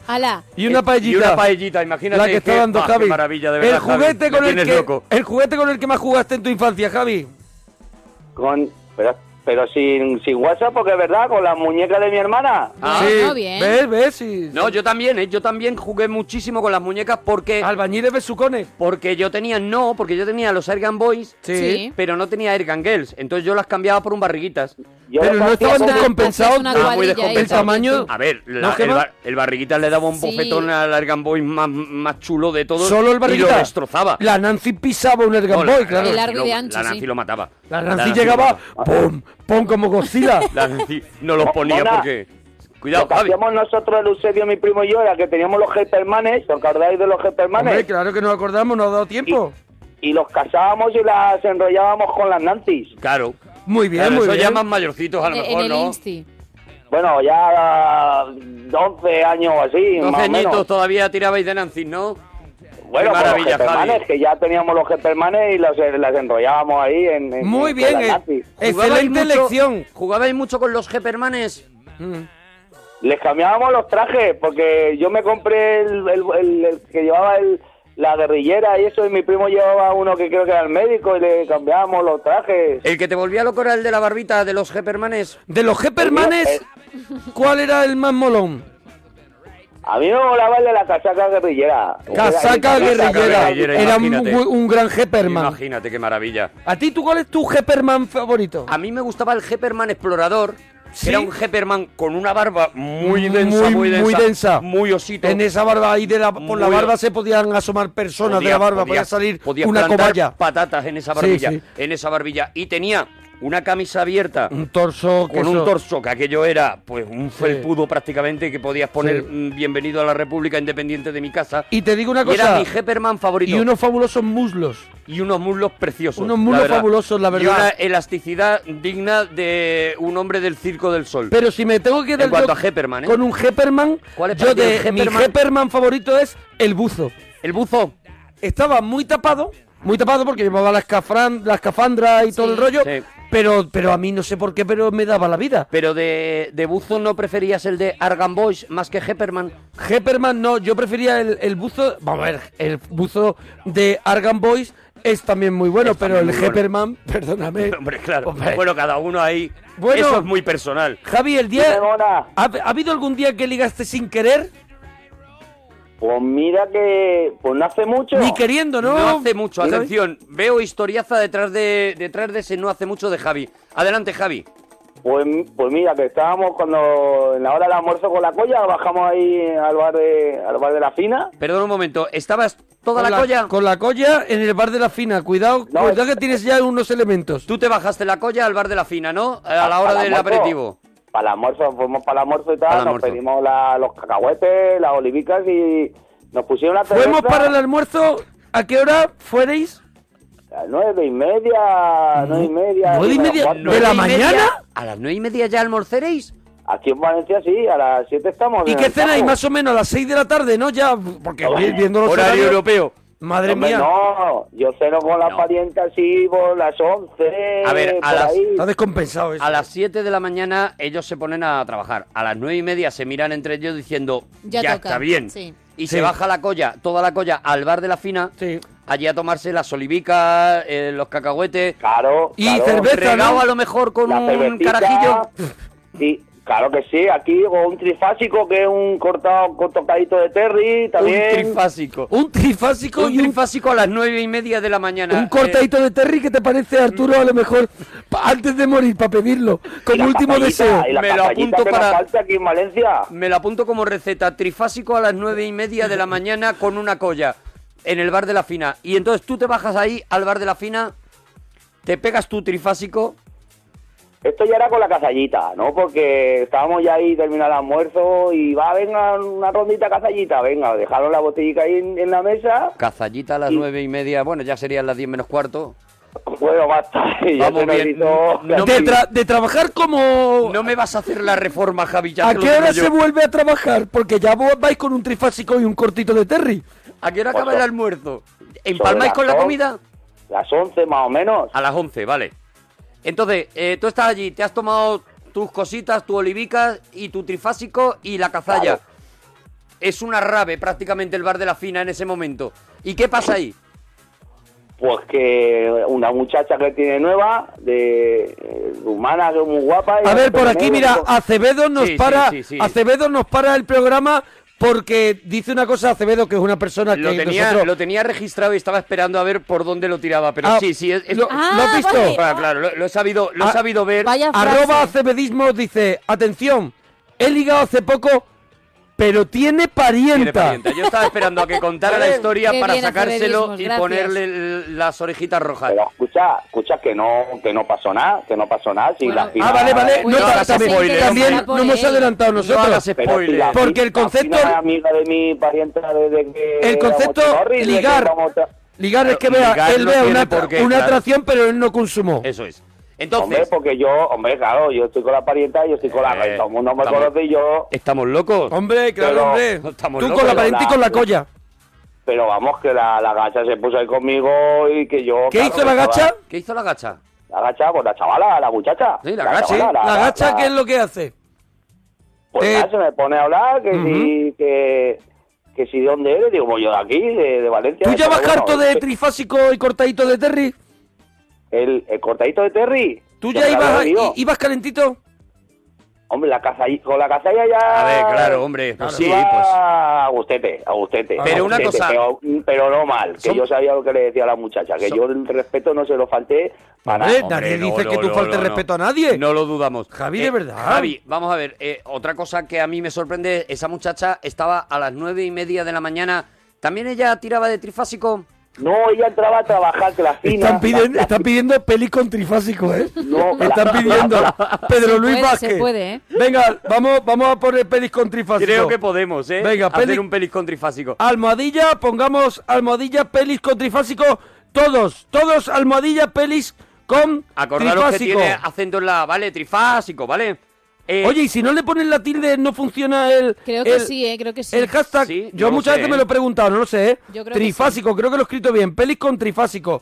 Ala. Y una paellita. Eh, Y una paellita, imagínate. La que está qué- dando bah, qué Javi. maravilla, de verdad, el juguete Javi, me con el tienes que loco. el juguete con <laughs> el que más jugaste en tu infancia, Javi. Con, pero, pero sin, sin WhatsApp, porque es verdad, con la muñeca de mi hermana. Sí. ¿Ves, ves? Sí. Ah. No, yo también, ¿eh? Yo también jugué muchísimo con las muñecas porque... ¿Albañiles besucones? Porque yo tenía... No, porque yo tenía los Ergan Boys, Sí. Sí. pero no tenía Ergan Girls. Entonces yo las cambiaba por un barriguitas. Pero no estaban descompensados Ah, muy el descompensado. tamaño. A ver, la- ¿No, el, Gemma? bar- el barriguita le daba un Sí. bofetón al Ergan Boy más, más chulo de todos. Solo el Y lo barriguita. destrozaba. La Nancy pisaba un Ergan No, la- Boy, claro. la- lo- La Nancy lo mataba. La Nancy llegaba, pum, pum, como Godzilla. <laughs> La Nancy no los ponía Mona. porque... Cuidado, lo que Javi. hacíamos nosotros, el Eusebio, mi primo y yo, era que teníamos los Hepermanes, ¿os acordáis de los Hepermanes? Hombre, claro que nos acordamos, nos ha dado tiempo. Y los casábamos y las enrollábamos con las Nantis. Claro. Muy bien, Claro, muy eso bien. ya más mayorcitos a lo En- mejor, en el ¿no? Insti. Bueno, ya 12 años o así, más Entonces, o menos. añitos todavía tirabais de Nancy, ¿no? Bueno, Qué con los maravilla, Hepermanes, Javi. que ya teníamos los Hepermanes y los, eh, las enrollábamos ahí en, en- Muy en- bien, con las eh. Nantis. Excelente elección. Mm. ¿Jugabais mucho con los Hepermanes? Les cambiábamos los trajes, porque yo me compré el, el- el- el que llevaba el, la guerrillera y eso, y mi primo llevaba uno que creo que era el médico, y le cambiábamos los trajes. El que te volvía loco era el de la barbita de los Hepermanes. De los Hepermanes, ¿cuál era el más molón? A mí me molaba el de la casaca guerrillera. Casaca guerrillera. guerrillera, Era un, imagínate. gu- un gran Heperman. Imagínate qué maravilla. ¿A ti tú cuál es tu Heperman favorito? A mí me gustaba el Heperman explorador. que Era un Heperman con una barba muy Muy, densa, muy, muy densa. densa. Muy osito. En esa barba ahí de la, por la Muy- barba se podían asomar personas de Podía- la barba, podía, podía- salir podía una plantar cobaya. patatas en esa Sí, barbilla. sí. En esa barbilla. Y tenía una camisa abierta. Un torso que Con un eso- torso, que aquello era pues un felpudo prácticamente que podías poner Sí. mm, bienvenido a la República Independiente de mi casa. Y te digo una cosa. Era mi Hepperman favorito. Y unos fabulosos muslos. Y unos muslos preciosos. Unos muslos la verdad. fabulosos, la Y verdad. una elasticidad digna de un hombre del Circo del Sol. Pero si me tengo que En dar yo cuanto a Hepperman, ¿eh? con un Hepperman, ¿Cuál es yo para ti de el mi Hepperman? Hepperman favorito es el buzo. El buzo estaba muy tapado, muy tapado porque llevaba la, escafran- la escafandra y todo el rollo, pero pero a mí no sé por qué, pero me daba la vida. Pero de, de buzo no preferías el de Argan Boys más que Hepperman. Hepperman no, yo prefería el, el buzo, vamos a ver, el buzo de Argan Boys es también muy bueno, pero el también muy bueno. Hepperman, <laughs> perdóname. <laughs> Hombre, claro. Hombre. Bueno, cada uno ahí. Bueno. eso es muy personal. Javi, el día ¿ha, ha habido algún día que ligaste sin querer? Pues mira que. Pues no hace mucho. Ni queriendo, ¿no? No hace mucho, Mira, atención. Veo historiaza detrás de, detrás de ese no hace mucho de Javi. Adelante, Javi. Pues, pues mira, que estábamos cuando en la hora del almuerzo con la colla, bajamos ahí al bar de, al bar de la fina. Perdón un momento, ¿estabas toda con la, colla? Con la colla en el bar de la fina, cuidado, cuidado que tienes ya unos elementos. Tú te bajaste la colla al bar de la fina, ¿no? A la hora Para el del almuerzo. aperitivo. Para el almuerzo, fuimos para el almuerzo y Para tal, el nos almuerzo. pedimos la- los cacahuetes, las olivicas y nos pusieron la cerveza. Fuimos para el almuerzo, ¿a qué hora fuereis? A las nueve y media, nueve y media. ¿Nueve y así, media? a las ¿De la cuatro. mañana? ¿A las nueve y media ya almorceréis? Aquí en Valencia sí, a las siete estamos. ¿Y en qué el cenáis campo. más o menos a las 6 de la tarde, no? Ya, porque vi- viendo los Horario horarios- europeo. Madre Hombre, mía. No, yo ceno con la parienta así por las 11. A ver, a por las, ahí. descompensado ¿eh? a las 7 de la mañana ellos se ponen a trabajar. A las nueve y media se miran entre ellos diciendo, ya, Ya toca, está bien. sí. Y Sí. se baja la colla, toda la colla, al bar de la fina, allí a tomarse las olivicas, eh, los cacahuetes. Claro. Y claro. cerveza, Regado a lo mejor con La un cervecita, carajillo. Sí, claro que sí. Aquí o un trifásico que es un cortado con tocadito de Terry también. Un trifásico. Un trifásico y un trifásico a las nueve y media de la mañana. Un cortadito de Terry que te parece, Arturo, a lo mejor pa- antes de morir, para pedirlo, como la último papayita, deseo. y la Me lo papayita apunto que nos para- falta aquí en Valencia. Me lo apunto como receta. Trifásico a las nueve y media <laughs> de la mañana con una colla en el bar de la fina. Y entonces tú te bajas ahí al bar de la fina, te pegas tu trifásico. Esto ya era con la casallita, ¿no? Porque estábamos ya ahí, terminado el almuerzo y va, venga, una rondita casallita. Venga, dejaron la botellita ahí en, en la mesa. Cazallita a las nueve y media. Bueno, ya serían las diez menos cuarto. Bueno, basta. <laughs> Y ya Vamos se nos bien. hizo- de, tra- de trabajar como... No me vas a hacer la reforma, Javi. ya ¿A te lo qué digo hora yo. se vuelve a trabajar? Porque ya vos vais con un trifásico y un cortito de Terry. ¿A qué hora acaba Ocho. el almuerzo? Sobre ¿Empalmáis las con la dos, comida? Las 11 más o menos. A las 11, vale. Entonces, eh, tú estás allí, te has tomado tus cositas, tu olivicas y tu trifásico y la cazalla. Es una rave prácticamente el bar de la fina en ese momento. ¿Y qué pasa ahí? Pues que una muchacha que tiene nueva, de eh, rumana, que es muy guapa. y pues, A ver, por pone aquí, negro, mira, todo. Acevedo nos Sí, sí, para sí, sí. Acevedo nos para el programa porque dice una cosa Acevedo, que es una persona Lo que tenía, Eh, nosotros... lo tenía registrado y estaba esperando a ver por dónde lo tiraba, pero Ah, sí, sí, es, es- lo- Ah, ¿lo has visto? vale. Claro, claro, lo, lo he sabido, lo he Ah, sabido ver. Arroba acebedismo dice, atención, he ligado hace poco, pero tiene parienta. Tiene pariente. Yo estaba esperando a que contara la historia <laughs> Qué para bien, sacárselo Acevedismos, y gracias. ponerle el- las orejitas rojas. Pero escucha, escucha que no, que no pasó nada, que no pasó nada. Si la fina- Ah, vale, vale. No, ta- también, también hombre. no hemos adelantado nosotros. Pero si la porque fi- el concepto, La fina es amiga de mi pariente desde que... el concepto éramos chorris, desde que ligar, éramos tra- ligar es que Claro, vea, ligar él no vea tiene una, por qué, una claro. atracción, pero él no consumó. Eso es. Hombre, porque yo, hombre, claro, yo estoy con la parienta, yo estoy con Eh, la... todo el mundo me estamos- conoce y yo... Estamos locos. Hombre, claro, Pero- hombre. Estamos Tú locos. con la parienta y con la colla. Pero vamos, que la, la gacha se puso ahí conmigo y que yo... ¿Qué claro, hizo la que estaba- gacha? ¿Qué hizo la gacha? La gacha, pues la chavala, la muchacha. Sí, La gacha, chavala, la gacha, la- ¿qué es lo que hace? Pues nada, se me pone a hablar que si... Que, que si de dónde eres, digo, pues yo de aquí, de, de Valencia. ¿Tú ya vas Pero bueno, este, harto de trifásico y cortadito de Terry? El, el cortadito de Terry. ¿Tú que ya me lo ibas, digo. i- ibas calentito? Hombre, la casa, con la casalla ya... A ver, claro, hombre, pues sí, Iba pues. A gustete, a gustete. Pero una cosa- Pero, pero no mal, que Som- yo sabía lo que le decía a la muchacha, que yo el respeto no se lo falté para Eh, Hombre, nada. nadie dice que tú faltes respeto a nadie. No lo dudamos. Javi, Eh, de verdad. Javi, vamos a ver, eh, otra cosa que a mí me sorprende, esa muchacha estaba a las nueve y media de la mañana. ¿También ella tiraba de trifásico? No, ella entraba a trabajar, que la fina. Están pidiendo, están pidiendo pelis con trifásico, ¿eh? No. Están <laughs> pidiendo Pedro Se Luis puede, se Vázquez. puede, ¿eh? Venga, vamos, vamos a poner pelis con trifásico. Creo que podemos, ¿eh? Venga, Hacer peli- Ah, un pelis con trifásico. Almohadilla, pongamos almohadilla, pelis con trifásico. Todos, todos almohadilla, pelis con Acordaros que trifásico. tiene acento en la... Vale, trifásico, ¿vale? Eh, Oye, y si no le ponen la tilde, no funciona el. Creo que el- sí, ¿eh? Creo que sí. El hashtag, yo no lo muchas sé, veces ¿eh? me lo he preguntado, no lo sé, ¿eh? Yo creo que trifásico, creo que lo he escrito bien. Pelis con trifásico.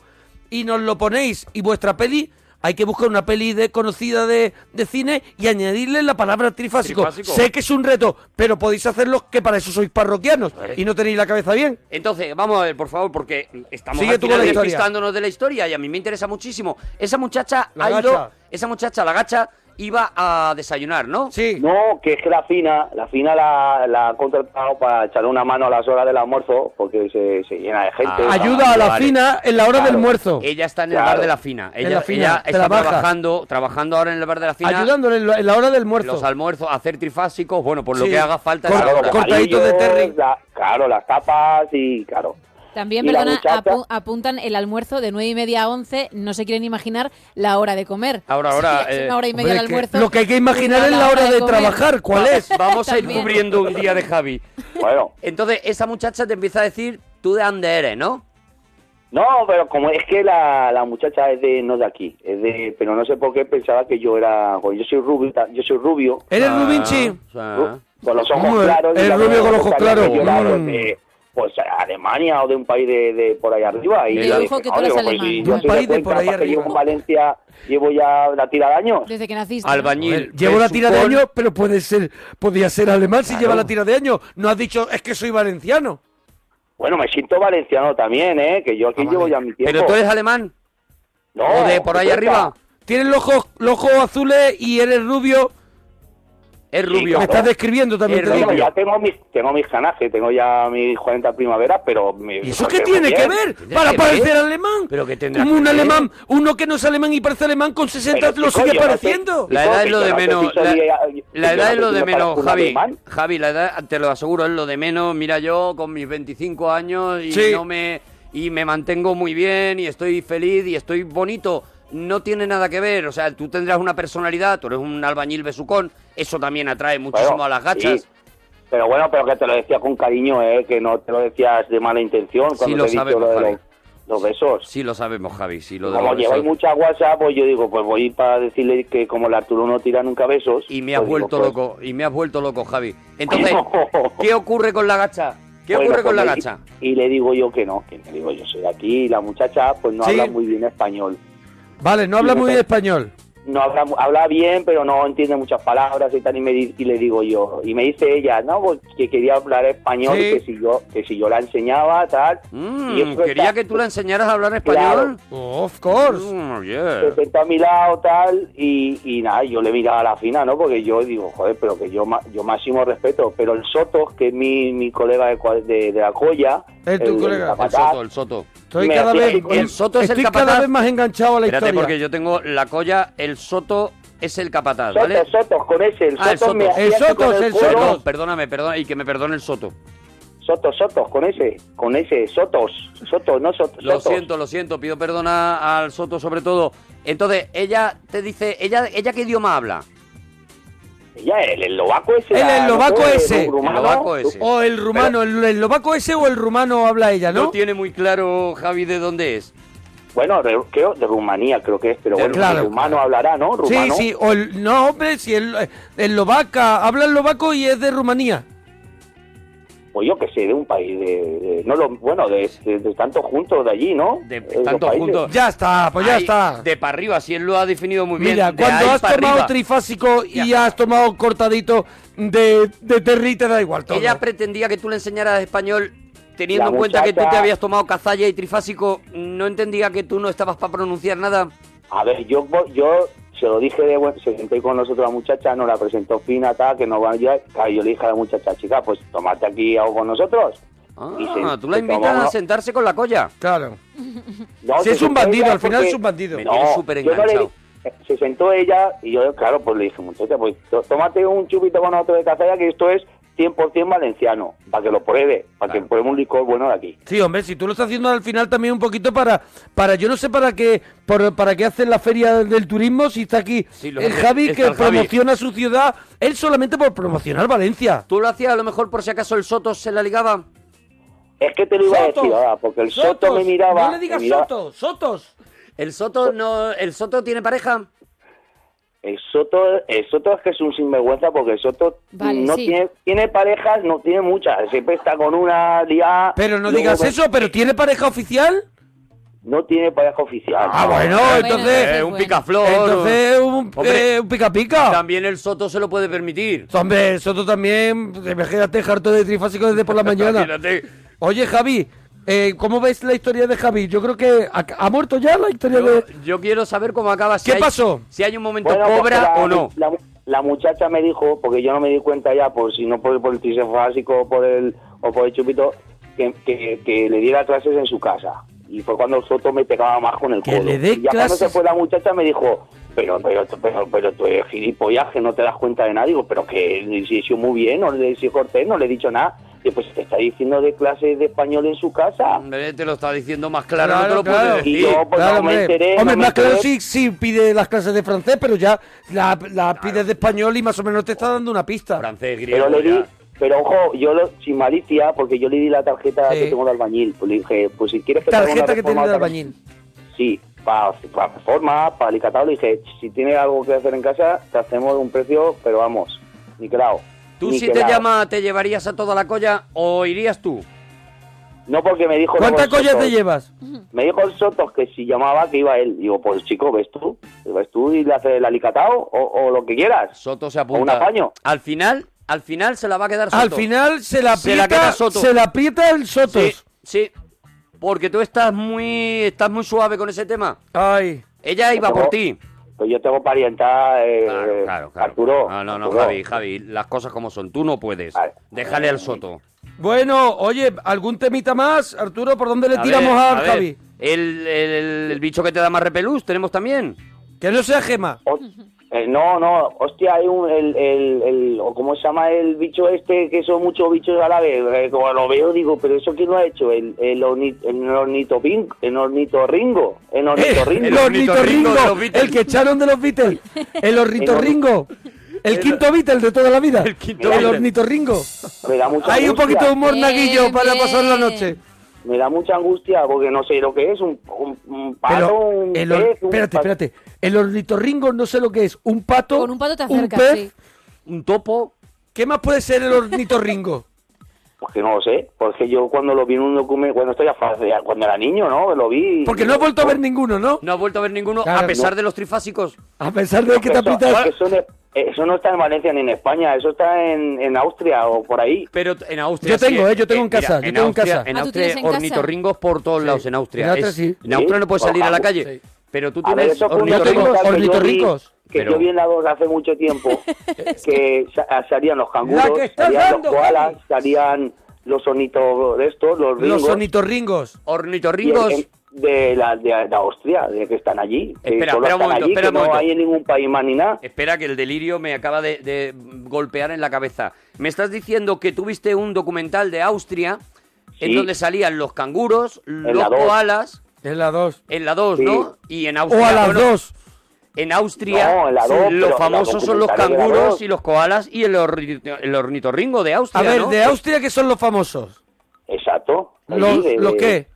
Y nos lo ponéis. Y vuestra peli, hay que buscar una peli de, conocida de, de cine y añadirle la palabra trifásico. Trifásico. Sé que es un reto, pero podéis hacerlo que para eso sois parroquianos y no tenéis la cabeza bien. Entonces, vamos a ver, por favor, porque estamos Sigue al tú final con la historia. despistándonos de la historia y a mí me interesa muchísimo. Esa muchacha La ha gacha. ido, esa muchacha, la gacha, iba a desayunar, ¿no? Ah, Sí. No, que es que la fina, la fina la, la ha contratado para echarle una mano a las horas del almuerzo, porque se, se llena de gente. Ah, Ayuda a la fina en la hora del almuerzo. Ella está en el Claro. bar de la fina. En Ella, la fina, ella está trabaja. trabajando, trabajando ahora en el bar de la fina. Ayudándole en, lo- en la hora del almuerzo. Los almuerzos, hacer trifásicos, bueno, por lo Sí. que haga falta. Cor- esa hora. cortaditos de Terry. claro, las tapas y claro. También, Y la perdona, muchacha- apu- apuntan el almuerzo de 9 y media a 11. No se quieren imaginar la hora de comer. Ahora, ahora. Es eh, una hora y media hombre, del almuerzo. lo que hay que imaginar es la hora de comer. trabajar, ¿cuál es? Vamos a ir También. cubriendo un día de Javi. Bueno. Entonces, esa muchacha te empieza a decir, tú de dónde eres, ¿no? No, pero como es que la, la muchacha es de no de aquí, es de, pero no sé por qué pensaba que yo era, yo soy rubio, yo soy rubio. ¿Eres Ah, Rubinchi? Ru- Con los ojos Hombre, claros. y eres la rubio verdad con los que ojos sabía claros. que yo era, pues, Mm. de, pues, Alemania o de un país de, de por ahí arriba. Y Y yo ojo dije, que no, tú eres digo, pues, alemán. si De yo un soy de país de Cuenca, por ahí capaz que Llevo en arriba. Valencia, llevo ya la tira de años. Desde que naciste. Albañil. Llevo me la tira de supone- años, pero puede ser, podía ser alemán si Claro. lleva la tira de años. No has dicho, es que soy valenciano. Bueno, me siento valenciano también, ¿eh? Que yo Ah, aquí llevo ya mi tiempo. Pero tú eres alemán. No. eh, ¿O de por ahí Cuenca. arriba? Tienes los ojos, los ojos azules y eres rubio. Es rubio. Me estás describiendo también, Es te rubio, digo. ya tengo mis, tengo mis canajes, tengo ya mis 40 primaveras, pero... ¿Y ¿Eso qué tiene que ver para parecer alemán? Pero que tendrá Como un que ver. alemán, uno que no es alemán y parece alemán con 60 Pero, lo chico, sigue yo no pareciendo. La edad es lo de menos. La, la edad es lo de menos, Javi. Javi, la edad, te lo aseguro, es lo de menos. Mira, yo con mis 25 años y Sí. no me y me mantengo muy bien y estoy feliz y estoy bonito. No tiene nada que ver, o sea, tú tendrás una personalidad, tú eres un albañil besucón, eso también atrae muchísimo a las gachas. sí. Pero bueno, pero que te lo decía con cariño, ¿eh? Que no te lo decías de mala intención cuando Sí te lo he dicho sabemos, lo de Javi. los, los besos. Sí lo sabemos, Javi, sí lo de Como los lleváis besos. mucha guasa, pues yo digo, pues voy para decirle que como el Arturo no tira nunca besos... pues Y me has vuelto loco, y me has vuelto loco, <laughs> Javi. Entonces, ¿qué ocurre con la gacha? ¿Qué Bueno, ocurre con la pues le- gacha? Y le digo yo que no, que le digo yo soy de aquí y la muchacha pues no Sí. habla muy bien español. Vale, no habla muy bien español. No habla, mu- habla bien, pero no entiende muchas palabras y tal, y, me, di- y le digo yo, y me dice ella, no, pues que quería hablar español, Sí. que si yo que si yo la enseñaba, tal. Mm, y eso quería está- que tú la enseñaras a hablar español. Mm, of course. se sentó a mi lado tal y, y nada yo le miraba a la fina no porque yo digo joder pero que yo ma- yo máximo respeto pero el Sotos que es mi, mi colega de, cua- de, de la joya Es tu colega. capataz, El Soto, el Soto. Estoy me cada hacía vez, así con- el Soto es el estoy capataz. cada vez más enganchado a la Espérate, historia. porque yo tengo la colla, el Soto es el capataz, Sotos, ¿vale? Sotos, con ese, el Ah, el Sotos Soto. me hacía así con el culo. Perdón, perdóname, perdón, y que me perdone el Soto. Sotos, Sotos, con ese, con ese, Sotos, Sotos, no Sotos. Lo Sotos. siento, lo siento, pido perdón a- al Soto sobre todo. Entonces, ella te dice, ¿ella ella qué idioma habla? Ya, el eslovaco ese. El eslovaco ese. El eslovaco ese. O el rumano, el el eslovaco ese o el rumano habla ella, No ¿no? tiene muy claro, Javi, de dónde es. Bueno, re- creo de Rumanía, creo que es, pero De bueno, Claro. el rumano hablará, ¿no? Sí, Rumano. sí, o el- no, hombre, si el eslovaca, habla eslovaco y es de Rumanía. Pues yo que sé, de un país de. de- no lo, bueno, de, de, de tantos juntos de allí, ¿no? Eh, De, tantos juntos. Ya está, pues ya Ahí, está. De para arriba, si él lo ha definido muy bien. Mira, de ahí cuando has para tomado arriba. trifásico y has tomado cortadito de, de Terry, te da igual todo. Ella pretendía que tú le enseñaras español teniendo La en cuenta que tú te muchacha- habías tomado cazalla y trifásico. No entendía que tú no estabas para pronunciar nada. A ver, yo, yo se lo dije de buen- se sentó ahí con nosotros la muchacha, nos la presentó fina, tal, que nos va a ayudar. Claro, yo le dije a la muchacha, chica, pues tomate aquí algo con nosotros. Y Ah, se- tú la se invitas tomó- a sentarse con la colla. Claro. No, Si se es un sentó bandido, ella al final porque- es un bandido. Me tiene súper yo no le di- eh, enganchado. se sentó ella y yo, claro, pues le dije, muchacha, pues tó- tómate un chupito con nosotros de cazalla, que esto es 100% valenciano, para que lo pruebe, para que pruebe un licor bueno de aquí. Sí, hombre, si tú lo estás haciendo al final también un poquito para, para yo no sé para qué, por- para qué hacen la feria del turismo si está aquí lo el hace- Javi está que el Javi. promociona su ciudad, él solamente por promocionar Valencia. ¿Tú lo hacías a lo mejor por si acaso el Soto se la ligaba? Es que te lo iba a decir ahora, porque el Soto me miraba, No le digas me miraba- Soto, Sotos. El Soto no, el Soto tiene pareja. El Soto, el Soto es que es un sinvergüenza porque el Soto Vale, no sí. tiene, tiene parejas, no tiene muchas, siempre está con una liada. Pero no luego digas ve- eso, pero ¿tiene pareja oficial? No tiene pareja oficial. Ah, bueno, entonces... Eh, un picaflor. Entonces un, Hombre, eh, un pica pica. También el Soto se lo puede permitir. Hombre, Soto también, imagínate, harto de trifásico desde por la mañana. Imagínate. Oye, Javi, eh, ¿cómo ves la historia de Javi? Yo creo que ha, ha muerto ya la historia de... Yo quiero saber cómo acaba. si ¿Qué hay- pasó? Si hay un momento Bueno, cobra pues la- o no. La, la muchacha me dijo, porque yo no me di cuenta ya, por si no por, por el tricefásico o por el, o por el chupito, que, que- que le diera clases en su casa. Y fue cuando el Soto me pegaba más con el codo. le dé y ya cuando se clases. fue la muchacha me dijo, pero, pero, pero, pero tú eres gilipollas, que no te das cuenta de nada. Digo, pero que le he hecho muy bien, no le he hecho cortés, no le he dicho nada. Y pues te está diciendo de clases de español en su casa. Hombre, te lo está diciendo más claro, Claro, no te lo claro. puedes decir. Y yo, pues, Claro, no me hombre. enteré, Hombre, no me más claro enteré. sí, sí pide las clases de francés, pero ya la, la pides de español y más o menos te está dando una pista. Francés, Pero le di, pero ojo, yo lo, sin malicia, porque yo le di la tarjeta Sí. que tengo de albañil. Pues le dije, pues si quieres que te haga una Tarjeta que tiene de reforma tal- albañil. Sí, para forma, para alicatado. Le dije, si tiene algo que hacer en casa, te hacemos un precio, pero vamos, ni claro. Tú si te llama, ¿te llevarías a toda la colla o irías tú? No, porque me dijo. ¿Cuántas pues, luego el collas te Sotos- llevas? Me dijo el Sotos que si llamaba que iba él. Digo, pues chico, ves tú, ves tú y le haces el alicatado o, o lo que quieras. Soto se O un apunta. apaño. Al final, al final se la va a quedar Soto. Al final se la Se la aprieta, queda se la, Soto. aprieta el Sotos. Sí, sí. Porque tú estás muy, estás muy suave con ese tema. Ay. Ella iba por ti. Pues yo tengo parienta, eh, Arturo. No, no, no, Arturo. Ah. Javi, Javi, las cosas como son. Tú no puedes. Déjale al Soto. Bueno, oye, ¿algún temita más? Arturo, ¿por dónde le A tiramos ver, a, ver, Javi? El, el- el bicho que te da más repelús tenemos también. Que no sea Gema. Eh, no, no, hostia, hay un, el, el, el, o cómo se llama el bicho este, que son muchos bichos a la vez. Eh, Como lo veo, digo, pero eso quién lo ha hecho, el, el, orni- el ornitopinco, el ornitorringo, <laughs> el ornitorringo. El ornitorringo, el que echaron de los Beatles. El ornitorringo. El quinto Beatle de toda la vida. El, Beatle. ornitorringo. Me da mucha Hay un angustia. poquito de humor naguillo para pasar la noche. Me da mucha angustia porque no sé lo que es, un, un, un pato, Pero un el or- pez, un espérate, pato. espérate. El ornitorringo no sé lo que es. Un pato, Con un pato te acercas, pez, sí. un topo. ¿Qué más puede ser el ornitorringo? Pues que no lo sé, porque yo cuando lo vi en un documento, cuando estoy a eh, cuando era niño, ¿no? Lo vi. Porque no has vuelto a ver ninguno, ¿no? No has vuelto a ver ninguno, Claro, a pesar no. de los trifásicos. A pesar de que te eso, aprietas... eso no- eso no está en Valencia ni en España, eso está en, en Austria o por ahí. Pero en Austria. Yo tengo, sí, eh, yo tengo en casa, yo tengo en Austria- casa. En Ah, ¿tú Austria, tienes en casa? ornitorringos por todos lados en Austria. En Austria Es- sí. en Austria no puedes Sí, salir a la ojalá. calle. Pero tú A ver, tienes eso fue un documental que yo vi- ornitorringos. Que Pero- yo vi en la 2 hace <laughs> mucho tiempo que sa- salían los La que canguros, estás salían dando, los koalas, salían los sonitos de estos, los ringos. Los ornitorringos. Ornitorringos. y el- De, la, de, de Austria, de que están allí. que Espera, solo espera un están momento, allí, espera que un No momento. hay en ningún país más ni nada. Espera, que el delirio me acaba de, de golpear en la cabeza. Me estás diciendo que tuviste un documental de Austria en Sí. donde salían los canguros, los la dos. koalas, Es la 2. en la 2, Sí. ¿no? Y en Ah, Austria. O a las bueno, dos. En Austria, No, en la dos, pero en los la famosos son los documental de la canguros dos. y los koalas y el, orni- el ornitorringo de Austria. A ver, ¿no? de Austria, ¿qué son los famosos? Exacto. allí ¿Los, de- los qué?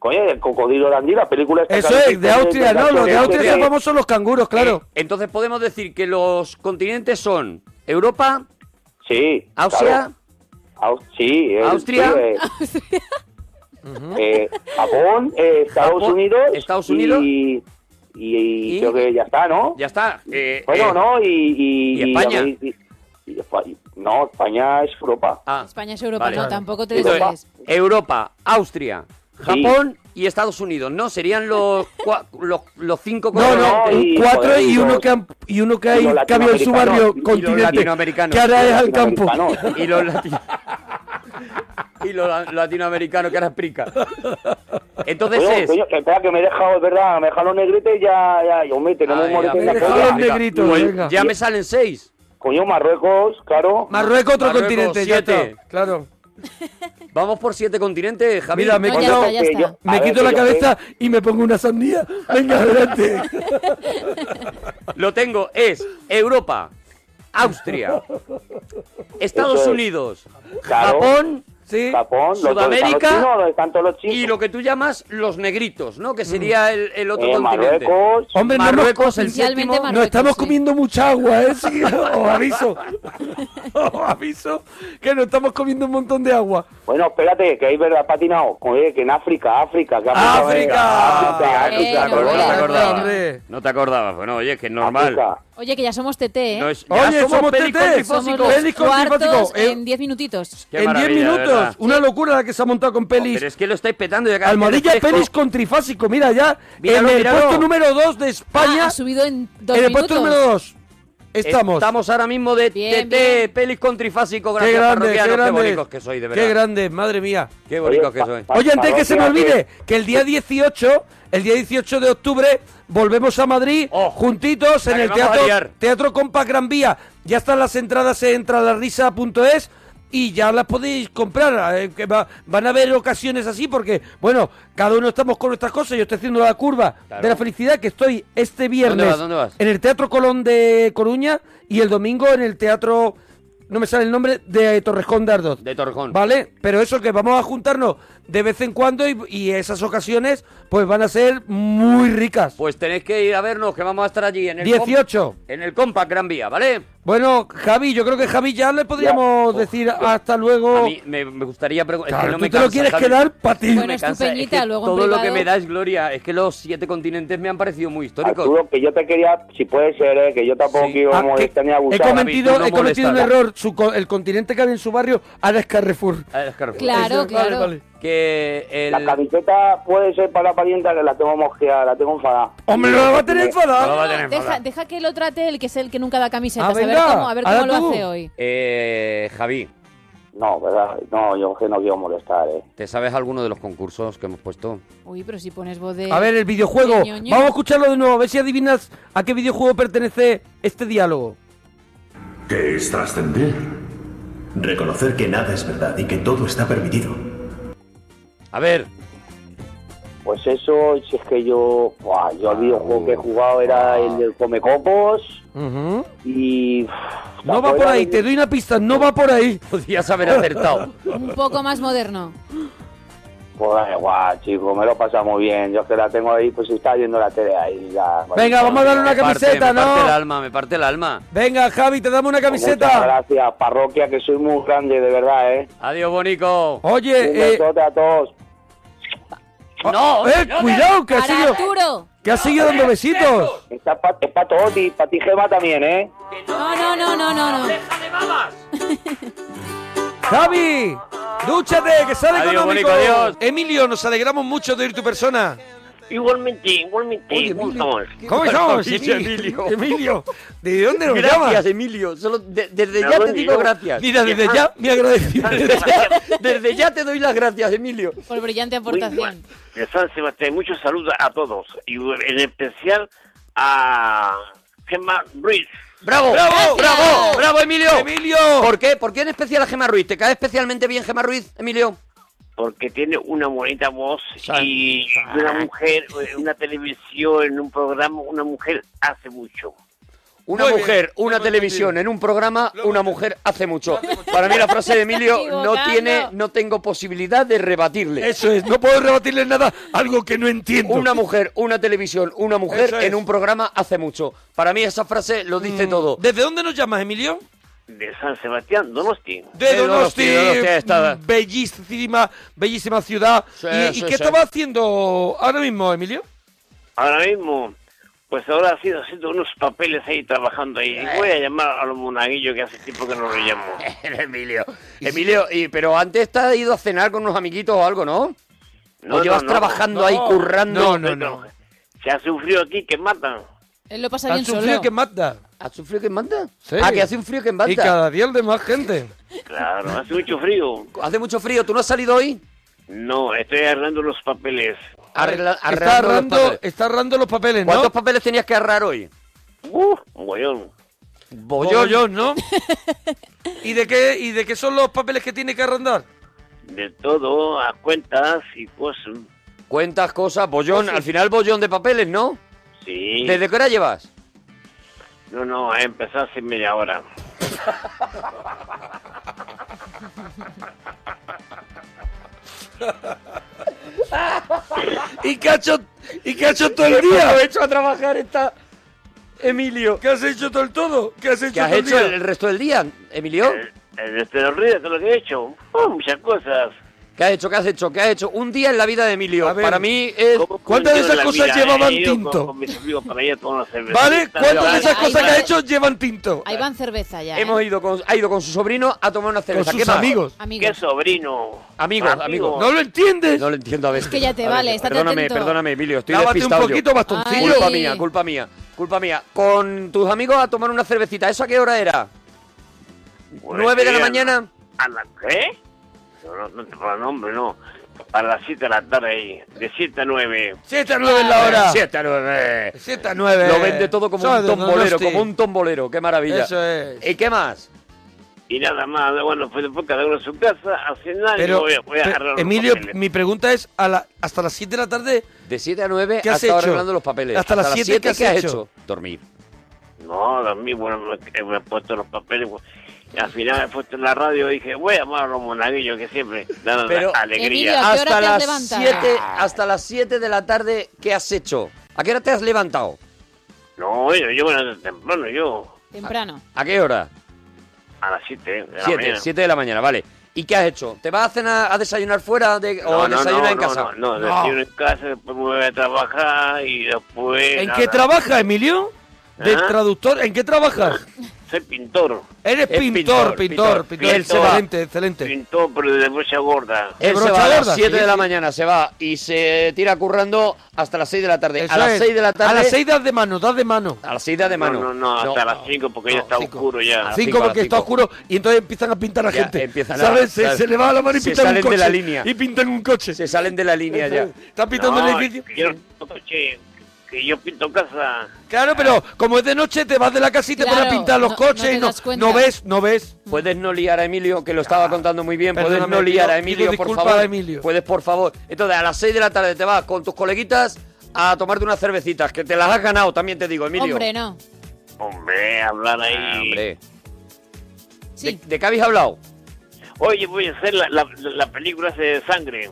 Coño, el cocodrilo de Andí, la película está Eso casi- es, de Austria, no, los de Austria son famosos los canguros, claro. Eh, Entonces podemos decir que los continentes son Europa, Sí. Austria, claro. Aus- sí, el- Austria. eh, eh, Japón, eh, Estados Japón, Unidos. Estados Unidos. Y, y- y Y- creo que ya está, ¿no? ya está. eh, bueno, eh, ¿no? Y, y, ¿y España? y- y- y- no, España es Europa. Ah, España es Europa, Vale. no, tampoco te Entonces, desveles. Europa, Austria, Japón y Estados Unidos, ¿no? Serían los, cua- los, los cinco No, no, un cuatro y uno que han- y uno que hay que había en su barrio continente. latinoamericanos. Que ahora es al campo. <laughs> Y los, lati- y los la- latinoamericanos que ahora explica. Entonces Coño, es... coño, que espera, que me he dejado, es verdad, me he dejado los negritos y ya, ya, yo me tenemos Ay, un morete ya en la me- cola. ya- ya- ya me salen seis. Coño, Marruecos, claro. Marruecos, otro continente, ya está. Claro. <laughs> Vamos por siete continentes, Javi. Mira, me, quito, me quito la cabeza y me pongo una sandía. Venga, adelante. Lo tengo, es Europa, <laughs> Austria, Estados Eso es. Unidos, Claro. Japón, Japón, los- Sudamérica donde están los chinos, donde están todos los y lo que tú llamas los negritos, ¿no? Que sería el, el otro Eh, continente. Marruecos. Hombre, no nos- Marruecos, el séptimo. No estamos comiendo mucha agua, ¿eh? Sí, <laughs> os aviso. <laughs> Os aviso que nos estamos comiendo un montón de agua. Bueno, espérate, que ahí verdad patinado. Oye, que en África, África, que ha África. Ah, África, no te África, acordabas, no te África. acordabas. No te acordabas. Bueno, oye, es que es normal. Oye, que ya somos TT, ¿eh? No es- ya Oye, somos somos pelis TT, contrifásicos. Somos los pelis contrifásicos, cuartos eh. en 10 minutitos. Qué en 10 maravilla, de minutos. verdad. Una locura la que se ha montado con pelis. Pero es que lo estáis petando. Ya cada vez que Almohadilla refresco. pelis con trifásico. Mira, ya Míralo, en el míralo. puesto número 2 de España. Ah, ha subido en dos en el minutos. puesto número 2 estamos. Estamos ahora mismo de TT, pelis con trifásico. Qué Gracias, grande, qué parroquianos, grande. Qué bonitos que soy, de verdad. Qué grande, madre mía. Qué bonitos que soy. Oye, antes que se me olvide, que el día 18, el día 18 de octubre, volvemos a Madrid juntitos en que el Oh. vamos a teatro, liar. teatro Compas Gran Vía. Ya están las entradas en tralarrisa.es y ya las podéis comprar. eh, que va- van a haber ocasiones así porque, bueno, cada uno estamos con nuestras cosas. Yo estoy haciendo la curva Claro. de la felicidad que estoy este viernes ¿Dónde vas, dónde vas? en el Teatro Colón de Coruña y el domingo en el Teatro... No me sale el nombre de Torrejón de Ardoz. De Torjón. ¿Vale? Pero eso que vamos a juntarnos de vez en cuando y, y esas ocasiones pues van a ser muy ricas. Pues tenéis que ir a vernos, que vamos a estar allí en el 18. comp- en el Compact Gran Vía, ¿vale? Bueno, Javi, yo creo que Javi ya le podríamos decir hasta luego. A mí me, me gustaría preguntar. Claro, es que no tú me te lo cansa, quieres Javi. quedar pa' ti. No Bueno, me es tu cansa, es peñita, que luego en todo lo que privado. me da es gloria. Es que los siete continentes me han parecido muy históricos. Arturo, que yo te quería, si puede ser, eh, que yo tampoco quiero Ah, que- molestar ni he abusar. cometido, he cometido un molestas. error. Su co- el continente que había en su barrio ahora es Carrefour. Ah, es Carrefour. Claro, Eso, claro. Que el... La camiseta puede ser para la parienta que la tengo mosqueada, la tengo enfadada. ¡Hombre, no la va a tener enfadada. No la va a tener Eh, Deja, enfadada. deja que lo trate el que es el que nunca da camisetas. Ah, a ver venga, cómo, a ver ahora cómo lo tú. hace hoy. Eh, Javi. No, verdad. No, yo que no quiero molestar, eh. ¿Te sabes alguno de los concursos que hemos puesto? Uy, pero si pones voz de... A ver, el videojuego. de ñoño. Vamos a escucharlo de nuevo, a ver si adivinas a qué videojuego pertenece este diálogo. ¿Qué es trascender? Reconocer que nada es verdad y que todo está permitido. A ver. Pues eso, si es que yo. buah, yo el videojuego que he jugado Ah, era el del Comecopos Ujú. y. No va por ahí, te doy una pista, no va por <laughs> ahí. Podrías haber acertado. <laughs> Un poco más moderno. Pues da igual, chico, me lo pasa muy bien. Yo es que la tengo ahí, pues si está viendo la tele ahí. ya. Me parte, me parte el alma, me parte el alma. Venga, Javi, te damos una Muchas camiseta. gracias, parroquia, que soy muy grande, de verdad, ¿eh? Adiós, Bonico. Oye, Un eh, besote a todos. No, eh, cuidado, que ha has sido. Que ha seguido dando besitos. Está para pa Toti, para ti Gema también, ¿eh? No, no, no, no, no. no. Javi, dúchate, que sale Adiós, económico. Bonico, adiós. Emilio, nos alegramos mucho de oír tu persona. Igualmente, igualmente. ¿Cómo estamos? ¿Cómo estamos, maravilla, Emilio? Emilio. Emilio, ¿de dónde nos Gracias, llamas? Emilio. Solo de- desde ¿De ya te dónde digo yo? gracias. Mira, desde ya me agradecimiento. <laughs> <laughs> desde ya te doy las gracias, Emilio. Por brillante aportación. De Eh, San Sebastián, muchos saludos a todos. Y en especial a Gemma Ruiz. ¡Bravo! Gracias. ¡Bravo! ¡Bravo! ¡Bravo, Emilio! ¡Emilio! ¿Por qué? ¿Por qué en especial a Gemma Ruiz? ¿Te cae especialmente bien Gemma Ruiz, Emilio? Porque tiene una bonita voz y una mujer, eh, una televisión, en un programa, una mujer hace mucho. Una mujer, una televisión, en un programa, una mujer hace mucho. Para mí la frase de Emilio no equivocando. tiene, no tengo posibilidad de rebatirle. Eso es, no puedo rebatirle nada, algo que no entiendo. Una mujer, una televisión, una mujer Eso es. Mm. en un programa hace mucho. Para mí esa frase lo dice todo. ¿Desde dónde nos llamas, Emilio? De San Sebastián, Donosti. De Donosti, de Donosti, está. bellísima, bellísima ciudad. Sí, ¿Y, y sí, qué sí. estaba haciendo ahora mismo, Emilio? Ahora mismo, pues ahora ha sido haciendo unos papeles ahí trabajando ahí. Y voy a llamar a los monaguillos que hace tiempo que no lo llamo. Emilio. Emilio, y- pero antes te has ido a cenar con unos amiguitos o algo, ¿no? No, ¿O llevas no, no. trabajando No. ahí, currando? No, no, no. Se ha sufrido aquí que matan. Él lo pasa ¿Has bien sufrido solo. que mata? ¿Ha sufrido que mata? Sí. Ah, que hace un frío que Y embata. cada día el de más gente. Claro, hace mucho frío. Hace mucho frío. ¿Tú no has salido hoy? No, estoy arreglando los papeles. Arregla- Está arreglando los arrando, papeles. está arrando los papeles, ¿no? ¿Cuántos papeles tenías que arrar hoy? Uh, mollón. Bollollos, ¿no? ¿Y de qué y de qué son los papeles que tiene que arrendar? De todo, a cuentas y cosas. Cuentas, cosas, bollón. Al final, bollón de papeles, ¿no? Sí. ¿Desde qué hora llevas? No, no, a empezar sin media hora. ¿Y qué ha hecho, y qué ha hecho todo el <laughs> día? He hecho a trabajar esta Emilio. ¿Qué has hecho todo el todo? ¿Qué has hecho ¿Qué has todo el hecho día? el, el resto del día, Emilio? El resto del día, todo lo que he hecho. Oh, muchas cosas. ¿Qué has hecho? ¿Qué has hecho? ¿Qué has hecho? Un día en la vida de Emilio. Para mí es. Yo en la vida he ido Con, con mis amigos para ir a tomar una cerveza. ¿Vale? ¿Cuántas de esas Ahí cosas va. que ha hecho llevan tinto? Ahí van cerveza ya. ¿eh? Hemos ido con, ha ido con su sobrino a tomar una cerveza. sus ¿Qué más? amigos. Amigos. ¿Qué sobrino? Amigos, amigos. Amigos. ¿No lo entiendes? No lo entiendo a veces. Es que ya te A vale, veces. estate Perdóname, atento. perdóname, Emilio. Estoy Lávate un despistado yo. poquito, bastoncillo. Culpa Ay. mía, culpa mía, culpa mía. Con tus amigos a tomar una cervecita. ¿Eso a qué hora era? Pues ¿Nueve de la sí, a- mañana? ¿A la qué? No, no, no te pongas nombre, no. Para las 7 de la tarde ahí. De 7 a Ah, 9. 7 a 9 es la hora. 7 Ah, a 9. 7 a 9. Lo vende todo como Soy un de tombolero, Donosti. como un tombolero. Qué maravilla. Eso es. ¿Y qué más? Y nada más. Bueno, fue después cada uno a su casa. A cenar y Pero, voy a, voy a pe- agarrar los Emilio, papeles. mi pregunta es, a la, ¿hasta las 7 de la tarde De 7 a 9 ¿Qué has has estado hecho? Eh, arreglando los papeles. Hasta las siete, ¿qué has hecho? Dormir. No, a mí, bueno, me, eh, me he puesto los papeles. bueno, y al final he puesto en la radio y dije, voy a llamar a los monaguillos que siempre dan Pero- alegría. hasta las levantas? 7 Ah. hasta las 7 de la tarde, ¿qué has hecho? ¿A qué hora te has levantado? No, yo, yo bueno, temprano, yo. Temprano. ¿A qué hora? A las 7 de la 7, mañana. 7 de la mañana, vale. ¿Y qué has hecho? ¿Te vas a cenar a desayunar fuera de- o desayunas Oh, en no, casa? No, no, desayuno en casa, después me voy a trabajar y después... ¿En nada. qué trabajas, Emilio? De ¿Ah? traductor, ¿en qué trabajas? Soy pintor. Eres Es pintor, pintor, pintor, Él se va. Excelente, excelente. Pintor, pero de brocha gorda. Él se va a las 7 de la mañana, se va y se tira currando hasta las 6 de la tarde. Eso a las es. 6 de la tarde. A las 6 das de mano, das de mano. A las 6 das de mano. No, no, hasta las 5 porque ya está oscuro ya. A 5 porque está oscuro y entonces empiezan a pintar a Ya, gente. empiezan a- ¿Sabes? Se, ¿sabes? se le va la mano y Se pintan un salen de coche. la línea. Y pintan un coche. Se salen de la línea ya. Están pintando No, el edificio. que yo no pinto coche, que yo pinto casa. Claro, pero como es de noche, te vas de la casa y te Claro, pones a pintar los no- no coches. te y No, das cuenta. no ves, no ves. Mm. Puedes no liar a Emilio, que lo estaba contando muy bien. Puedes Perdóname, no liar pido- a Emilio, pido por disculpas favor. a Emilio. Puedes, por favor. Entonces, a las 6 de la tarde te vas con tus coleguitas a tomarte unas cervecitas, que te las has ganado, también te digo, Emilio. Hombre, no. Hombre, hablar ahí. Ah, hombre. ¿De, de qué habéis hablado? Oye, voy a hacer la, la, la película esa de sangre.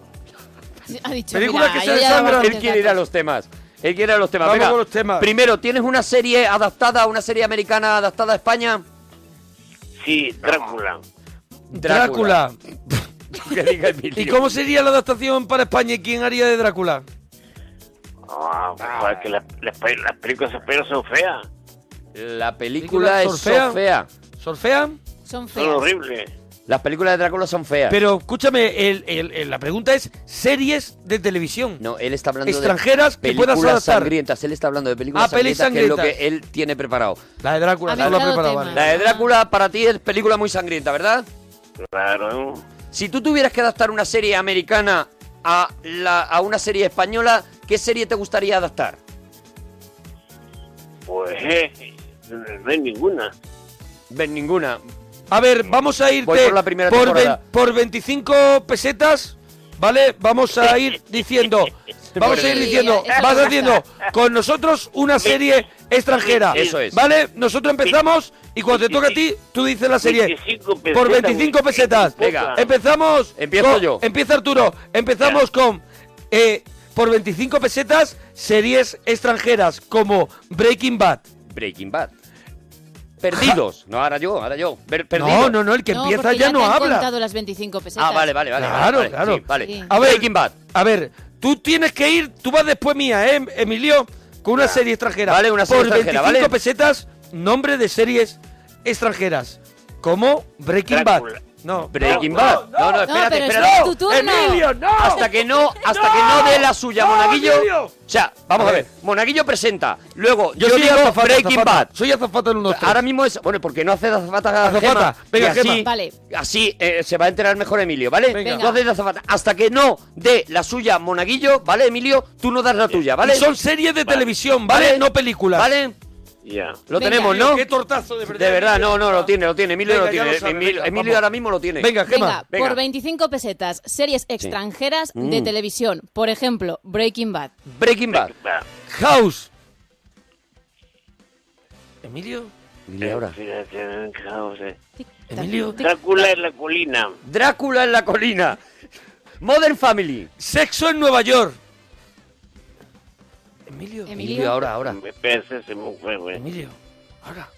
Ha dicho, Película mira, que yo se ya desangran. bastantes Él quiere ir a los temas. Él quiere ir a los temas. Vamos Venga, con los temas. Primero, ¿tienes una serie adaptada, una serie americana adaptada a España? Sí, Drácula. Drácula. <laughs> Que diga Emilio. ¿Y cómo sería la adaptación para España y quién haría de Drácula? Ah, pues, que las las pe- las películas españolas son feas. La película es ¿Sorfea? Sofea. ¿Sorfea? Son Son horribles. Las películas de Drácula son feas. Pero escúchame, el- el- el- la pregunta es series de televisión. No, él está hablando Extranjeras de que puedas películas adaptar. sangrientas. Él está hablando de películas Ah, pelis sangrientas, que es lo sangrientas. que él tiene preparado. La de Drácula, Habéis no la dado preparaba. tema. La de Drácula para ti es película muy sangrienta, ¿verdad? Claro. Si tú tuvieras que adaptar una serie americana a, la- a una serie española, ¿qué serie te gustaría adaptar? Pues eh, no hay ninguna. Ver ninguna. A ver, vamos a irte Voy por la primera por, temporada. por 25 pesetas, ¿vale? Vamos a <laughs> ir diciendo, vamos a ir Sí, diciendo, eso vas me haciendo con nosotros una serie extranjera. Eso es. ¿Vale? Nosotros empezamos y cuando te toca a ti, tú dices la serie. 25 pesetas, Por 25 güey. pesetas. Venga. Empezamos. Empiezo con- yo. Empieza Arturo. Empezamos con, eh, por 25 pesetas, series extranjeras como Breaking Bad. Breaking Bad. Perdidos. No, ahora yo, ahora yo. Ver- perdidos. No, no, no, el que empieza ¿eh? porque ya no te han habla. contado las 25 pesetas. Ah, vale, vale, vale. Claro, vale, claro. sí, vale. Sí. A ver, Breaking Bad. A ver, tú tienes que ir, tú vas después mía, ¿eh, Emilio? Con una serie extranjera. Vale, una serie Por extranjera, 25 ¿vale? pesetas, nombre de series extranjeras. Como Breaking Drácula. Bad. No. Breaking Bad. No, no, espérate, pero espérate. es tu turno. Emilio, no. Hasta que no, hasta que no dé la suya, No, Monaguillo. Emilio. O sea, vamos a A ver. ver. Monaguillo presenta. Luego, yo, soy digo azafata, Breaking azafata. Bad. Soy azafata en unos Ahora mismo es. Bueno, porque no hace de azafata Azafata. Gema, Venga, y así, Gema. Vale. Así eh, se va a enterar mejor Emilio, ¿vale? Venga. No haces de azafata. Hasta que no dé la suya, Monaguillo, ¿vale, Emilio? Tú no das la tuya, ¿vale? Y son series de televisión, ¿vale? No películas. ¿Vale? Ya. Lo tenemos, ¿no? Qué tortazo, de verdad. De verdad, no, no, lo tiene, lo tiene. Emilio Venga, lo ya tiene. lo sabe, Emil- venga, Emilio vamos. ahora mismo lo tiene. Venga, Gemma. Venga, por 25 pesetas, series extranjeras de Mm. televisión. Por ejemplo, Breaking Bad. Breaking Bad. House. Emilio. Dile ahora. Emilio. Eh, Emilio. Drácula en la colina. Drácula en la colina. Modern Family. Sexo en Nueva York. Emilio. Emilio. Emilio, ahora, ahora. Me parece se me fue, güey. Emilio. Ahora.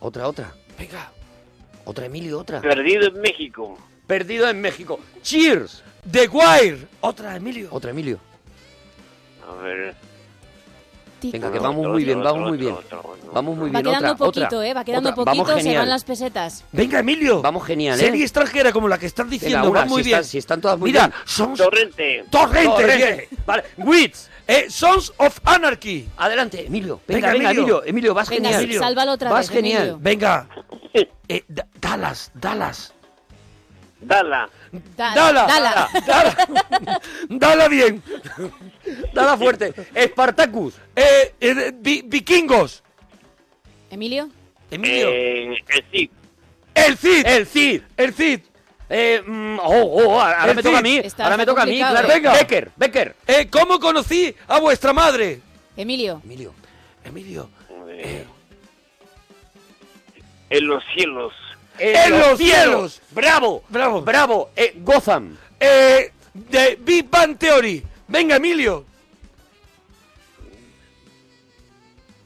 Otra, otra. Venga. Otra, Emilio, otra. Perdido en México. Perdido en México. Cheers. The Wire. Otra, Emilio. Otra, Emilio. A ver. Venga, que Otro, vamos otro, muy bien, otro, vamos muy bien. otro, otro, otro. Vamos muy va bien. quedando Otra, poquito, otra. ¿eh? Va quedando otra. poquito, Vamos se genial. van las pesetas. Venga, Emilio. Vamos genial, ¿eh? Serie extranjera como la que estás diciendo. una, va muy si bien. están- si están todas muy Mira, bien. Sons... Torrente. Torrente. Torrente. bien. Vale. Wits. Eh, Sons of Anarchy. Adelante, Emilio. Venga, venga, Emilio, Emilio, vas Venga, genial. sálvalo otra Vas vez, genial. Emilio. Venga. Eh, Da- Dallas, Dallas. Dala. Da- Dala. dala. Dala. <laughs> Dala bien. Dala <laughs> fuerte. Spartacus. Eh, eh, vi- vikingos. Emilio, Emilio. Eh, el Cid. El Cid. El Cid. El Cid. Eh, mm, oh, oh, ahora El me toca a Cid. mí. ahora me toca a mí, claro. Venga. Becker, Becker. Eh, ¿Cómo conocí a vuestra madre? Emilio. Emilio. Emilio. En los cielos. En, los cielos. Bravo. Bravo. Bravo. Eh, Gotham. Eh, de Big Bang Theory. Venga, Emilio.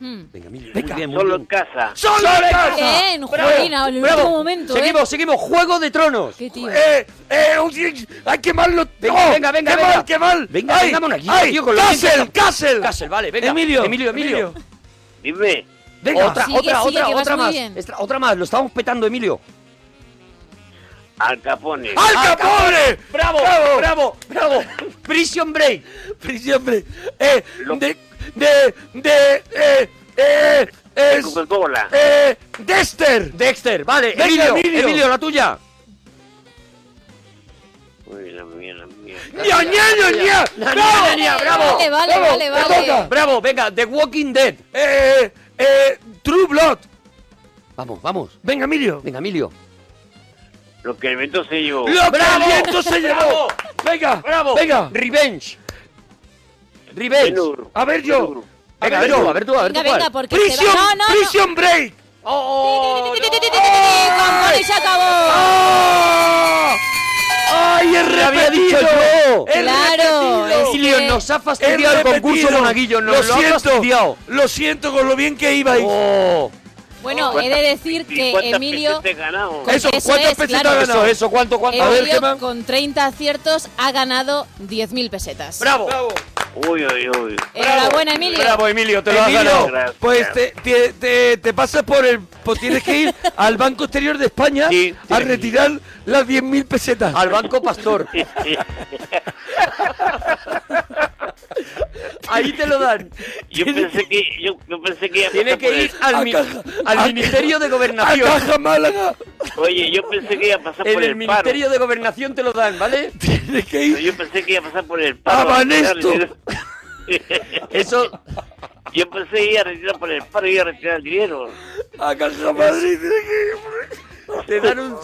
Hmm. Venga, Emilio. Venga. Muy bien, muy Solo en bien. casa. ¡Solo en casa! Bien, Bravo, Jolina, en el bravo. último momento, ¿eh? Seguimos, seguimos. Juego de Tronos. Qué tío. Eh, eh, un- hay que quemarlo. Venga, ¡Oh! venga, venga, qué venga. mal, qué mal. Venga, Ay, venga, monaguillo, ay, tío, con lo bien que Castle, está- Castle. Castle, vale, venga. Emilio, Emilio, Emilio. Dime. Venga, Venga. otra, Sigue, otra, sigue, otra, que vas otra muy más. bien. Extra- otra más. Lo estamos petando, Emilio. Al Capone. ¡Al Capone! Bravo, Bravo. bravo, bravo. Prison Break. Prisión, hombre. Eh, de, de, de, eh, eh, es, Coca-Cola. eh, Dexter. Dexter, vale. Venga, Emilio, Emilio. Emilio, la tuya. Uy, la mía, la mía. ¡Ña, ña, ña, ña! Ña, ña, ¡Bravo! ña, ña, bravo. Vale, vale, bravo, vale, te vale. toca. Bravo, venga, The Walking Dead. Eh, eh, True Blood. Vamos, vamos. Venga, Emilio. Venga, Emilio. Lo que el viento se llevó. ¡Lo que el Bravo, viento se llevó! bravo, Venga, Bravo. venga. Revenge. Revenge. Ben-Hur. A ver yo. Venga, a ver yo. tú, a ver tú, a ver Venga, tú cuál. venga, porque se Prisión, va. No, no, no. Prisión Break. Oh, Ti, ti, ti, ti, ti, ti, ti, Campana y se acabó. ¡Ay, he Te había repetido! dicho yo. He Claro, repetido. es Emilio, que- nos ha He fastidiado el concurso, repetido. Monaguillo. Nos lo, lo, ha fastidiado. siento. Lo siento con lo bien que ibais. Oh, Bueno, he de decir que ¿Cuántas Emilio, pesetas ganamos? Con- eso, eso ¿cuántas es, pesetas claro. ha eso, ganado? eso, ¿cuánto, cuánto? A ver, Emilio ¿qué más? con 30 aciertos ha ganado 10.000 pesetas. Bravo. Bravo. Uy, uy, uy. Enhorabuena, Emilio. Bravo, Emilio, te lo has Emilio, ganado. Gracias. pues te, te, te- te pasas por el... Pues tienes que ir al Banco Exterior de España Sí, a tienes que retirar las 10.000 pesetas. Al <laughs> Banco Pastor. Ahí te lo dan. Yo pensé que yo, yo pensé que iba a Tiene pasar por que ir el- al, mi- Caja- al a- Ministerio de ¡A Gobernación. Caja Málaga! Oye, yo pensé que iba a pasar En por el, el paro. Ministerio de Gobernación te lo dan, ¿vale? Tienes que ir... Yo pensé que iba a pasar por el ¡Ah, paro. Banesto. <laughs> Eso, Yo pensé que iba a retirar por el paro y iba a retirar el dinero. ¡A Caja Madrid! tienes que ir. te dan un...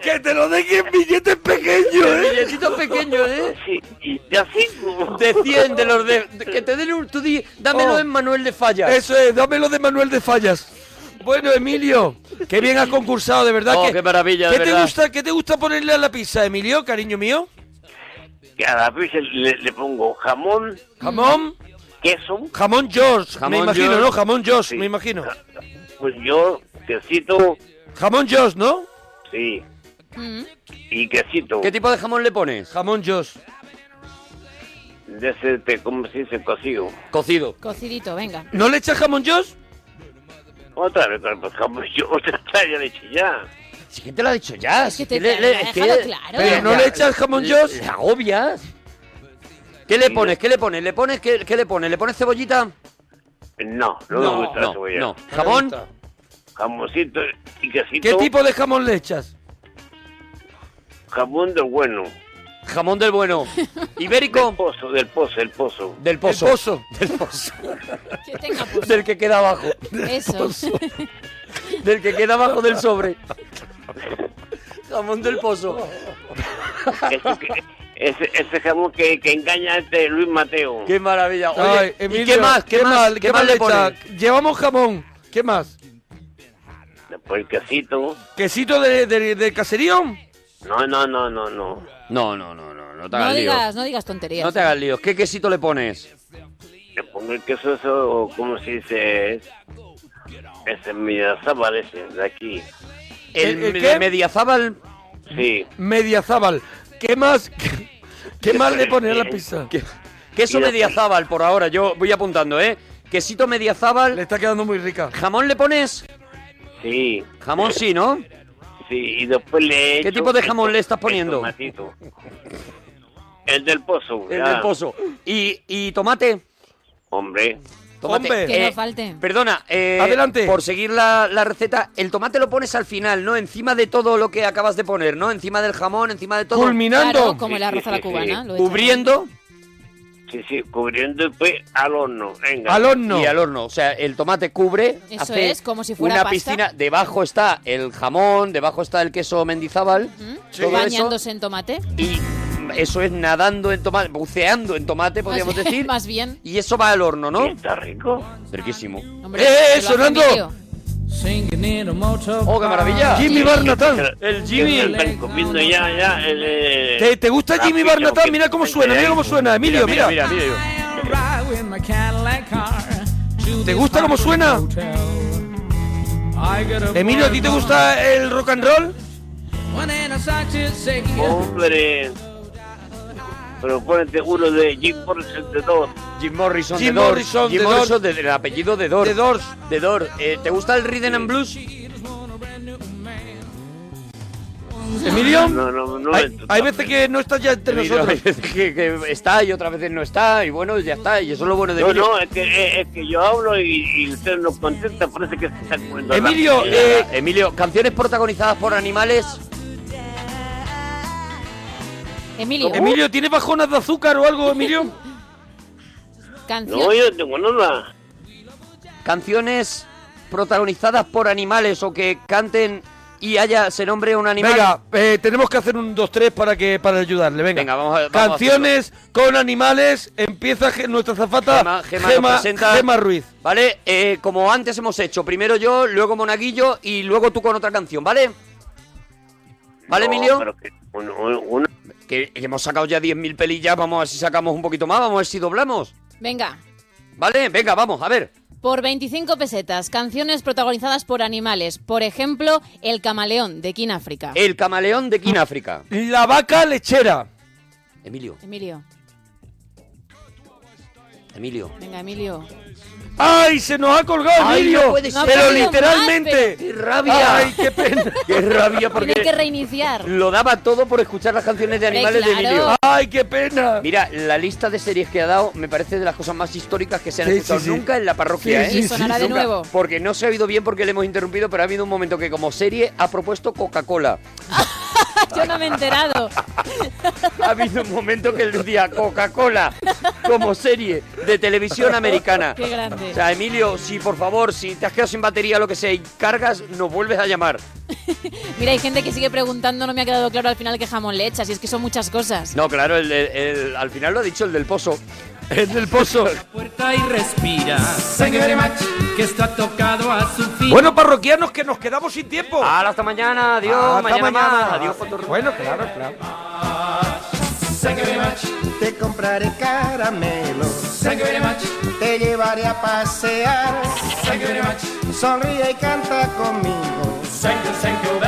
¡Que te lo den en billetes pequeños, eh! billetito pequeño, ¿eh? Sí, y de a cinco. De 100, de los de... de- Que te den un... Tú di, dámelo Oh. en Manuel de Falla. Eso es, dámelo de Manuel de Fallas. Bueno, Emilio, qué bien has concursado, de verdad. Oh, que, qué maravilla, de ¿qué te verdad. Gusta, ¿Qué te gusta ponerle a la pizza, Emilio, cariño mío? Que a la pizza le, le pongo jamón, ¿Jamón? queso, Jamón George, me Jamón imagino, George. ¿no? Jamón George, Sí. me imagino. pues yo, quesito, Jamón George, ¿no? sí, y quesito. ¿Qué tipo de jamón le pones? Jamón George. De ese, te- ¿cómo se dice? Cocido. Cocido. Cocidito, venga. ¿No le echas jamón George? Otra vez, pues jamón, yo <laughs> otra vez ya le eché ya. Si que te lo ha dicho ya. si que que te- le- te le- lo ha es que- dejado claro. Pero no ya, le echas jamón le- George. le agobias. ¿Qué le pones? ¿Qué le pones? ¿Le pones qué, qué le pones? ¿Le pones cebollita? No, no, me gusta la cebolla. no. ¿Jamón? Jamoncito y quesito. ¿Qué tipo de jamón le echas? Jamón del bueno. Jamón del bueno. <laughs> Ibérico. Del pozo, del pozo, del <laughs> pozo. Del pozo. Del pozo. Del pozo. Del que queda abajo. Del Eso. pozo. Del que queda abajo del sobre. Jamón del pozo. Eso que- Ese, ese jamón que, que engaña a este Luis Mateo. Qué maravilla. Oye, Ay, ¿y qué Emilio, más? ¿Qué más? mal- ¿Qué más le está? pones? Llevamos jamón. ¿Qué más? Por el casito. ¿Quesito de, de, de caserío? No, no, no, no, no. No, no, no, no. No te hagas No lío. digas, no digas tonterías. No te hagas líos. ¿Qué quesito le pones? Le pongo el queso eso, o como se dice. Ese mediazábal ese, de aquí. ¿El- el qué? mediazábal? Sí. Mediazábal. ¿Qué más? ¿Qué, qué más <laughs> le pones a la pizza? Queso Y la- mediazábal por ahora. Yo voy apuntando, ¿eh? Quesito mediazábal. Le está quedando muy rica. ¿Jamón le pones? Sí. Jamón sí, ¿no? Sí, y después le he ¿Qué hecho tipo de el jamón to- le estás el poniendo? tomatito. El del pozo. El ya. del pozo. ¿Y, y tomate? Hombre. Tomate. Hombre. Que no falte. Perdona. eh, Por seguir la, la receta, el tomate lo pones al final, ¿no? Encima de todo lo que acabas de poner, ¿no? Encima del jamón, encima de todo. Culminando. Claro, como el arroz a la cubana, Ah, lo he hecho. Cubriendo. Sí, sí, cubriendo después al horno. Venga. Al horno. Y al horno. O sea, el tomate cubre. Eso hace es, como si fuera Una pasta. piscina. Debajo está el jamón, debajo está el queso mendizábal. Todo eso, Bañándose en tomate. eso es nadando en tomate, buceando en tomate, podríamos Más- decir. Más bien. Y eso va al horno, ¿no? Está rico. Riquísimo. Hombre, ¡Eh, que eh, lo hace sonando! Emilio. ¡Oh, qué maravilla! Ah, Jimmy Barnatán. El Jimmy. Están comiendo ya, ya. El, eh, ¿Te, te gusta Jimmy rápido, Barnatán? que- Mira cómo suena, mira cómo suena, Emilio, mira. mira, ¿Te gusta cómo suena? Emilio, ¿a ti te gusta el rock and roll? Oh. Hombre. Pero ponete uno de Jim Morrison de dos. Jim Morrison Jim de Doors. Morrison Jim de Morrison de- del apellido de Doors. De Doors. Eh, ¿Te gusta el Rhythm and Blues? ¿Emilio? No, no, no. Hay, hay veces que no estás ya entre Emilio, nosotros. hay veces que, que está y otras veces no está y bueno, ya está. Y eso es lo bueno de No, Emilio. no, es que, eh, es, es que yo hablo y, y usted no contesta, parece que se está comiendo la- Emilio, la- eh, Emilio, canciones protagonizadas por animales. Emilio. Emilio, ¿tienes bajonas de azúcar o algo, Emilio? Canción. No, yo tengo nada. <laughs> Canciones protagonizadas por animales o que canten y haya se nombre un animal. Venga, eh, tenemos que hacer un 2-3 para que para ayudarle. Venga, vamos a- vamos a Canciones con animales. Empieza ge- nuestra Gema, zafata Gema nos presenta- Gema Ruiz. ¿Vale? Eh, como antes hemos hecho, primero yo, luego Monaguillo y luego tú con otra canción, ¿vale? ¿Vale, No, Emilio? pero que un- un- un- Que hemos sacado ya 10.000 pelillas, vamos a ver si sacamos un poquito más, vamos a ver si doblamos. Venga. ¿Vale? Venga, vamos, a ver. Por 25 pesetas, canciones protagonizadas por animales. Por ejemplo, El camaleón de King África. El camaleón de King África. La vaca lechera. Emilio, Emilio. Emilio. Venga, Emilio. ¡Ay, se nos ha colgado Ay, Emilio! no puede ser. No ha pero podido literalmente. más, pero- ¡Qué rabia! ¡Ay, <laughs> qué pena! ¡Qué rabia! Porque Tienen que reiniciar. <laughs> lo daba todo por escuchar las canciones de Eh, Hombre, animales de claro. Emilio. ¡Ay, qué pena! Mira, la lista de series que ha dado me parece de las cosas más históricas que se han Sí, escuchado sí, sí. nunca en la parroquia, Sí, ¿eh? sí, Y sonará sí. de Nunca. nuevo. Porque no se ha oído bien porque le hemos interrumpido, pero ha habido un momento que como serie ha propuesto Coca-Cola. Yo no me he enterado. Ha habido un momento que él decía Coca-Cola como serie de televisión americana. Qué grande. O sea, Emilio, si por favor, si te has quedado sin batería o lo que sea y cargas, nos vuelves a llamar. Mira, hay gente que sigue preguntando, no me ha quedado claro al final qué jamón le echas. Y es que son muchas cosas. No, claro, el, el- el- al final lo ha dicho el del pozo. El del pozo. Puerta y respira. Sangre de match que está tocado a su fin. Bueno, parroquianos, que nos quedamos sin tiempo. Hala, Ah, hasta mañana, adiós, Hasta mañana más, adiós, Bueno, claro, claro. Sangre match. Te compraré caramelos. Sangre match. Te llevaré a pasear. Sangre match. Sonríe y canta conmigo. Sangre, sangre